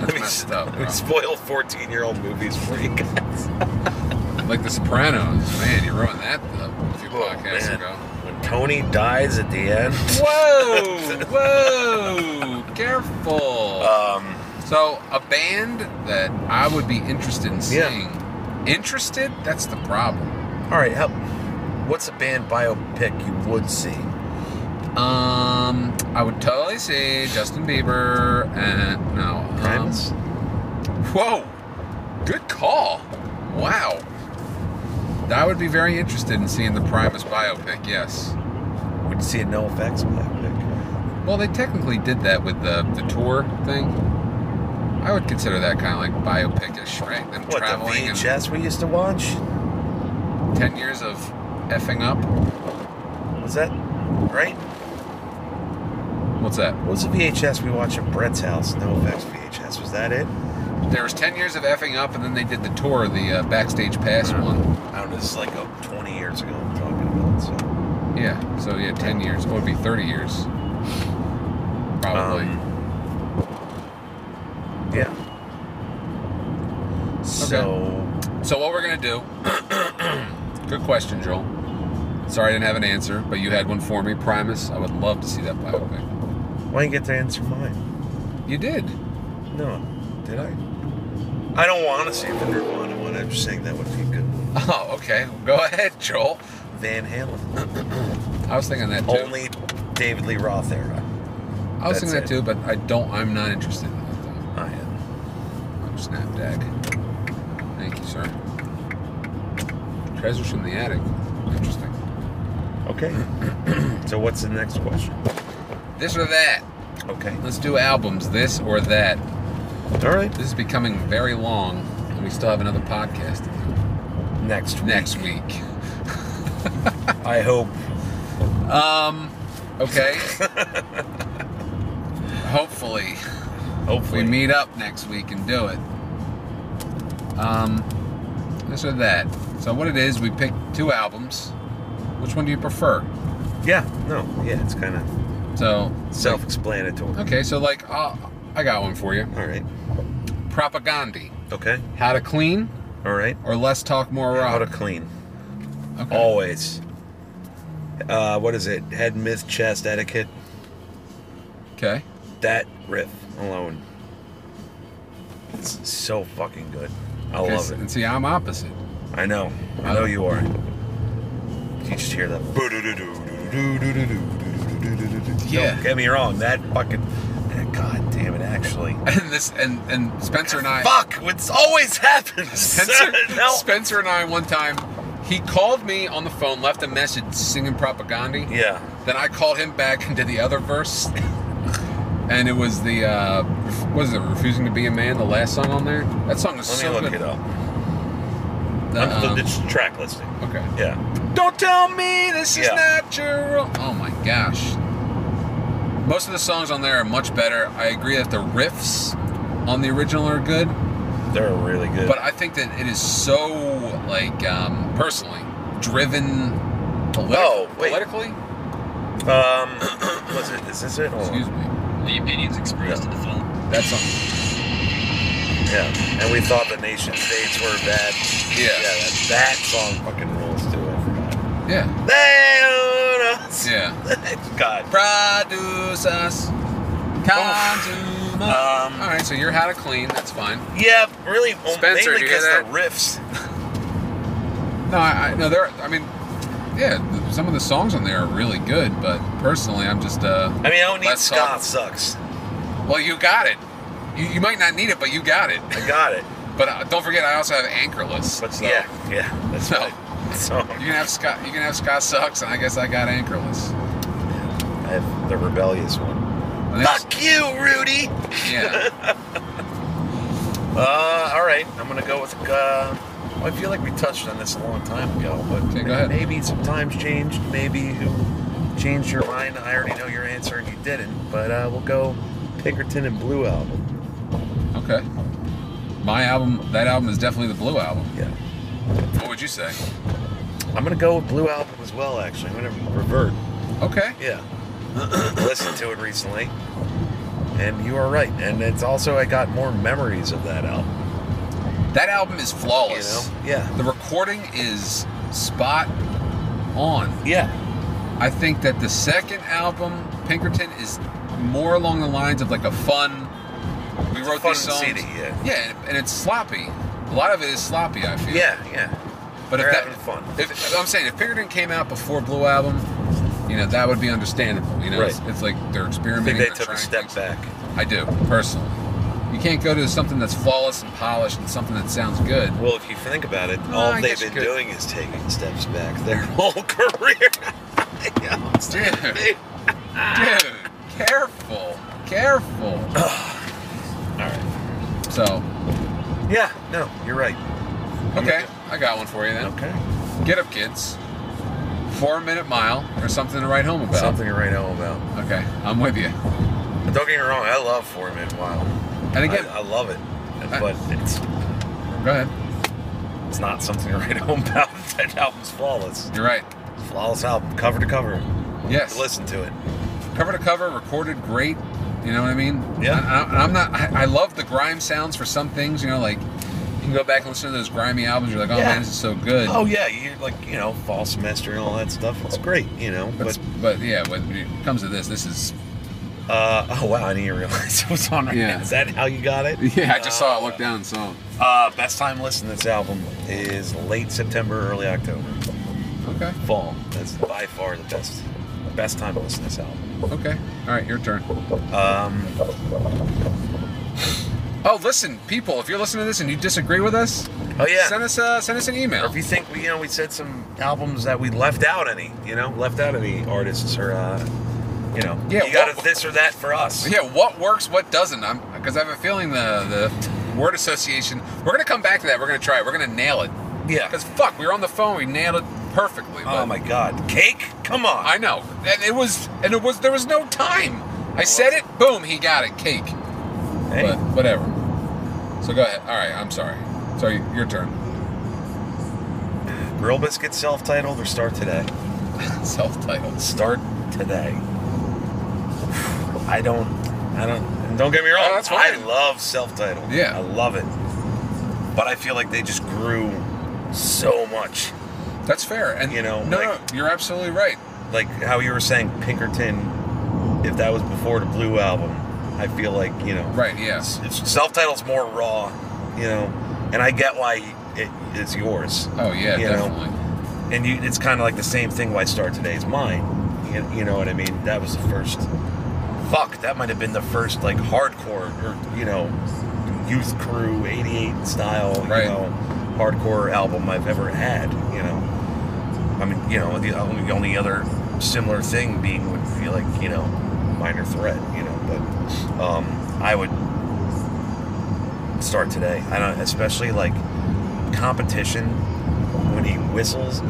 Speaker 10: Let me,
Speaker 2: messed up,
Speaker 10: let me
Speaker 2: bro.
Speaker 10: spoil 14 year old movies for you guys.
Speaker 2: Like The Sopranos. Man, you ruined that uh, a few
Speaker 10: Oh,
Speaker 2: podcasts
Speaker 10: man.
Speaker 2: ago.
Speaker 10: When Tony dies at the end,
Speaker 2: Whoa! Whoa! Careful.
Speaker 10: um,
Speaker 2: so, a band that I would be interested in
Speaker 3: Yeah.
Speaker 2: seeing. Interested? That's the problem.
Speaker 3: All right, help. What's a band biopic you would see?
Speaker 2: Um, I would totally see Justin Bieber and no. um,
Speaker 3: Primus?
Speaker 2: Whoa! Good call. Wow. I would be very interested in seeing the Primus biopic. Yes.
Speaker 3: Would you see a No Effects biopic?
Speaker 2: Well, they technically did that with the, the tour thing. I would consider that kind of like biopicish, right? Them
Speaker 3: What the
Speaker 2: traveling and
Speaker 3: VHS we used to watch?
Speaker 2: ten years of effing up.
Speaker 3: Was that right?
Speaker 2: What's that?
Speaker 3: What was the VHS we watched at Brett's house? No Effects VHS. Was that it?
Speaker 2: There was ten years of effing up, and then they did the tour, the uh, backstage pass one.
Speaker 3: I don't know. This is like oh, 20 years ago. I'm talking about so.
Speaker 2: Yeah. So yeah, ten years. It would be thirty years, probably.
Speaker 3: Um, yeah. So
Speaker 2: so what we're gonna do? good question, Joel. Sorry I didn't have an answer, but you had one for me. Primus. I would love to see that biopic.
Speaker 3: why didn't you get to answer mine?
Speaker 2: You did.
Speaker 3: No, did I? I don't want to see the Nirvana one. I'm just saying that would be a good one.
Speaker 2: Oh, okay. Go ahead, Joel.
Speaker 3: Van Halen.
Speaker 2: I was thinking that too.
Speaker 3: Only David Lee Roth era.
Speaker 2: I was
Speaker 3: That's
Speaker 2: thinking that
Speaker 3: it.
Speaker 2: too, but I don't. I'm not interested in that. Though.
Speaker 3: I am.
Speaker 2: I'm Snapdag. Thank you, sir. Treasures from the attic. Interesting.
Speaker 3: Okay. so what's the next question?
Speaker 2: This or that.
Speaker 3: Okay.
Speaker 2: Let's do albums. This or that.
Speaker 3: All right.
Speaker 2: This is becoming very long, and we still have another podcast to do
Speaker 3: Next.
Speaker 2: next week.
Speaker 3: I hope.
Speaker 2: Um. Okay. Hopefully,
Speaker 3: Hopefully.
Speaker 2: we meet up next week and do it. Um. This or that. So what it is, we pick two albums. Which one do you prefer?
Speaker 3: Yeah. No. Yeah. It's kind of
Speaker 2: So
Speaker 3: self-explanatory.
Speaker 2: Okay, so like, uh, I got one for you.
Speaker 3: All right.
Speaker 2: Propaganda.
Speaker 3: Okay.
Speaker 2: How to clean
Speaker 3: All right.
Speaker 2: or less talk, more rock.
Speaker 3: How to clean.
Speaker 2: okay.
Speaker 3: Always. Uh, what is it? Head, myth, chest, etiquette.
Speaker 2: okay.
Speaker 3: That riff alone. It's so fucking good. I
Speaker 2: Okay,
Speaker 3: love
Speaker 2: s-
Speaker 3: it.
Speaker 2: And see, I'm opposite.
Speaker 3: I know. I know you are. You just hear that.
Speaker 2: Yeah.
Speaker 3: Don't get me wrong. That fucking. God damn it, actually.
Speaker 2: And this, and and Spencer and I.
Speaker 3: Fuck! What's always happens.
Speaker 2: Spencer,
Speaker 3: no.
Speaker 2: Spencer and I one time, he called me on the phone, left a message singing propaganda.
Speaker 3: Yeah.
Speaker 2: Then I called him back and did the other verse. And it was the uh, ref- what is it? Refusing to be a man. The last song on there. That song is
Speaker 3: Let
Speaker 2: so
Speaker 3: me look
Speaker 2: good.
Speaker 3: it up.
Speaker 2: The,
Speaker 3: I'm
Speaker 2: um,
Speaker 3: it's track listing.
Speaker 2: okay.
Speaker 3: Yeah.
Speaker 2: Don't tell me this is
Speaker 3: Yeah.
Speaker 2: natural. Oh my gosh. Most of the songs on there are much better. I agree that the riffs on the original are good,
Speaker 3: They're really good.
Speaker 2: but I think that it is so like um, personally driven. Politi-
Speaker 3: Oh, wait.
Speaker 2: politically?
Speaker 3: Um, was it? Is this it? Hold on.
Speaker 2: Excuse me.
Speaker 7: The opinions expressed in the film.
Speaker 2: That's on.
Speaker 3: Yeah. And we thought the nation states were bad.
Speaker 2: Yeah.
Speaker 3: Yeah. That, that song fucking rules too. I forgot.
Speaker 2: Yeah.
Speaker 3: They own us.
Speaker 2: Yeah.
Speaker 3: God.
Speaker 2: Produce us. Consume us.
Speaker 3: Um,
Speaker 2: All right, so you're how to clean. That's fine.
Speaker 3: Yeah. Really. well,
Speaker 2: Spencer,
Speaker 3: mainly
Speaker 2: do you hear that?
Speaker 3: 'cause the riffs.
Speaker 2: No, I, I no, there. I mean, yeah, th- some of the songs on there are really good, but personally, I'm just. uh
Speaker 3: I mean, I don't need
Speaker 2: Let's
Speaker 3: Scott
Speaker 2: talk.
Speaker 3: sucks.
Speaker 2: Well, you got it. You, you might not need it, but you got it.
Speaker 3: I got it.
Speaker 2: But uh, don't forget, I also have anchorless.
Speaker 3: But
Speaker 2: so
Speaker 3: yeah, yeah. That's
Speaker 2: No.
Speaker 3: right. So
Speaker 2: You can have Scott. You can have Scott sucks, and I guess I got anchorless.
Speaker 3: I have the rebellious one.
Speaker 2: And that's-
Speaker 3: Fuck you, Rudy.
Speaker 2: Yeah.
Speaker 3: Uh, all right. I'm gonna go with uh, I feel like we touched on this a long time ago, but
Speaker 2: Okay, go ahead.
Speaker 3: maybe some times changed. Maybe you changed your mind. I already know your answer, and you didn't. But uh, we'll go Pinkerton and Blue album.
Speaker 2: Okay. My album, that album is definitely the Blue album.
Speaker 3: Yeah,
Speaker 2: What would you say?
Speaker 3: I'm gonna go with Blue album as well. Actually, I'm gonna revert.
Speaker 2: Okay.
Speaker 3: Yeah. Listened to it recently. And you are right. And it's also I got more memories of that album.
Speaker 2: That album is
Speaker 3: You know?
Speaker 2: flawless.
Speaker 3: Yeah.
Speaker 2: The recording is spot on.
Speaker 3: Yeah.
Speaker 2: I think that the second album, Pinkerton, is more along the lines of like a fun. We wrote
Speaker 3: fun
Speaker 2: these songs.
Speaker 3: CD, yeah.
Speaker 2: and, and it's sloppy. A lot of it is sloppy. I feel.
Speaker 3: Yeah, yeah.
Speaker 2: but if
Speaker 3: they're
Speaker 2: that,
Speaker 3: having fun.
Speaker 2: If, I'm saying if Pinkerton came out before Blue album, you know that would be understandable. You know,
Speaker 3: Right.
Speaker 2: it's, it's like they're
Speaker 3: I
Speaker 2: experimenting.
Speaker 3: think they
Speaker 2: they're
Speaker 3: took a
Speaker 2: trying
Speaker 3: step
Speaker 2: things.
Speaker 3: back.
Speaker 2: I do personally. You can't go to something that's flawless and polished and something that sounds good.
Speaker 3: Well, if you think about it,
Speaker 2: No,
Speaker 3: all
Speaker 2: I
Speaker 3: they've
Speaker 2: guess you
Speaker 3: been
Speaker 2: could.
Speaker 3: doing is taking steps back their whole career. yeah, it's-
Speaker 2: Dude, dude, careful, careful.
Speaker 3: all right.
Speaker 2: So,
Speaker 3: Yeah, no, you're right.
Speaker 2: okay, I got one for you then.
Speaker 3: Okay.
Speaker 2: Get up, kids. Four minute mile or something to write home about.
Speaker 3: Something to write home about.
Speaker 2: Okay, I'm with you.
Speaker 3: But don't get me wrong, I love Four Minute Mile.
Speaker 2: And again, uh,
Speaker 3: I, uh, I love it.
Speaker 2: I-
Speaker 3: But it's
Speaker 2: go ahead.
Speaker 3: it's not something to write home about. That album's flawless.
Speaker 2: You're right.
Speaker 3: Flawless album, cover to cover.
Speaker 2: Yes.
Speaker 3: Listen to it.
Speaker 2: Cover to cover, recorded great. You know what I mean?
Speaker 3: Yeah.
Speaker 2: And I, and I'm not. I, I love the grime sounds for some things. You know, like you can go back and listen to those grimy albums. You're like, oh
Speaker 3: Yeah.
Speaker 2: man, this is so good.
Speaker 3: Oh yeah, you like you know fall semester and all that stuff. It's great, you know.
Speaker 2: But,
Speaker 3: But
Speaker 2: but yeah, when it comes to this, this is
Speaker 3: uh, oh wow, I didn't even realize it was on. Right
Speaker 2: Yeah.
Speaker 3: now. Is that how you got it?
Speaker 2: yeah. I just saw it. Look down. So
Speaker 3: Uh, best time to listen to this album is late September, early October,
Speaker 2: okay,
Speaker 3: fall. That's by far the best best time to listen to this album.
Speaker 2: okay. All right, your turn.
Speaker 3: Um,
Speaker 2: Oh, listen, people, if you're listening to this and you disagree with us,
Speaker 3: oh yeah.
Speaker 2: send us uh, send us an
Speaker 3: Or
Speaker 2: email.
Speaker 3: if you think we, you know, we said some albums that we left out any, you know, left out any artists or, uh, you know,
Speaker 2: Yeah,
Speaker 3: you got
Speaker 2: what-
Speaker 3: a this or that for us.
Speaker 2: Yeah, what works, what doesn't? I'm because I have a feeling the the word association. We're gonna come back to that. We're gonna try it. We're gonna nail it.
Speaker 3: Yeah.
Speaker 2: Because fuck, we were on the phone. We nailed it perfectly. but-
Speaker 3: Oh my God, cake! Come on.
Speaker 2: I know, and it was, and it was. There was no time. I said it. Boom, he got it. Cake.
Speaker 3: Oh, Hey,
Speaker 2: But whatever. So go ahead. All right, I'm sorry. So y- your turn.
Speaker 3: Grill Biscuit self-titled or start today?
Speaker 2: Self-titled.
Speaker 3: Start today. I don't. I don't. and Don't get me wrong.
Speaker 2: Oh, that's
Speaker 3: I
Speaker 2: fine.
Speaker 3: love self-titled.
Speaker 2: Yeah.
Speaker 3: I love it. But I feel like they just grew so much.
Speaker 2: That's fair. And
Speaker 3: You know,
Speaker 2: no,
Speaker 3: like-
Speaker 2: no, you're absolutely right.
Speaker 3: like how you were saying Pinkerton, if that was before the Blue album, I feel like you know,
Speaker 2: Right. Yes.
Speaker 3: self title's more raw, you know, and I get why it is yours,
Speaker 2: Oh yeah,
Speaker 3: You know.
Speaker 2: definitely.
Speaker 3: and you, it's kind of like the same thing. Why Start Today is mine, you, you know what I mean? That was the first. Fuck, that might have been the first like hardcore or you know, youth crew '88 style,
Speaker 2: Right.
Speaker 3: you know, hardcore album I've ever had, you know. I mean, you know, the only, only other similar thing being would be like, you know, minor threat, you know, but um, I would start today. I don't, especially like competition when he whistles,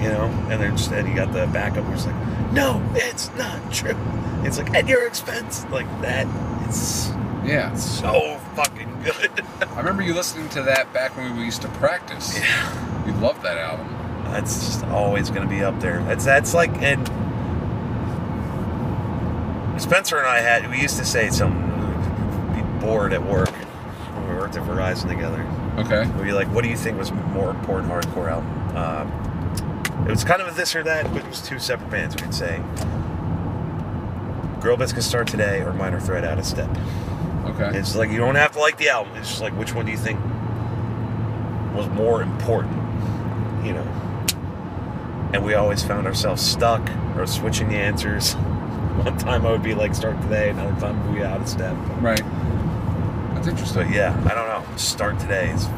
Speaker 3: you know, and then just, and you got the backup who's like, no, it's not true. It's like, at your expense. Like that, it's
Speaker 2: Yeah.
Speaker 3: so fucking good.
Speaker 2: I remember you listening to that back when we used to practice. Yeah. You loved that album.
Speaker 3: That's just always going to be up there. That's that's like and Spencer and I had we used to say something we'd be bored at work when we worked at Verizon together.
Speaker 2: Okay.
Speaker 3: We'd be like, "What do you think was more important hardcore album?" Uh, it was kind of a this or that, but it was two separate bands. We'd say, "Girl Biscuit Start Today" or "Minor Threat Out of Step."
Speaker 2: Okay.
Speaker 3: It's like you don't have to like the album. It's just like which one do you think was more important, you know? And we always found ourselves stuck or switching the answers. One time I would be like start today, another time we out of step.
Speaker 2: Right. That's interesting.
Speaker 3: But yeah, I don't know. Start today is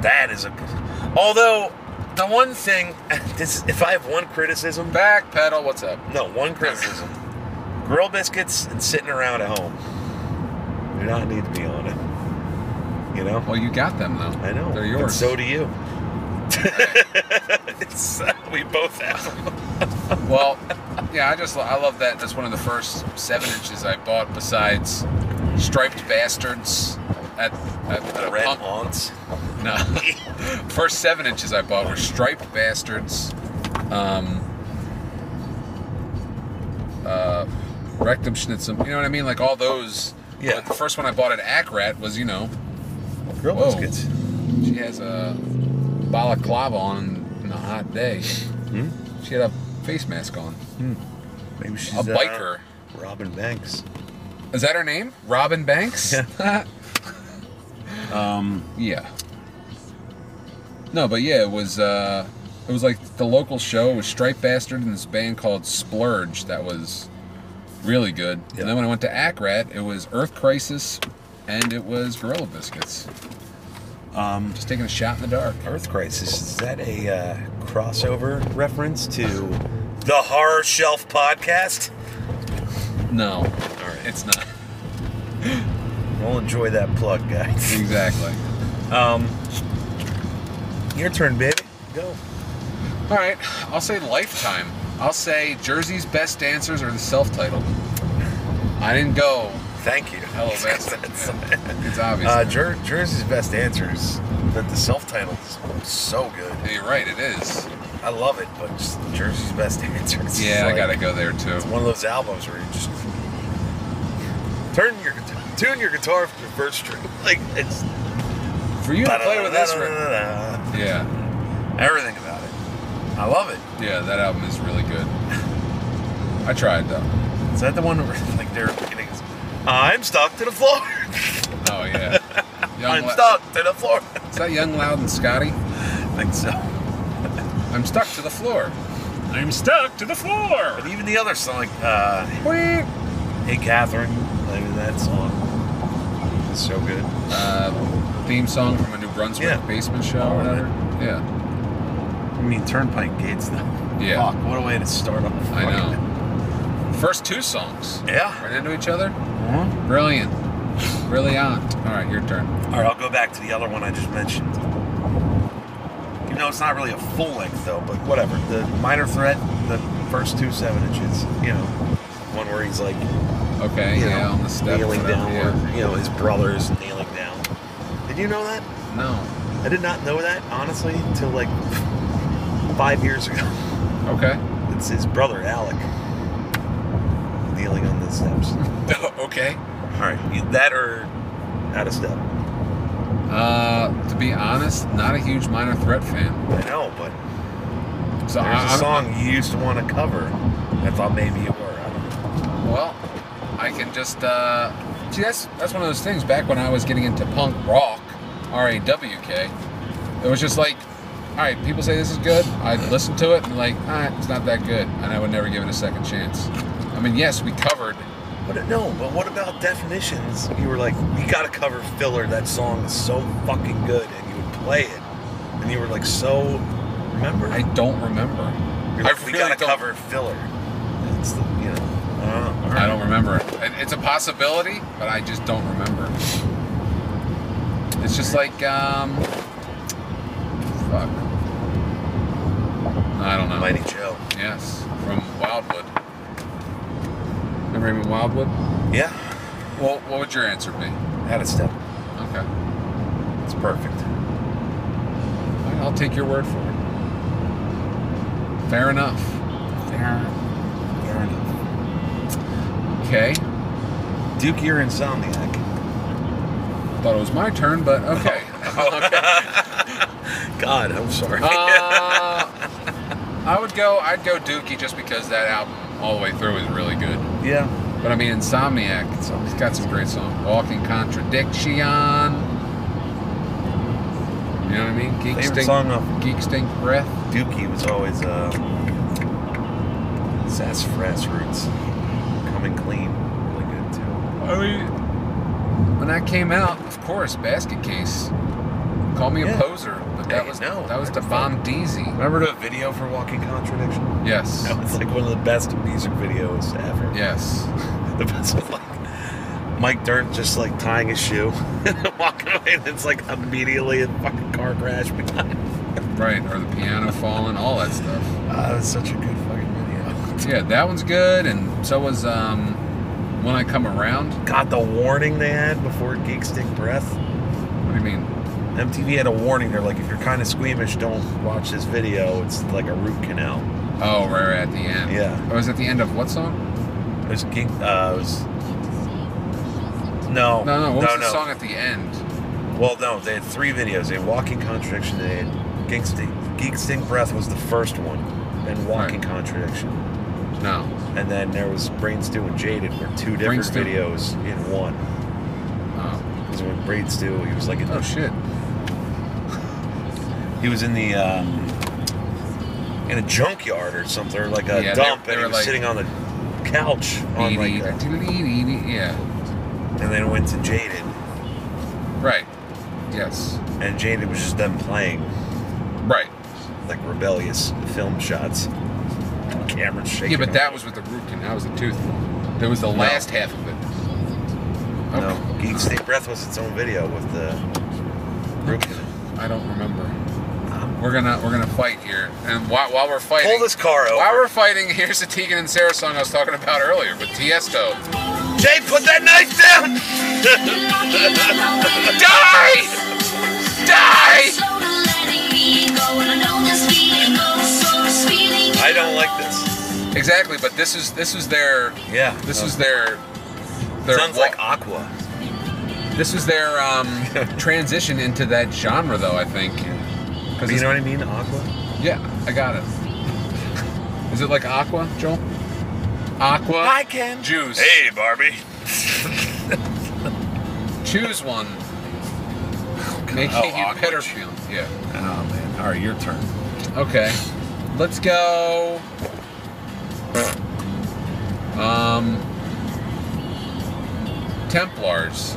Speaker 3: that is a. Although the one thing, this if I have one criticism,
Speaker 2: Backpedal. What's up?
Speaker 3: no, one criticism. Grill biscuits and sitting around at home. Do not need to be on it. You know?
Speaker 2: Well, you got them though.
Speaker 3: I know.
Speaker 2: They're
Speaker 3: but
Speaker 2: yours.
Speaker 3: so do you. uh,
Speaker 11: It's, we both have.
Speaker 2: Well, yeah, I just lo- I love that. That's one of the first seven inches I bought besides Striped Bastards at, at, at a
Speaker 11: Red
Speaker 2: punk.
Speaker 11: aunts.
Speaker 2: No, first seven inches I bought were Striped Bastards, um, uh, Rectum Schnitzel. You know what I mean? Like all those.
Speaker 11: Yeah.
Speaker 2: But the first one I bought at Akrat was you know
Speaker 3: Grill
Speaker 2: Whoa.
Speaker 3: biscuits.
Speaker 2: she has a balaclava on on a hot day. She had a face mask on.
Speaker 3: Maybe she's
Speaker 2: A biker.
Speaker 3: Robin Banks.
Speaker 2: Is that her name? Robin Banks? Yeah. um, yeah. No, but yeah, it was uh it was like the local show was Stripe Bastard and this band called Splurge that was really good.
Speaker 3: Yeah.
Speaker 2: And then when I went to Akrat, it was Earth Crisis and it was Gorilla Biscuits. Um just taking a shot in the dark.
Speaker 3: Earth Crisis. Is that a uh, crossover reference to the Horror Shelf podcast?
Speaker 2: No. Alright. It's not.
Speaker 3: We'll enjoy that plug, guys. Um,
Speaker 2: exactly.
Speaker 3: Your turn, baby. Go.
Speaker 2: Alright, I'll say lifetime. I'll say Jersey's best dancers are the self titled. I didn't go
Speaker 3: Thank you.
Speaker 2: Hello, Bastard. Yeah. It's obvious.
Speaker 3: Uh, Jer- Jersey's best answers. That the self-titled is so good.
Speaker 2: Yeah, you're right, it is.
Speaker 3: I love it, but just Jersey's best answers.
Speaker 2: Yeah, I gotta
Speaker 3: go.
Speaker 2: go there too.
Speaker 3: One of those albums where you just turn your guitar, tune your guitar for the first string. Like it's
Speaker 2: For you to play with this record.
Speaker 3: Da-da-da-da-da-da.
Speaker 2: Yeah,
Speaker 3: Everything about it. I love it.
Speaker 2: yeah, that album is really good. I tried though.
Speaker 3: Is that the one where like they're getting? I'm stuck to the floor.
Speaker 2: Oh yeah. Young
Speaker 3: I'm
Speaker 2: Lou-
Speaker 3: stuck to the floor.
Speaker 2: Is that Young Loud and Scotty?
Speaker 3: I think so.
Speaker 2: I'm stuck to the floor. I'm stuck to the floor.
Speaker 3: But even the other song, like uh, "Hey Catherine," I mean that song is so good.
Speaker 2: Uh, theme song from a New Brunswick
Speaker 3: Yeah.
Speaker 2: basement show or whatever. Yeah.
Speaker 3: I mean, Turnpike Gates though.
Speaker 2: Yeah.
Speaker 3: Fuck, what a way to start off.
Speaker 2: I know. First two songs.
Speaker 3: Yeah.
Speaker 2: Right into each other. Brilliant. Brilliant. All right, your turn.
Speaker 3: All right, I'll go back to the other one I just mentioned. You know, it's not really a full length though, but whatever. The minor threat, the first two seven inches. You know, one where he's like,
Speaker 2: Okay.
Speaker 3: you
Speaker 2: Yeah,
Speaker 3: know,
Speaker 2: on the step.
Speaker 3: kneeling
Speaker 2: whatever,
Speaker 3: down,
Speaker 2: yeah.
Speaker 3: where you know his brother is kneeling down. Did you know that?
Speaker 2: No.
Speaker 3: I did not know that honestly until like five years ago.
Speaker 2: Okay.
Speaker 3: It's his brother Alec kneeling on the steps.
Speaker 2: okay.
Speaker 3: All right, that or out of step.
Speaker 2: Uh, to be honest, not a huge Minor Threat fan.
Speaker 3: I know, but
Speaker 2: So I,
Speaker 3: there's a
Speaker 2: I'm-
Speaker 3: song you used to want to cover. I thought maybe you were. I don't know.
Speaker 2: Well, I can just uh, see that's that's one of those things. Back when I was getting into punk rock, R A W K, it was just like, all right, people say this is good. I listen to it and like, ah, it's not that good, and I would never give it a second chance. I mean, yes, we covered.
Speaker 3: But no, but what about definitions? You were like, we gotta cover filler. That song is so fucking good, and you would play it, and you were like, so remember?
Speaker 2: I don't remember.
Speaker 3: You're
Speaker 2: I
Speaker 3: like, we
Speaker 2: really
Speaker 3: gotta
Speaker 2: don't-
Speaker 3: cover filler. It's the, you know, I don't know.
Speaker 2: I don't remember. It- It's a possibility, but I just don't remember. It's just like, um, fuck. I don't know.
Speaker 3: Mighty Joe.
Speaker 2: Yes, from Wildwood. Remember him in Wildwood?
Speaker 3: Yeah,
Speaker 2: Well, what would your answer be?
Speaker 3: out of step.
Speaker 2: Okay.
Speaker 3: It's perfect.
Speaker 2: I'll take your word for it. Fair enough.
Speaker 3: Fair enough.
Speaker 2: Okay.
Speaker 3: Duke, you're insomniac.
Speaker 2: Thought it was my turn, but okay. okay.
Speaker 3: God, I'm sorry.
Speaker 2: Uh, I would go. I'd go Dookie just because that album all the way through is really good.
Speaker 3: yeah.
Speaker 2: But I mean, Insomniac. It's, it's got some great songs. Walking Contradiction. You know what I mean? Geek
Speaker 3: Favorite
Speaker 2: Stink.
Speaker 3: song of-
Speaker 2: Geek Stink Breath.
Speaker 3: Dookie was always uh, sassafras roots. Coming clean. Really good, too.
Speaker 2: I mean, when that came out, of course, Basket Case. Call me
Speaker 3: Yeah.
Speaker 2: a poser, but that
Speaker 3: Hey,
Speaker 2: was
Speaker 3: no,
Speaker 2: that was
Speaker 3: that's
Speaker 2: Devon Deasy.
Speaker 3: Remember the video for Walking Contradiction?
Speaker 2: Yes,
Speaker 3: That was like one of the best music videos ever.
Speaker 2: yes.
Speaker 3: The best of like Mike Dirt just like tying his shoe and walking away, and it's like immediately a fucking car crash behind. him.
Speaker 2: right, or the piano falling, all that stuff.
Speaker 3: Ah, that's such a good fucking video.
Speaker 2: Yeah, that one's good, and so was um, when I come around.
Speaker 3: God, the warning they had before Geek Stick Breath.
Speaker 2: What do you mean?
Speaker 3: MTV had a warning. They're like, if you're kind of squeamish, don't watch this video. It's like a root canal.
Speaker 2: Oh, right, right at the end. Oh,
Speaker 3: Yeah.
Speaker 2: It was at the end of what song?
Speaker 3: It was Geek. Uh, it was no,
Speaker 2: No, no. What was
Speaker 3: no,
Speaker 2: the song at the end?
Speaker 3: Well, no, they had three videos. They had Walking Contradiction. They had Geek Stick. Geek Stick Breath was the first one, and Walking
Speaker 2: Right.
Speaker 3: Contradiction.
Speaker 2: No.
Speaker 3: And then there was Brain Stew and Jaded were two
Speaker 2: Brain
Speaker 3: different
Speaker 2: Stew.
Speaker 3: videos in one.
Speaker 2: Oh,
Speaker 3: Because when Brain Stew, he was like, in
Speaker 2: oh shit.
Speaker 3: he was in the uh, in a junkyard or something, or like a
Speaker 2: Yeah, they-
Speaker 3: dump,
Speaker 2: they
Speaker 3: and
Speaker 2: were
Speaker 3: he was
Speaker 2: like-
Speaker 3: sitting on the couch on like,
Speaker 2: Dee-dee,
Speaker 3: a-
Speaker 2: dee-dee-dee-dee, Yeah.
Speaker 3: and then it went to Jaded,
Speaker 2: Right. Yes.
Speaker 3: and Jaded was just them playing
Speaker 2: Right.
Speaker 3: like rebellious film shots. Camera shaking.
Speaker 2: Yeah, but that
Speaker 3: around.
Speaker 2: was with the root canal. That was the tooth one. That was the last half of it. Okay.
Speaker 3: No, Geek State Breath was its own video with the group.
Speaker 2: I don't remember. We're gonna we're gonna fight here, and while, while we're fighting,
Speaker 3: Uh-huh. Pull this car over.
Speaker 2: While we're fighting, here's the Tegan and Sarah song I was talking about earlier with Tiesto.
Speaker 3: Jay, put that knife down!
Speaker 2: Die! Die!
Speaker 3: I don't like this.
Speaker 2: Exactly, but this is this is their
Speaker 3: Yeah.
Speaker 2: this
Speaker 3: no.
Speaker 2: was their their
Speaker 3: sounds
Speaker 2: wa-
Speaker 3: like Aqua.
Speaker 2: this was their um, transition into that genre though. I think because
Speaker 3: You know what I mean? Aqua?
Speaker 2: Yeah, I got it. Is it like Aqua, Joel? Aqua.
Speaker 3: I can.
Speaker 2: Juice.
Speaker 3: Hey, Barbie.
Speaker 2: Choose one. Make
Speaker 3: Oh,
Speaker 2: you
Speaker 3: Aqua
Speaker 2: better
Speaker 3: Juice.
Speaker 2: feel. Yeah.
Speaker 3: Oh man. All right, your turn.
Speaker 2: Okay. Let's go. Um. Templars.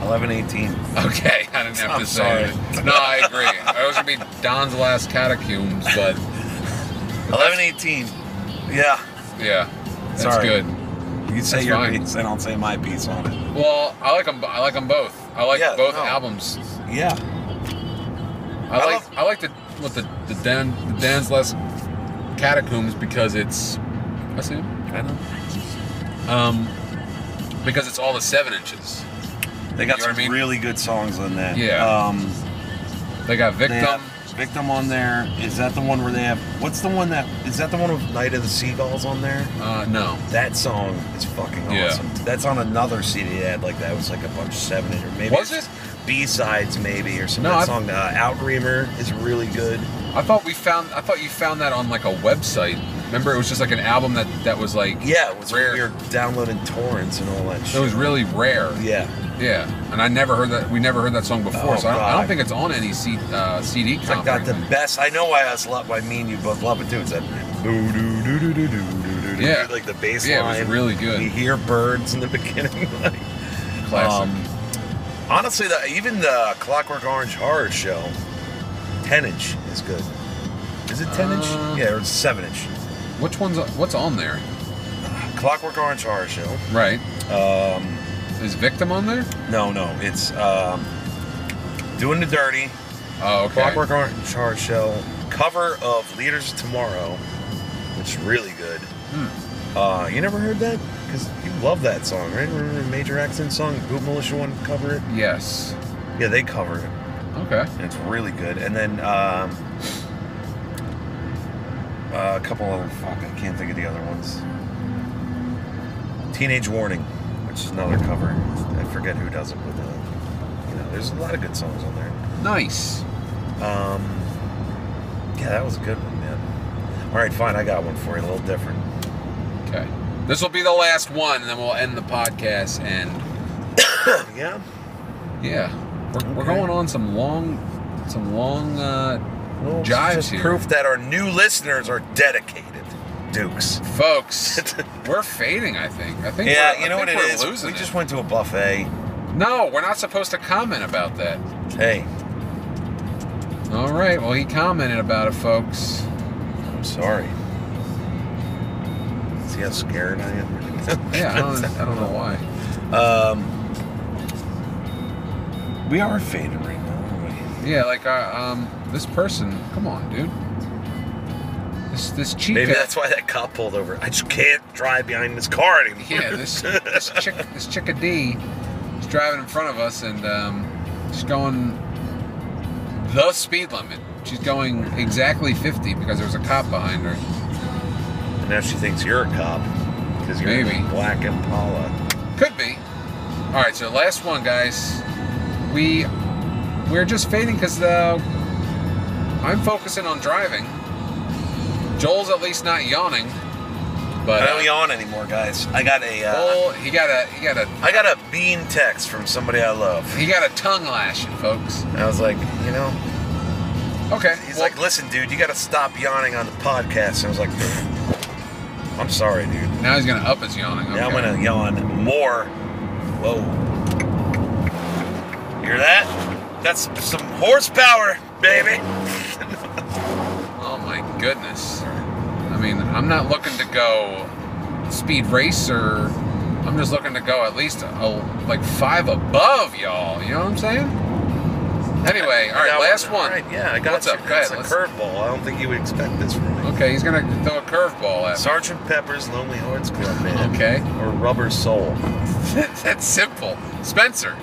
Speaker 3: Eleven eighteen.
Speaker 2: Okay, I didn't have
Speaker 3: I'm
Speaker 2: to say
Speaker 3: sorry.
Speaker 2: it. No, I agree. I was gonna be Don's last catacombs, but
Speaker 3: Eleven eighteen. Yeah.
Speaker 2: yeah, that's
Speaker 3: Sorry.
Speaker 2: good.
Speaker 3: You say
Speaker 2: That's
Speaker 3: your
Speaker 2: fine.
Speaker 3: piece, and I'll say my piece on it.
Speaker 2: Well, I like them. I like 'em both. I like
Speaker 3: Yeah,
Speaker 2: both
Speaker 3: no.
Speaker 2: albums.
Speaker 3: Yeah.
Speaker 2: I,
Speaker 3: I
Speaker 2: like
Speaker 3: love-
Speaker 2: I like the what the the Dan the Dan's last catacombs because it's I see him.
Speaker 3: I know.
Speaker 2: Um, because it's all the seven inches.
Speaker 3: They got
Speaker 2: You know what
Speaker 3: some
Speaker 2: I mean?
Speaker 3: really good songs on that.
Speaker 2: Yeah.
Speaker 3: Um,
Speaker 2: They got
Speaker 3: They
Speaker 2: victim.
Speaker 3: have victim on there. Is that the one where they have? What's the one that? Is that the one with Night of the Seagulls on there?
Speaker 2: Uh, no.
Speaker 3: That song is fucking
Speaker 2: Yeah.
Speaker 3: awesome. That's on another CD they had like that. It was like a bunch of seven or maybe
Speaker 2: Was it?
Speaker 3: B sides maybe or some
Speaker 2: No,
Speaker 3: that
Speaker 2: I-
Speaker 3: song. Uh, Outreamer is really good.
Speaker 2: I thought we found. I thought you found that on like a website. Remember, it was just like an album that that was like
Speaker 3: Yeah, it was
Speaker 2: Rare.
Speaker 3: rare. We were downloading torrents and all that
Speaker 2: it
Speaker 3: shit.
Speaker 2: was really rare.
Speaker 3: yeah.
Speaker 2: Yeah, and I never heard that. We never heard that song before,
Speaker 3: Oh,
Speaker 2: so I don't, I don't
Speaker 3: God.
Speaker 2: think it's on any C, uh, CD.
Speaker 3: It's like got the
Speaker 2: conference.
Speaker 3: best. I know why I was love. Why me and you both love it too. It's that. doo-doo-doo-doo-doo-doo-doo-doo,
Speaker 2: Yeah.
Speaker 3: Like the bass
Speaker 2: Yeah, it was
Speaker 3: line.
Speaker 2: really good.
Speaker 3: You hear birds in the beginning. Like,
Speaker 2: Classic.
Speaker 3: Um, honestly, the, even the Clockwork Orange horror show, ten inch is good. Is it ten inch?
Speaker 2: Uh,
Speaker 3: yeah, or it's seven inch.
Speaker 2: Which one's what's on there?
Speaker 3: Clockwork Orange horror show.
Speaker 2: Right.
Speaker 3: Um,
Speaker 2: Is victim on there?
Speaker 3: no, no, it's um, doing the dirty.
Speaker 2: Oh, okay.
Speaker 3: Clockwork Orange horror show cover of Leaders of Tomorrow, which is really good.
Speaker 2: Hmm.
Speaker 3: Uh, you never heard that? Because you love that song, right? Remember the Major Accident song? Boot Militia one cover it.
Speaker 2: Yes.
Speaker 3: Yeah, they cover it.
Speaker 2: Okay.
Speaker 3: and it's really good. And then um, uh, a couple other fuck, I can't think of the other ones. Teenage Warning, which is another cover. I forget who does it, but uh, you know, there's a lot of good songs on there.
Speaker 2: Nice.
Speaker 3: Um, yeah, that was a good one, man. All right, fine, I got one for you, a little different.
Speaker 2: Okay. This will be the last one, and then we'll end the podcast. And
Speaker 3: Yeah,
Speaker 2: yeah, we're, we're
Speaker 3: Okay.
Speaker 2: going on some long, some long. Uh,
Speaker 3: well, it's
Speaker 2: Jives
Speaker 3: just
Speaker 2: here.
Speaker 3: proof that our new listeners are dedicated, Dukes.
Speaker 2: folks, we're fading. I think. I think.
Speaker 3: Yeah,
Speaker 2: we're,
Speaker 3: you know
Speaker 2: I
Speaker 3: what
Speaker 2: think
Speaker 3: it
Speaker 2: we're
Speaker 3: is.
Speaker 2: Losing
Speaker 3: We just
Speaker 2: it.
Speaker 3: went to a buffet.
Speaker 2: No, we're not supposed to comment about that.
Speaker 3: Hey,
Speaker 2: All right. Well, he commented about it, folks.
Speaker 3: I'm sorry. See how scared I am?
Speaker 2: Yeah. I don't, I don't know why.
Speaker 3: Um, we are faded right now, aren't
Speaker 2: Yeah, like our um, this person, come on, dude. This this chica.
Speaker 3: Maybe that's why that cop pulled over. I just can't drive behind this car anymore.
Speaker 2: yeah, this this chick this chicka D is driving in front of us and um, she's going the speed limit. She's going exactly 50 because there was a cop behind her.
Speaker 3: And now she thinks you're a cop because you're
Speaker 2: Maybe.
Speaker 3: in a black Impala.
Speaker 2: Could be. All right, so last one, guys. We we're just fading because the I'm focusing on driving. Joel's at least not yawning, but Oh.
Speaker 3: I don't
Speaker 2: uh,
Speaker 3: yawn anymore, guys. I got a uh,
Speaker 2: Joel, he got a he got a
Speaker 3: I got a bean text from somebody I love.
Speaker 2: he got a tongue lashing, folks.
Speaker 3: I was like, you know,
Speaker 2: Okay,
Speaker 3: he's
Speaker 2: well-
Speaker 3: like, listen, dude, you got to stop yawning on the podcast. And I was like, I'm sorry, dude.
Speaker 2: Now he's gonna up his yawning. Okay.
Speaker 3: Now I'm gonna yawn more. Whoa. Hear that? That's some horsepower, baby.
Speaker 2: Oh my goodness. I mean, I'm not looking to go speed race or I'm just looking to go at least a, like five above y'all. You know what I'm saying? Anyway, all right,
Speaker 3: Now-
Speaker 2: last one.
Speaker 3: All right, yeah, I got
Speaker 2: What's
Speaker 3: you.
Speaker 2: up? Go
Speaker 3: That's
Speaker 2: ahead,
Speaker 3: a
Speaker 2: let's-
Speaker 3: curveball. I don't think you would expect this from me.
Speaker 2: Okay, he's gonna throw a curveball at me.
Speaker 3: Sergeant Pepper's Lonely Hearts Club Man.
Speaker 2: Okay.
Speaker 3: Or Rubber Soul.
Speaker 2: That's simple. Spencer,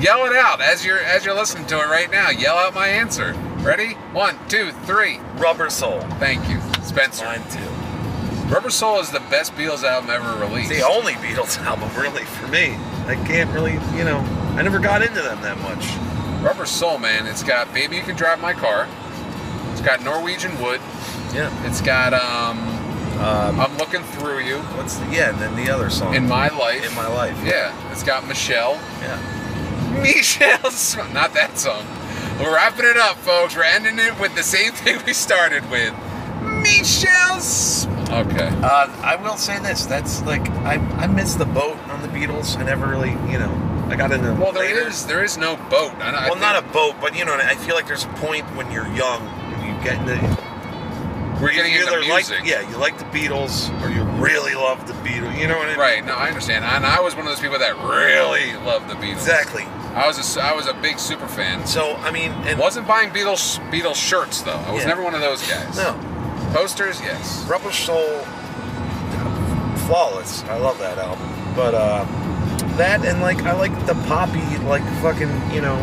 Speaker 2: yell it out as you're as you're listening to it right now. Yell out my answer. Ready? One, two, three.
Speaker 3: Rubber Soul.
Speaker 2: Thank you, Spencer.
Speaker 3: Mine too.
Speaker 2: Rubber Soul is the best Beatles album ever
Speaker 3: It's
Speaker 2: released.
Speaker 3: the only Beatles album, really, for me. I can't really, you know, I never got into them that much.
Speaker 2: Rubber Soul, man. It's got Baby You Can Drive My Car. It's got Norwegian Wood.
Speaker 3: Yeah.
Speaker 2: It's got um,
Speaker 3: Um,
Speaker 2: I'm Looking Through You
Speaker 3: what's the, yeah, and then the other song.
Speaker 2: in My Life.
Speaker 3: In My Life.
Speaker 2: Yeah. It's got Michelle.
Speaker 3: Yeah.
Speaker 2: Michelle's. Not that song. We're wrapping it up, folks. We're ending it with the same thing we started with. Michelle's. Okay.
Speaker 3: Uh, I will say this. That's like I, I missed the boat on the Beatles. I never really, you know, I got into.
Speaker 2: Well, there is
Speaker 3: later.
Speaker 2: there is no boat. I, I
Speaker 3: Well,
Speaker 2: think
Speaker 3: not a boat, but you know, I feel like there's a point when you're young, when you get into
Speaker 2: We're getting
Speaker 3: you
Speaker 2: into
Speaker 3: either like-
Speaker 2: music.
Speaker 3: yeah, you like the Beatles, or you really love the Beatles. You know what I mean?
Speaker 2: Right. No, I understand. And I was one of those people that really loved the Beatles.
Speaker 3: Exactly.
Speaker 2: I was a, s- I was a big super fan.
Speaker 3: So I mean, and
Speaker 2: Wasn't buying Beatles Beatles shirts though. I was
Speaker 3: Yeah.
Speaker 2: never one of those guys.
Speaker 3: no,
Speaker 2: Posters, yes.
Speaker 3: Rubber Soul, flawless. I love that album, but uh, that and like I like the poppy, like fucking you know,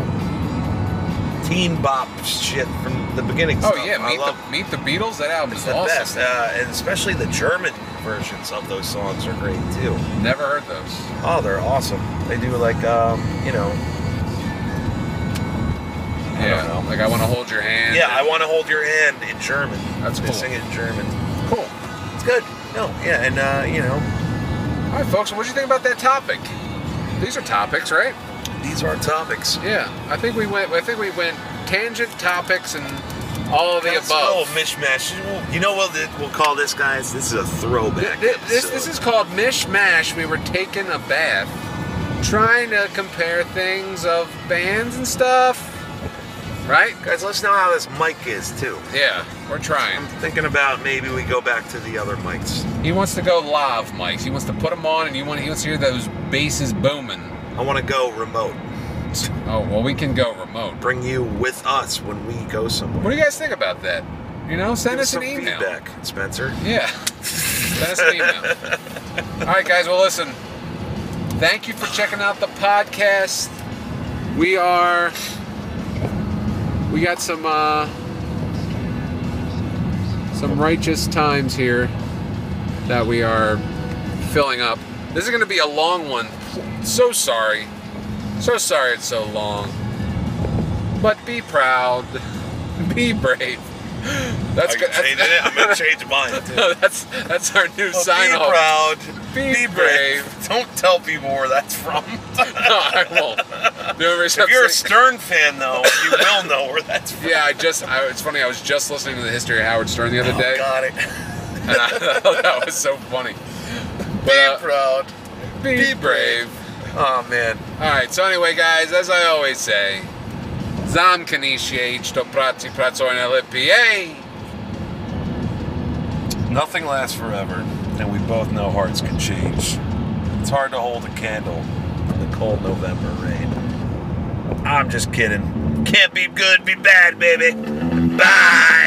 Speaker 3: teen bop shit from the beginning.
Speaker 2: Oh
Speaker 3: stuff.
Speaker 2: yeah,
Speaker 3: I
Speaker 2: meet
Speaker 3: love
Speaker 2: the Meet the Beatles. That album is
Speaker 3: the
Speaker 2: awesome.
Speaker 3: best, uh, and especially the German versions of those songs are great too.
Speaker 2: Never heard those.
Speaker 3: Oh, they're awesome. They do like um, you know,
Speaker 2: yeah,
Speaker 3: know.
Speaker 2: like I want to hold your hand.
Speaker 3: yeah, I want to hold your hand in German.
Speaker 2: That's
Speaker 3: they
Speaker 2: cool.
Speaker 3: sing it in German.
Speaker 2: Cool.
Speaker 3: It's good. No, yeah, and uh, you know,
Speaker 2: All right, folks. What do you think about that topic? These are topics, right?
Speaker 3: these are topics.
Speaker 2: Yeah. I think we went. I think we went tangent topics and all of the
Speaker 3: That's a
Speaker 2: above.
Speaker 3: little mishmash. You know what th- we'll call this, guys? This is a throwback.
Speaker 2: Th- This, this
Speaker 3: episode.
Speaker 2: is called Mishmash. We were taking a bath, trying to compare things of bands and stuff. Right?
Speaker 3: guys. Let us know how this mic is too.
Speaker 2: Yeah, we're trying.
Speaker 3: I'm thinking about maybe we go back to the other mics.
Speaker 2: He wants to go live, mics. He wants to put them on, and he, want, he wants to hear those basses booming.
Speaker 3: I want to go remote.
Speaker 2: Oh well, we can go remote.
Speaker 3: Bring you with us when we go somewhere.
Speaker 2: What do you guys think about that? You know, send
Speaker 3: Give
Speaker 2: us
Speaker 3: some
Speaker 2: an email.
Speaker 3: feedback, Spencer.
Speaker 2: Yeah, send us an email. All right, guys. Well, listen. Thank you for checking out the podcast. We are. We got some uh, some righteous times here that we are filling up. This is going to be a long one. So sorry. So sorry it's so long. But be proud. Be brave. That's
Speaker 3: I
Speaker 2: good.
Speaker 3: can change it. I'm gonna change mine. Too.
Speaker 2: that's that's our new sign
Speaker 3: be
Speaker 2: off.
Speaker 3: proud.
Speaker 2: Be
Speaker 3: Be, brave.
Speaker 2: brave.
Speaker 3: Don't tell people where that's from.
Speaker 2: No, I won't. No, we're
Speaker 3: if you're
Speaker 2: saying-
Speaker 3: a Stern fan, though, you will know where that's from.
Speaker 2: yeah, I just I, it's funny. I was just listening to the history of Howard Stern the other day,
Speaker 3: Got it.
Speaker 2: and I thought that was so funny. But
Speaker 3: Be
Speaker 2: uh,
Speaker 3: proud.
Speaker 2: be,
Speaker 3: be
Speaker 2: brave.
Speaker 3: Oh man.
Speaker 2: All right. So anyway, guys, as I always say, zamknijcie, što praci pracuje najlepiej.
Speaker 3: Nothing lasts forever, and we both know hearts can change. It's hard to hold a candle in the cold November rain. I'm just kidding. Can't be good, be bad, baby. Bye. Oh